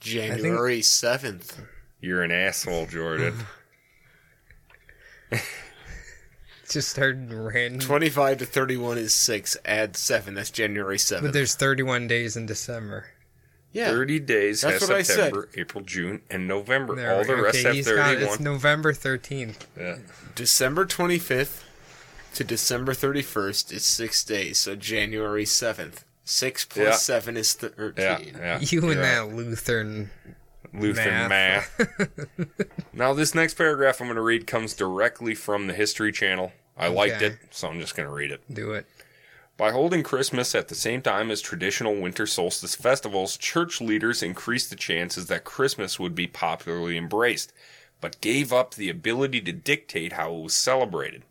B: January 7th.
C: You're an asshole, Jordan.
A: just started random.
B: 25 to 31 is 6. Add 7. That's January 7th.
A: But there's 31 days in December.
B: yeah.
C: 30 days
B: That's
C: has
B: what I said.
C: September, April, June, and November.
A: There,
C: All the rest
A: okay,
C: have
A: he's got-
C: 31.
A: It's November 13th.
C: Yeah.
B: December 25th to December 31st is 6 days. So January 7th. 6 plus
C: Yeah.
B: 7 is 13.
C: Yeah, yeah.
A: You
C: you're
A: and
C: right.
A: that Lutheran.
C: Lutheran math. now, this next paragraph I'm going to read comes directly from the History Channel. I liked
A: Okay.
C: it, so I'm just going to read it.
A: Do it.
C: By holding Christmas at the same time as traditional winter solstice festivals, church leaders increased the chances that Christmas would be popularly embraced, but gave up the ability to dictate how it was celebrated.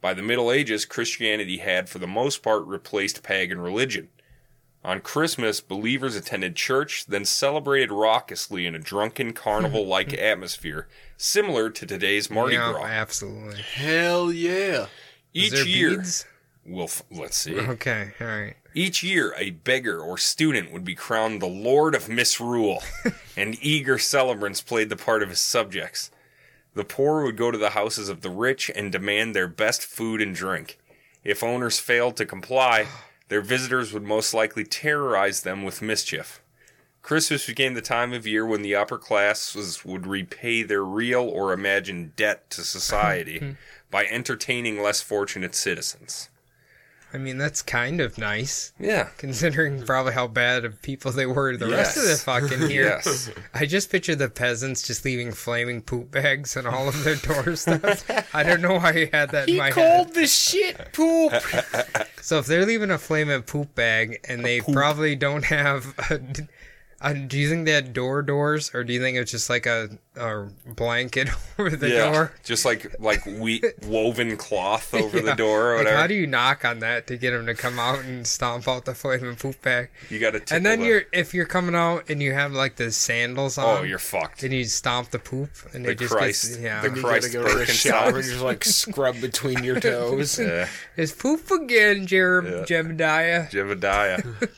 C: By the Middle Ages, Christianity had, for the most part, replaced pagan religion. On Christmas, believers attended church, then celebrated raucously in a drunken carnival like atmosphere, similar to today's Mardi
A: yeah,
C: Gras.
A: absolutely.
B: Hell yeah.
A: Is
C: Each
A: there
C: year,
A: beads?
C: we'll f- let's see.
A: Okay, all right.
C: Each year, a beggar or student would be crowned the Lord of Misrule, and eager celebrants played the part of his subjects. The poor would go to the houses of the rich and demand their best food and drink. If owners failed to comply, their visitors would most likely terrorize them with mischief. Christmas became the time of year when the upper classes would repay their real or imagined debt to society by entertaining less fortunate citizens.
A: I mean, that's kind of nice,
C: Yeah.
A: considering probably how bad of people they were the rest of the
C: Yes.
A: fucking year.
C: Yes.
A: I just picture the peasants just leaving flaming poop bags on all of their doorsteps. I don't know why you had that in my head.
B: the shit poop.
A: So if they're leaving a flaming poop bag and they probably don't have, a, a- do you think they had door doors or do you think it's just like a, a blanket over the door?
C: Just like like we woven cloth over the
A: Yeah.
C: door or
A: Like,
C: whatever.
A: how do you knock on that to get them to come out and stomp out the flaming poop bag?
C: you got to tickle
A: And then
C: the-
A: you're if you're coming out and you have like the sandals on,
C: oh you're fucked.
A: and you stomp the poop and
C: The
A: it just
C: Christ,
A: gets yeah.
C: the
B: You
C: Christ
B: gotta go to a
C: broken
B: shower and
C: socks.
B: just like scrub between your toes.
C: Yeah,
A: it's poop again, Jerem
C: Yeah.
A: Jebediah.
C: Jebediah.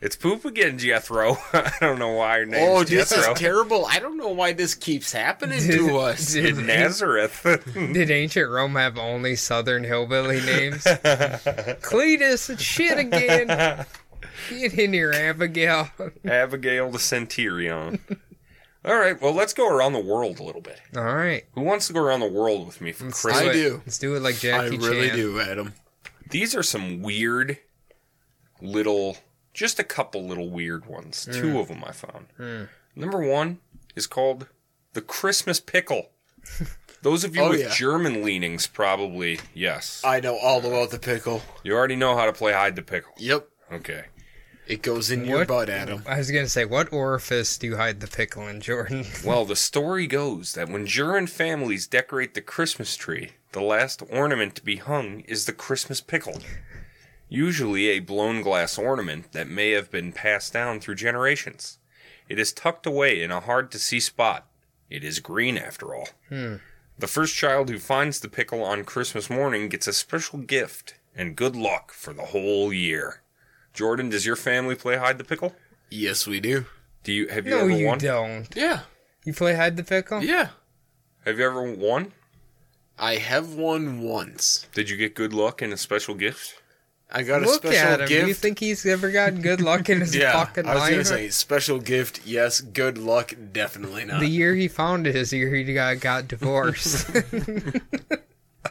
C: it's poop again, Jethro. I don't know why your name's
B: Oh, this is
C: Jethro.
B: terrible. I don't know why this keeps happening to us.
A: Did,
C: Nazareth.
A: did ancient Rome have only southern hillbilly names? Cletus, it's shit again. Get in here, Abigail.
C: Abigail the Centurion. All right, well, let's go around the world a little bit.
A: All right,
C: Who wants to go around the world with me for
A: let's
C: Christmas?
B: I
A: it.
B: do.
A: Let's do it like
B: I
A: Jackie
B: really
A: Chan.
B: do, Adam.
C: These are some weird little, just a couple little weird ones.
B: Hmm.
C: Two of them I found. Number one is called the Christmas pickle. Those of you
B: Oh,
C: with
B: yeah. Uh,
C: German leanings probably, yes.
B: I know all about the pickle.
C: You already know how to play hide the pickle.
B: Yep.
C: Okay.
B: It goes in your
A: What?
B: butt, Adam.
A: I was gonna say, what orifice do you hide the pickle in, Jordan?
C: Well, the story goes that when German families decorate the Christmas tree, the last ornament to be hung is the Christmas pickle. Usually a blown glass ornament that may have been passed down through generations. It is tucked away in a hard to see spot. It is green after all.
A: Hmm.
C: The first child who finds the pickle on Christmas morning gets a special gift and good luck for the whole year. Jordan, does your family play hide the pickle?
B: Yes, we do.
C: Do you have you
A: no,
C: ever
A: you
C: won?
A: don't.
B: Yeah.
A: You play hide the pickle?
B: Yeah.
C: Have you ever won?
B: I have won once.
C: Did you get good luck and a special gift?
B: I got
A: Look
B: a special
A: at him.
B: gift.
A: You think he's ever gotten good luck in his
B: yeah,
A: fucking
B: I was gonna
A: life?
B: say special gift. Yes, good luck. Definitely not.
A: The year he founded his year he got got divorced.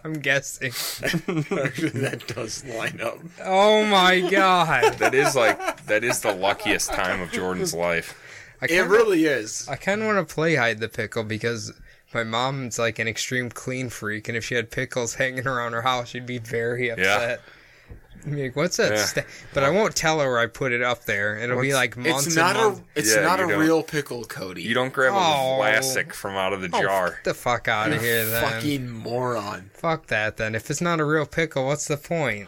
A: I'm guessing.
B: that does line up.
A: Oh my god!
C: That is like that is the luckiest time of Jordan's life.
A: I
B: It
A: kinda,
B: really is.
A: I kind of want to play hide the pickle because my mom's like an extreme clean freak, and if she had pickles hanging around her house, she'd be very upset. I'd be like, what's that?
C: Yeah.
A: sta-" But I won't tell her I put it up there. It'll be like months.
B: It's not
A: and months.
B: a. It's
C: Yeah,
B: not
C: you
B: a
C: don't.
B: real pickle, Cody.
C: You don't grab a
A: Oh.
C: classic from out of the
A: Oh,
C: jar.
A: Get the fuck out of here, then.
B: Fucking moron.
A: Fuck that then. If it's not a real pickle, what's the point?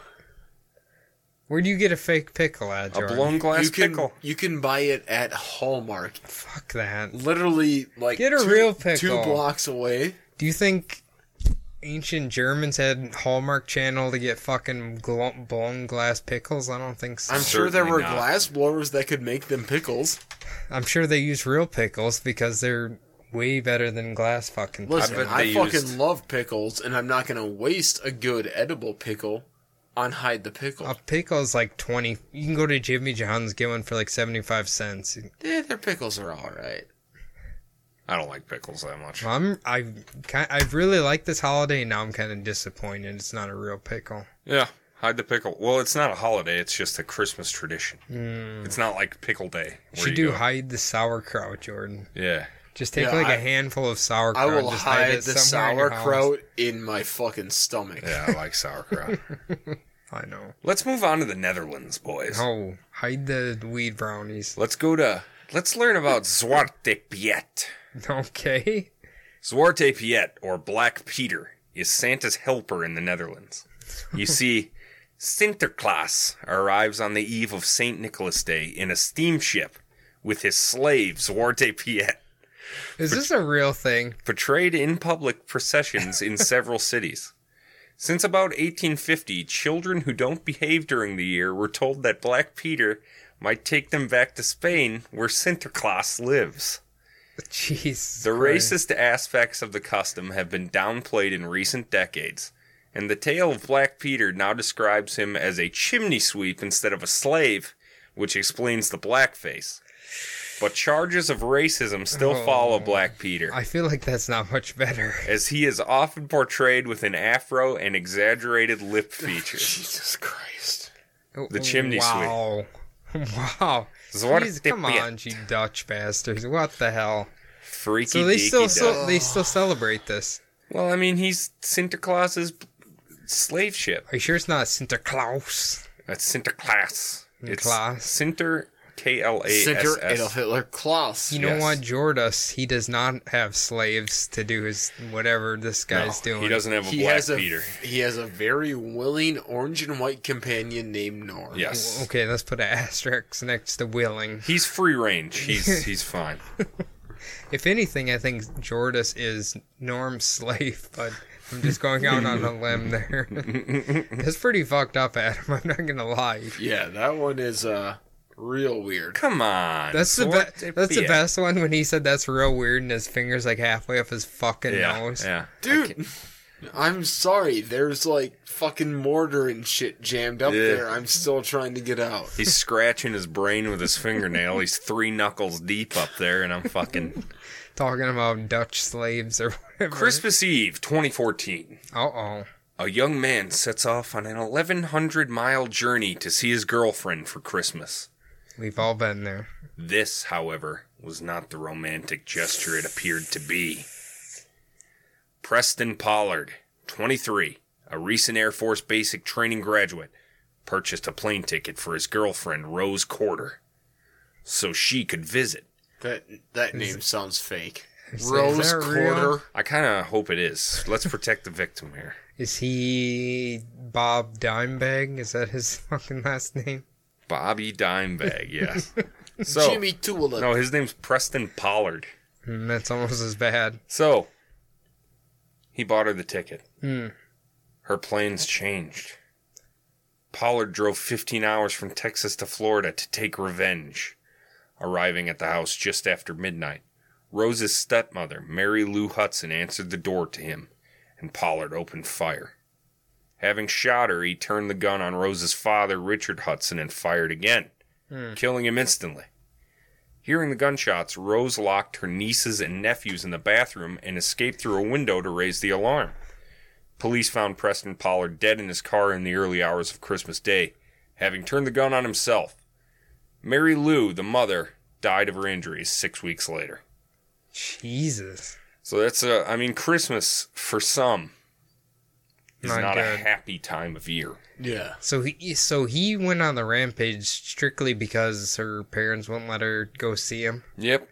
A: Where do you get a fake pickle at,
C: A
A: Jordan?
C: blown glass
B: you can
C: pickle.
B: you can buy it at Hallmark.
A: Fuck that.
B: Literally, like
A: Get a
B: two,
A: real
B: Two
A: pickle.
B: blocks away.
A: Do you think ancient Germans had Hallmark Channel to get fucking gl- blown glass pickles? I don't think so.
B: I'm
A: I'm,
B: sure there
C: Certainly
B: were
C: not.
B: glass blowers that could make them pickles.
A: sure they use real pickles because they're way better than glass fucking.
B: Listen,
C: bet
B: I,
C: they
B: fucking
C: used-
B: love pickles, and I'm not gonna waste a good edible pickle on hide the pickle.
A: A pickle's like twenty. You can go to Jimmy John's, get one for like seventy-five cents.
B: Eh, their pickles are all right.
C: I don't like pickles that much.
A: I'm I kind I really like this holiday. Now I'm kind of disappointed. It's not a real pickle.
C: Yeah, hide the pickle. Well, it's not a holiday. It's just a Christmas tradition. It's not like pickle day.
A: You
C: where
A: Hmm. should
C: you
A: do
C: go-
A: hide the sauerkraut, Jordan.
C: Yeah.
A: Just take
B: Yeah,
A: like a
B: I-
A: handful of sauerkraut.
B: I will
A: just
B: hide
A: it
B: the
A: somewhere in your house.
B: sauerkraut in my fucking stomach.
C: Yeah, I like sauerkraut.
A: I know.
C: Let's move on to the Netherlands, boys.
A: No, hide the weed brownies.
C: Let's go to. Let's learn about Zwarte Piet.
A: Okay.
C: Zwarte Piet, or Black Peter, is Santa's helper in the Netherlands. You see, Sinterklaas arrives on the eve of St. Nicholas Day in a steamship with his slave, Zwarte Piet,
A: Is this a real thing?
C: portrayed in public processions in several cities. Since about 1850, children who don't behave during the year were told that Black Peter might take them back to Spain, where Sinterklaas lives.
A: Jeez.
C: The
A: Christ.
C: racist aspects of the custom have been downplayed in recent decades, and the tale of Black Peter now describes him as a chimney sweep instead of a slave, which explains the blackface. But charges of racism still follow Black Peter,
A: Oh. I feel like that's not much better.
C: as he is often portrayed with an afro and exaggerated lip features.
B: Jesus Christ.
C: The chimney
A: wow. Wow.
C: Zwarte
A: Jeez, come
C: Piet.
A: on, you Dutch bastards. What the hell?
C: Freaky
A: So they
C: deaky
A: still,
C: duck.
A: so they still celebrate this.
C: Well, I mean, he's Sinterklaas's slave ship.
A: Are you sure it's not Sinterklaas?
C: That's Sinterklaas. It's
A: Klaas.
C: Sinter K L A S
B: Center Adolf
C: S.
B: Hitler Klaus.
A: You know
C: Yes.
A: what, Jordas? He does not have slaves to do his whatever this guy's doing.
C: Oh, He doesn't have a
B: He
C: black
B: has a
C: Peter.
B: he has a very willing orange and white companion named Norm.
C: Yes.
A: Okay, let's put an asterisk next to willing.
C: He's free range. He's he's fine.
A: If anything, I think Jordas is Norm's slave, but I'm just going out on a limb there. That's pretty fucked up, Adam. I'm not gonna lie.
B: Yeah, that one is uh real weird.
C: Come on.
A: That's the
C: What
A: be- That's the
C: yeah.
A: best one when he said that's real weird, and his fingers like halfway up his fucking
C: Yeah.
A: nose.
C: yeah.
B: Dude, I'm sorry. There's like fucking mortar and shit jammed up
C: Yeah.
B: there. I'm still trying to get out.
C: He's scratching his brain with his fingernail. He's three knuckles deep up there, and I'm fucking
A: Talking about Dutch slaves or whatever.
C: Christmas Eve, 2014.
A: Uh oh.
C: A young man sets off on an 1,100 mile journey to see his girlfriend for Christmas.
A: We've all been there.
C: This, however, was not the romantic gesture it appeared to be. Preston Pollard, 23, a recent Air Force basic training graduate, purchased a plane ticket for his girlfriend, Rose Quarter, so she could visit.
B: That that name sounds fake.
A: Is- is
B: Rose
A: that real?
B: Quarter.
C: I kind of hope it is. Let's protect the victim here.
A: Is he Bob Dimebag? Is that his fucking last name?
C: Bobby Dimebag, yes. So,
B: Jimmy Tulip.
C: no, his name's Preston Pollard.
A: Mm, That's almost as bad.
C: So, he bought her the ticket.
A: Hmm.
C: Her plans changed. Pollard drove 15 hours from Texas to Florida to take revenge, arriving at the house just after midnight. Rose's stepmother, Mary Lou Hudson, answered the door to him, and Pollard opened fire. Having shot her, he turned the gun on Rose's father, Richard Hudson, and fired again, killing him instantly. Hearing the gunshots, Rose locked her nieces and nephews in the bathroom and escaped through a window to raise the alarm. Police found Preston Pollard dead in his car in the early hours of Christmas Day, having turned the gun on himself. Mary Lou, the mother, died of her injuries six weeks later.
A: Jesus.
C: So that's a, I mean, Christmas for some is
A: Not
C: not, a
A: good.
C: happy time of year.
B: Yeah.
A: So he so he went on the rampage strictly because her parents wouldn't let her go see him.
C: Yep.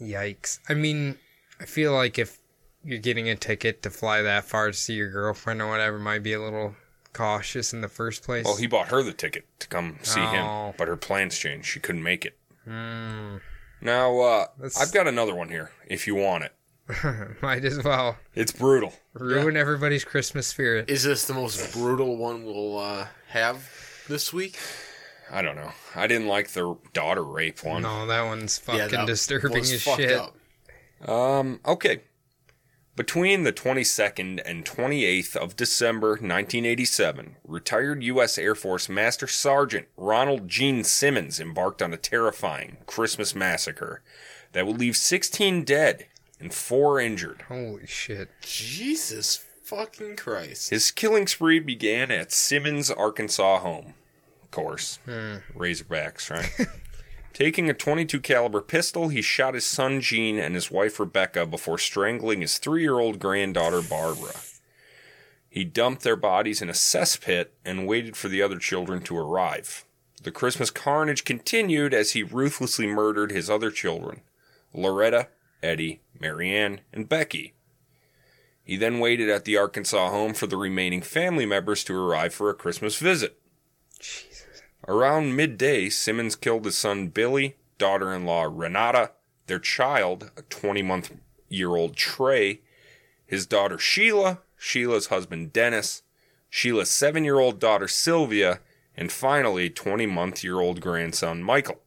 A: Yikes. I mean, I feel like if you're getting a ticket to fly that far to see your girlfriend or whatever, might be a little cautious in the first place.
C: Well, he bought her the ticket to come see him,
A: Oh.
C: but her plans changed. She couldn't make it.
A: Hmm.
C: Now, uh,
A: That's-
C: I've got another one here if you want it.
A: might as well
C: It's brutal.
A: ruin everybody's Christmas spirit.
B: Is this the most brutal one we'll uh, have this week?
C: I don't know. I didn't like the daughter rape one.
A: no, that one's fucking
B: that
A: disturbing
B: one's
A: as
B: fucked
A: shit.
B: up.
C: Um, okay. Between the 22nd and 28th of December 1987, retired U.S. Air Force Master Sergeant Ronald Gene Simmons embarked on a terrifying Christmas massacre that would leave 16 dead and 4 injured.
A: Holy shit.
B: Jesus fucking Christ.
C: His killing spree began at Simmons' Arkansas home. Of course, Razorbacks, right? Taking a 22 caliber pistol, he shot his son Gene and his wife Rebecca before strangling his 3-year-old granddaughter Barbara. He dumped their bodies in a cesspit and waited for the other children to arrive. The Christmas carnage continued as he ruthlessly murdered his other children, Loretta, Eddie, Marianne, and Becky, he then waited at the Arkansas home for the remaining family members to arrive for a Christmas visit. Around midday, Simmons killed his son Billy, daughter in law Renata, their child, a 20 month year old Trey, his daughter Sheila, Sheila's husband Dennis, Sheila's seven year old daughter Sylvia, and finally 20 month year old grandson Michael.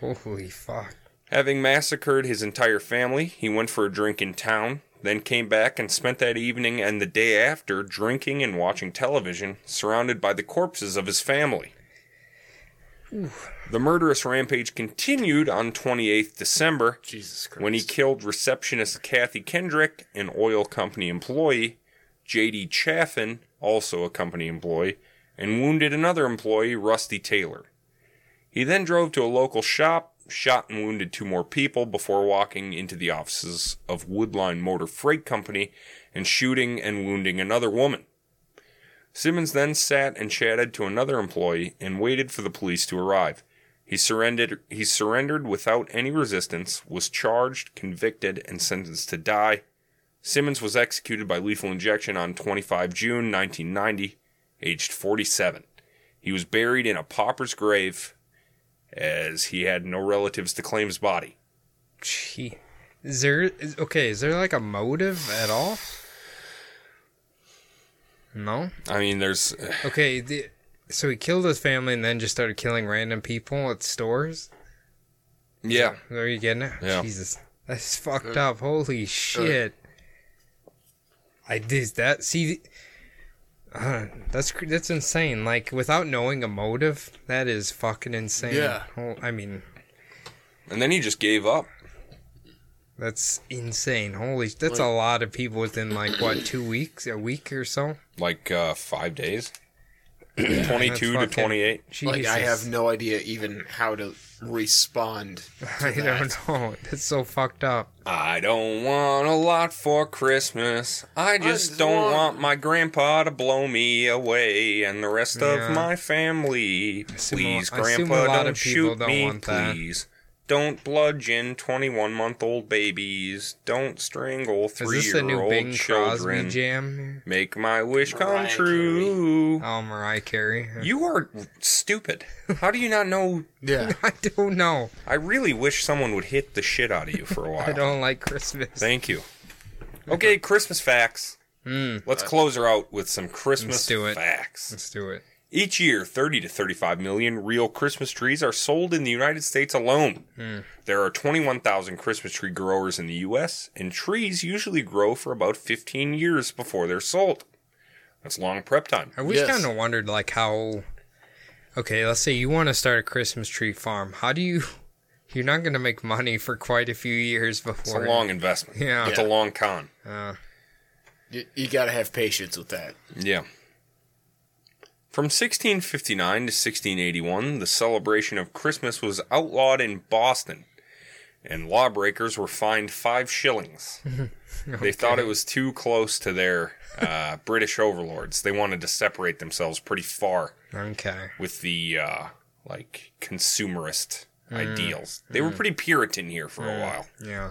A: Holy fuck.
C: Having massacred his entire family, he went for a drink in town, then came back and spent that evening and the day after drinking and watching television, surrounded by the corpses of his family. The murderous rampage continued on 28th December
B: Jesus Christ.
C: when he killed receptionist Kathy Kendrick, an oil company employee, J.D. Chaffin, also a company employee, and wounded another employee, Rusty Taylor. He then drove to a local shop, shot and wounded two more people before walking into the offices of Woodline Motor Freight Company and shooting and wounding another woman. Simmons then sat and chatted to another employee and waited for the police to arrive. He surrendered he surrendered without any resistance, was charged, convicted, and sentenced to die. Simmons was executed by lethal injection on 25 June 1990, aged 47. He was buried in a pauper's grave as he had no relatives to claim his body.
A: Gee. Is there is, okay, is there like a motive at all? No?
C: I mean, there's uh,
A: Okay, the, so he killed his family and then just started killing random people at stores?
C: yeah,
A: Are you getting it?
C: Yeah.
A: Jesus. That's fucked up. Holy shit. I did that. See, uh, that's cr- that's insane. Like without knowing a motive, that is fucking insane.
B: Yeah.
A: Hol- I mean,
C: and then he just gave up.
A: that's insane. Holy, that's a lot of people within like what two weeks, a week or so.
C: like uh, five days, twenty-two to
A: That's fucking-
C: twenty-eight.
A: Jesus.
B: Like, I have no idea even how to respond.
A: I don't know. That's so fucked up.
C: I don't want a lot for Christmas. I just,
B: just
C: don't want...
B: want-
C: my grandpa to blow me away and the rest
A: Yeah.
C: of my family.
A: assume a-
C: Please,
A: I assume a
C: grandpa,
A: lot
C: don't
A: of people
C: shoot
A: don't
C: me,
A: want that.
C: please. Don't bludgeon twenty-one-month-old babies. Don't strangle
A: Is this a new
C: three-year-old
A: Bing Crosby
C: children.
A: jam? here?
C: Make my wish come
B: Mariah
C: true.
A: Oh, Mariah Carey.
C: You are stupid. How do you not know?
B: Yeah.
A: I don't know.
C: I really wish someone would hit the shit out of you for a while.
A: I don't like Christmas.
C: Thank you. Okay, Christmas facts.
A: Mm.
C: Let's close her out with some Christmas
A: Let's do it.
C: facts.
A: Let's do it.
C: Each year, 30 to 35 million real Christmas trees are sold in the United States alone.
A: Hmm.
C: There are 21,000 Christmas tree growers in the U.S., and trees usually grow for about 15 years before they're sold. That's long prep time.
A: I wish
B: Yes.
A: kind of wondered like how. Okay, let's say you want to start a Christmas tree farm. How do you? You're not going to make money for quite a few years
C: It's
A: before.
C: a long investment.
A: Yeah.
C: It's a long con.
A: Uh,
B: You, you gotta have patience with that.
C: Yeah. From 1659 to 1681, the celebration of Christmas was outlawed in Boston, and lawbreakers were fined five shillings. They thought it was too close to their uh, British overlords. They wanted to separate themselves pretty far
A: okay.
C: with the uh, like consumerist ideals. They were pretty Puritan here for a while.
A: Yeah.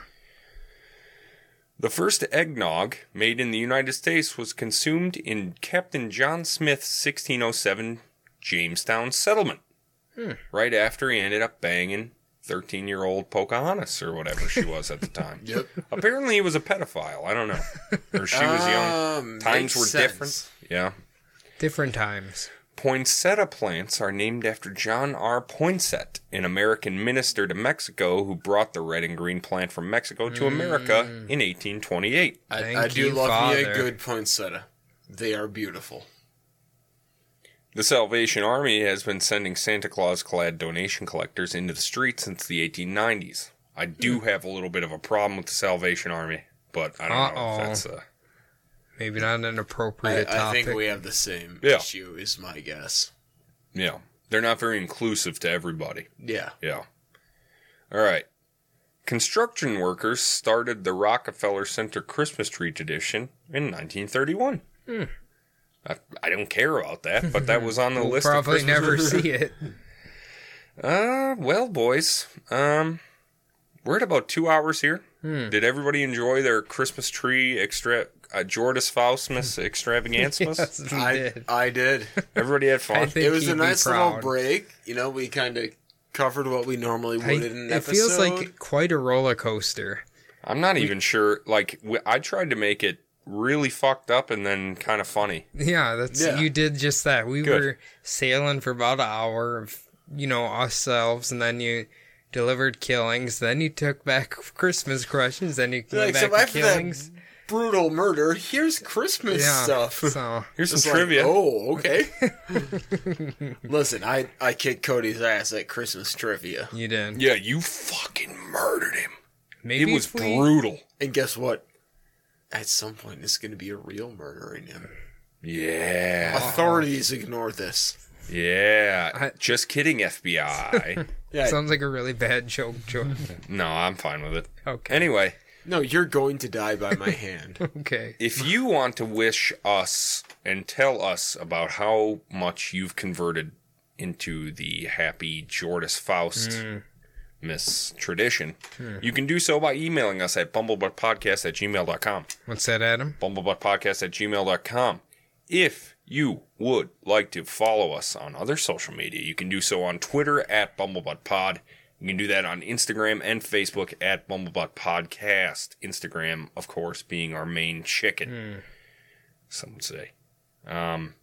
C: The first eggnog made in the United States was consumed in Captain John Smith's 1607 Jamestown settlement.
B: Hmm.
C: Right after he ended up banging 13 year old Pocahontas or whatever she was at the time.
B: Yep.
C: Apparently, he was a pedophile. I don't know. Or she was young.
B: Um,
C: Times
B: makes
C: were
B: sense.
C: different. Yeah.
A: Different times.
C: Poinsettia plants are named after John R. Poinsett, an American minister to Mexico who brought the red and green plant from Mexico to America
B: Hmm.
C: in 1828.
B: I,
A: Thank
B: I do
A: you,
B: love me a
A: Father.
B: good poinsettia. They are beautiful.
C: The Salvation Army has been sending Santa Claus clad donation collectors into the streets since the 1890s. I do
A: Hmm.
C: have a little bit of a problem with the Salvation Army, but I don't know
A: Uh-oh.
C: if that's uh,
A: Maybe not an appropriate
B: I, I
A: topic.
B: think we have the same
C: Yeah.
B: issue, is my guess.
C: yeah. They're not very inclusive to everybody.
B: Yeah.
C: Yeah. All right. Construction workers started the Rockefeller Center Christmas tree tradition in 1931.
A: Hmm.
C: I, I don't care about that, but that was on the
A: will
C: list. of
A: probably
C: Christmas
A: never see it.
C: Uh, well, boys, um, we're at about two hours here.
A: Hmm.
C: Did everybody enjoy their Christmas tree extra uh, Jordis Faustmas extravaganzas?
A: yes, we
B: I
A: did.
B: I did.
C: Everybody had fun.
A: I think
B: it was
A: he'd
B: a
A: be
B: nice little
A: proud.
B: break. You know, we kind of covered what we normally would
A: I-
B: in an
A: it
B: episode.
A: feels like quite a roller coaster.
C: I'm not even sure. Like, w I I tried to make it really fucked up and then kind of funny.
A: Yeah, that's
B: Yeah.
A: you did just that. We
C: Good.
A: were sailing for about an hour of you know ourselves, and then you delivered killings. Then you took back Christmas crushes. Then you
B: Yeah,
A: came
B: except
A: back to
B: after that
A: killings.
B: brutal murder. Here's Christmas
A: Yeah,
B: stuff.
A: so
C: Here's
B: Just
C: some
B: like,
C: trivia.
B: oh, okay. Listen, I I kicked Cody's ass at Christmas trivia,
A: you did.
C: Yeah, you fucking murdered him.
A: Maybe
C: it was
A: if we-
C: brutal.
B: and guess what? At some point, it's going to be a real murdering him. Oh.
C: Yeah.
B: Authorities ignore this.
C: Yeah.
A: Uh, I-
C: Just kidding, FBI.
B: Yeah,
A: Sounds like a really bad joke, Jordan.
C: no, I'm fine with it.
A: Okay.
C: Anyway.
B: no, you're going to die by my hand.
A: Okay.
C: If you want to wish us and tell us about how much you've converted into the happy Jordis Faust miss tradition, you can do so by emailing us at bumblebuttpodcast at gmail.com.
A: What's that, Adam?
C: Bumblebuttpodcast at gmail.com. If you would like to follow us on other social media, you can do so on Twitter at BumblebuttPod. You can do that on Instagram and Facebook at BumblebuttPodcast. Instagram, of course, being our main chicken, some would say. Um,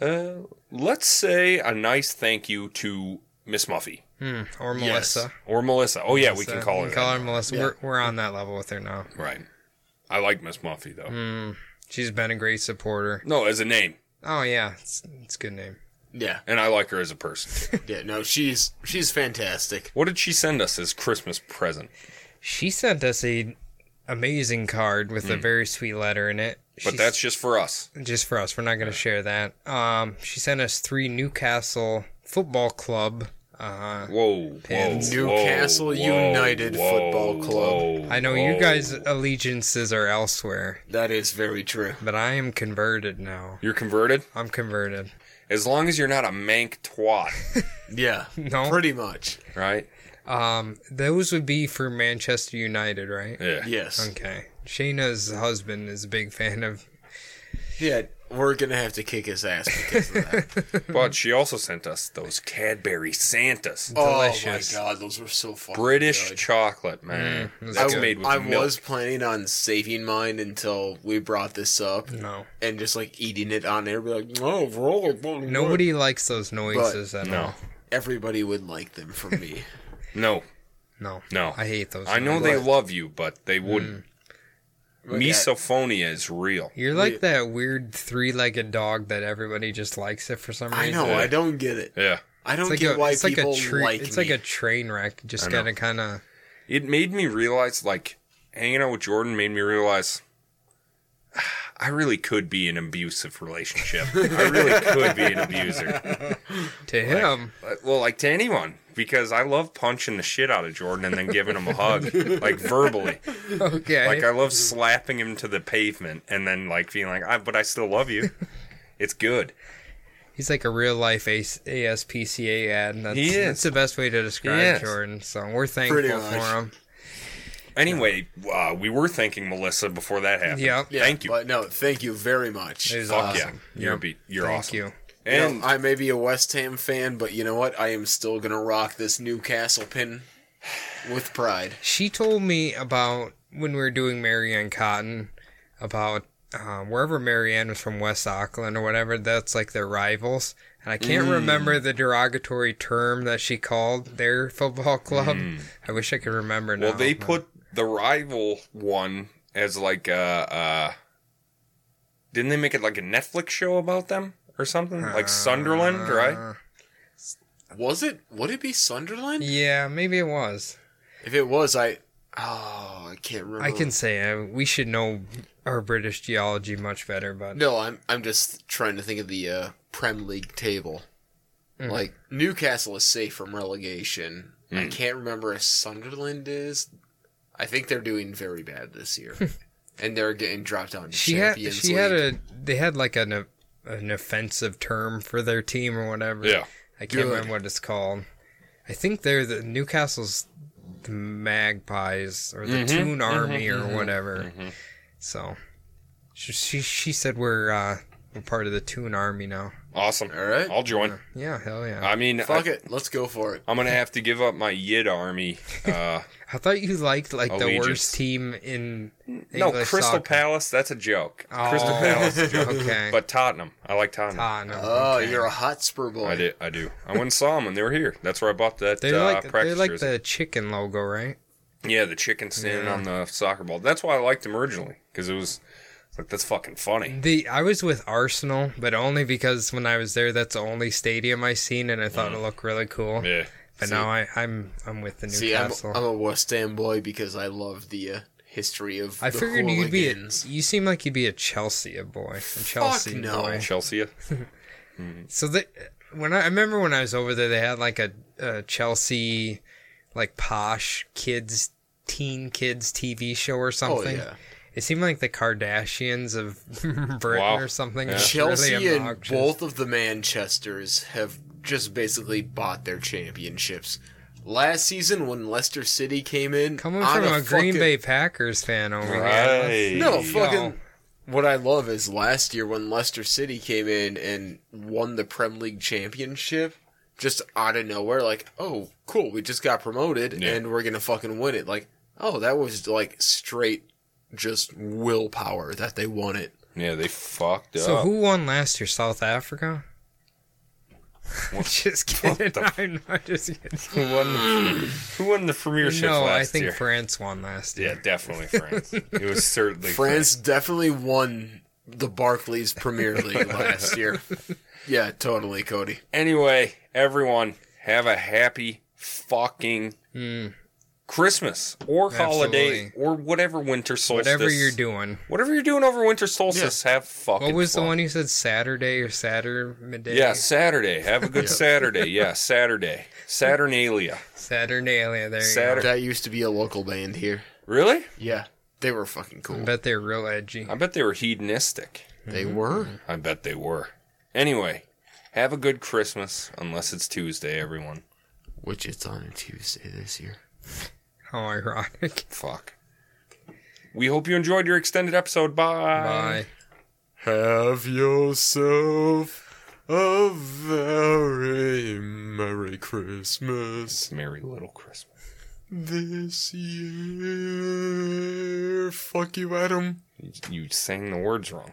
C: uh, let's say a nice thank you to Miss Muffy
A: Hmm. Or
B: Yes.
A: Melissa?
C: or Melissa. Oh, yeah, we can
A: So,
C: call her.
A: Call
C: that.
A: her Melissa. We're we're on that level with her now.
C: Right. I like Miss Muffy, though.
A: She's been a great supporter.
C: No, as a name.
A: Oh yeah, it's it's a good name.
B: yeah,
C: And I like her as a person.
B: yeah. No, she's she's fantastic.
C: What did she send us as Christmas present?
A: She sent us a amazing card with a very sweet letter in it.
C: Mm. But
A: She
C: that's just for us.
A: just for us. We're not going to share that. Um, she sent us three Newcastle Football Club. Uh,
C: Whoa, whoa,
A: Pins.
B: Newcastle
C: whoa,
B: United
C: whoa,
B: Football Club.
C: whoa,
A: I know
C: whoa.
A: you guys' allegiances are elsewhere,
B: That is very true.
A: but I am converted now.
C: You're converted.
A: I'm converted.
C: As long as you're not a mank twat,
B: Yeah,
A: No.
B: pretty much.
C: right?
A: Um, those would be for Manchester United, right?
C: Yeah.
B: Yes.
A: Okay. Shayna's husband is a big fan of.
B: Yeah, we're gonna have to kick his ass because of that.
C: But she also sent us those Cadbury Santas.
A: Delicious.
B: Oh my god, those were so fucking
C: British
B: good.
C: chocolate, man.
A: Mm, that's
C: That's
A: good.
C: made with
B: I
C: milk.
B: was planning on saving mine until we brought this up
A: No.
B: and just like eating it on air, be like, "Oh, no, roll, roll,
A: Nobody likes those noises at
C: No,
A: all.
B: Everybody would like them from me.
C: no,
A: No.
C: no.
A: I hate those.
C: I know they love you, but they
B: Mm.
C: wouldn't.
B: But yeah,
C: Misophonia is real.
A: You're like that weird three-legged dog that everybody just likes it for some reason.
B: I know. I don't get it.
C: Yeah.
B: I don't
A: It's like
B: get
A: a,
B: why
A: it's like
B: people
A: a
B: like,
A: tra- It's
B: me.
A: like a train wreck. You Just
C: know.
A: gotta kind of.
C: it made me realize like hanging out with Jordan made me realize I really could be in an abusive relationship. I really could be an abuser.
A: To him,
C: Well, like to anyone because I love punching the shit out of Jordan and then giving him a hug, like verbally.
A: okay.
C: Like I love slapping him to the pavement and then like being like, I, but I still love you. It's good.
A: He's like a real life AS- ASPCA ad, and that's,
C: He is.
A: that's the best way to describe
C: He is.
A: Jordan. So we're thankful
B: Pretty
A: for
B: much.
A: him.
C: Anyway, uh, we were thanking Melissa before that happened.
A: Yep.
B: Yeah,
C: Thank you.
B: But no, thank you very much. Uh,
A: It was
C: Fuck
A: awesome.
C: yeah. You're, be- you're
A: Thank
C: awesome.
A: you.
B: You know,
C: And
B: I may be a West Ham fan, but you know what? I am still gonna rock this Newcastle pin with pride.
A: She told me about when we were doing Mary and Cotton about um, wherever Marianne was from, West Auckland or whatever. That's like their rivals, and I can't
C: Mm.
A: remember the derogatory term that she called their football club. I wish I could remember now.
C: Mm. Well, they
A: but-
C: put the rival one as like a. Uh, didn't they make it like a Netflix show about them or something?
A: uh,
C: Like Sunderland, right?
B: Was it? Would it be Sunderland?
A: Yeah, maybe it was.
B: If it was, I. Oh, I can't remember.
A: I can say uh, we should know our British geology much better, but
B: No, I'm. I'm just trying to think of the uh, Prem League table.
A: Mm-hmm.
B: Like Newcastle is safe from relegation.
C: Hmm.
B: I can't remember if Sunderland is. I think they're doing very bad this year, and they're getting dropped down to
A: she had
B: Champions
A: she had
B: League.
A: a they had like an uh, an offensive term for their team or whatever.
C: Yeah.
A: I can't
B: Good.
A: remember what it's called. I think they're the Newcastle's the Magpies or the
C: Mm-hmm.
A: Toon Army or whatever. So she, she she said we're uh we're part of the Toon Army now.
C: Awesome.
B: All right.
C: I'll join.
A: Yeah, hell yeah.
C: I mean,
B: Fuck
C: I,
B: it, let's go for it.
C: I'm going to have to give up my Yid army. Uh,
A: I thought you liked like the
C: Allegiance.
A: worst team in English
C: no, Crystal
A: soccer.
C: Palace, that's a joke.
A: Oh.
C: Crystal Palace is a joke.
A: Okay.
C: But uh, Tottenham. I like Tottenham.
A: Ah, no.
B: Oh,
A: okay.
B: you're a Hotspur boy.
C: I did. I do. I went and saw them when they were here. That's where I bought that
A: They
C: uh,
A: like they
C: practice
A: like
C: jersey.
A: the chicken logo, right?
C: Yeah, the chicken standing
A: Yeah.
C: on the soccer ball. That's why I liked him originally because it was it's like that's fucking funny.
A: The I was with Arsenal, but only because when I was there, that's the only stadium I seen, and I thought it looked really cool.
C: Mm. Yeah,
A: But now I, I'm I'm with the
B: See, I'm,
A: Newcastle.
B: I'm a West Ham boy because I love the uh, history of.
A: i
B: the
A: figured you'd be a,
B: hooligans.
A: you seem like you'd be a Chelsea boy, a Chelsea
B: no.
A: boy.
C: Chelsea.
A: So they, when I, I remember when I was over there, they had like a, a Chelsea, like posh kids, teen kids TV show or
B: Oh
A: something.
B: yeah,
A: It seemed like the Kardashians of Britain
C: Wow.
A: or something.
C: Yeah.
A: It's really
B: Chelsea and
A: obnoxious.
B: both of the Manchesters have just basically bought their championships. Last season, when Leicester City came in,
A: Coming
B: on
A: from a, Green
B: fucking-
A: Bay Packers fan over
C: Right.
A: here.
B: no
A: Yo.
B: fucking. What I love is last year when Leicester City came in and won the Prem League championship, just out of nowhere, like, oh, cool, we just got promoted
C: Yeah.
B: and we're gonna fucking win it. Like, oh, that was like straight, just willpower that they won it.
C: Yeah, they fucked
A: So
C: up.
A: who won last year? South Africa. just kidding. I'm not just kidding.
C: who won? The, who won the premiership
A: No,
C: last
A: I think
C: year?
A: France won last year.
C: yeah, definitely France. it was certainly
B: France definitely won the Barclays Premier League last year. Yeah, totally, Cody.
C: Anyway, everyone have a happy fucking Christmas or holiday
A: Hmm. Absolutely.
C: or whatever winter solstice.
A: Whatever you're doing.
C: Whatever you're doing over winter solstice, have fucking.
A: What was the
C: fun.
A: one you said? Saturday or Saturday?
C: Yeah, Saturday. Have a good Saturday. Yeah, Saturday. Saturnalia.
A: Saturnalia. There you
C: Saturday.
B: That used to be a local band here.
C: Really?
B: Yeah, they were fucking
A: go.
B: cool.
A: Bet they're real edgy.
C: I bet they were hedonistic.
B: They were.
C: I bet they were. Anyway, have a good Christmas, unless it's Tuesday, everyone.
B: Which it's on a Tuesday this year.
A: How ironic.
C: Fuck. We hope you enjoyed your extended episode.
A: Bye.
B: Have yourself a very Merry Christmas
C: Merry little Christmas.
B: this year. Fuck you, Adam.
C: You- You sang the words wrong.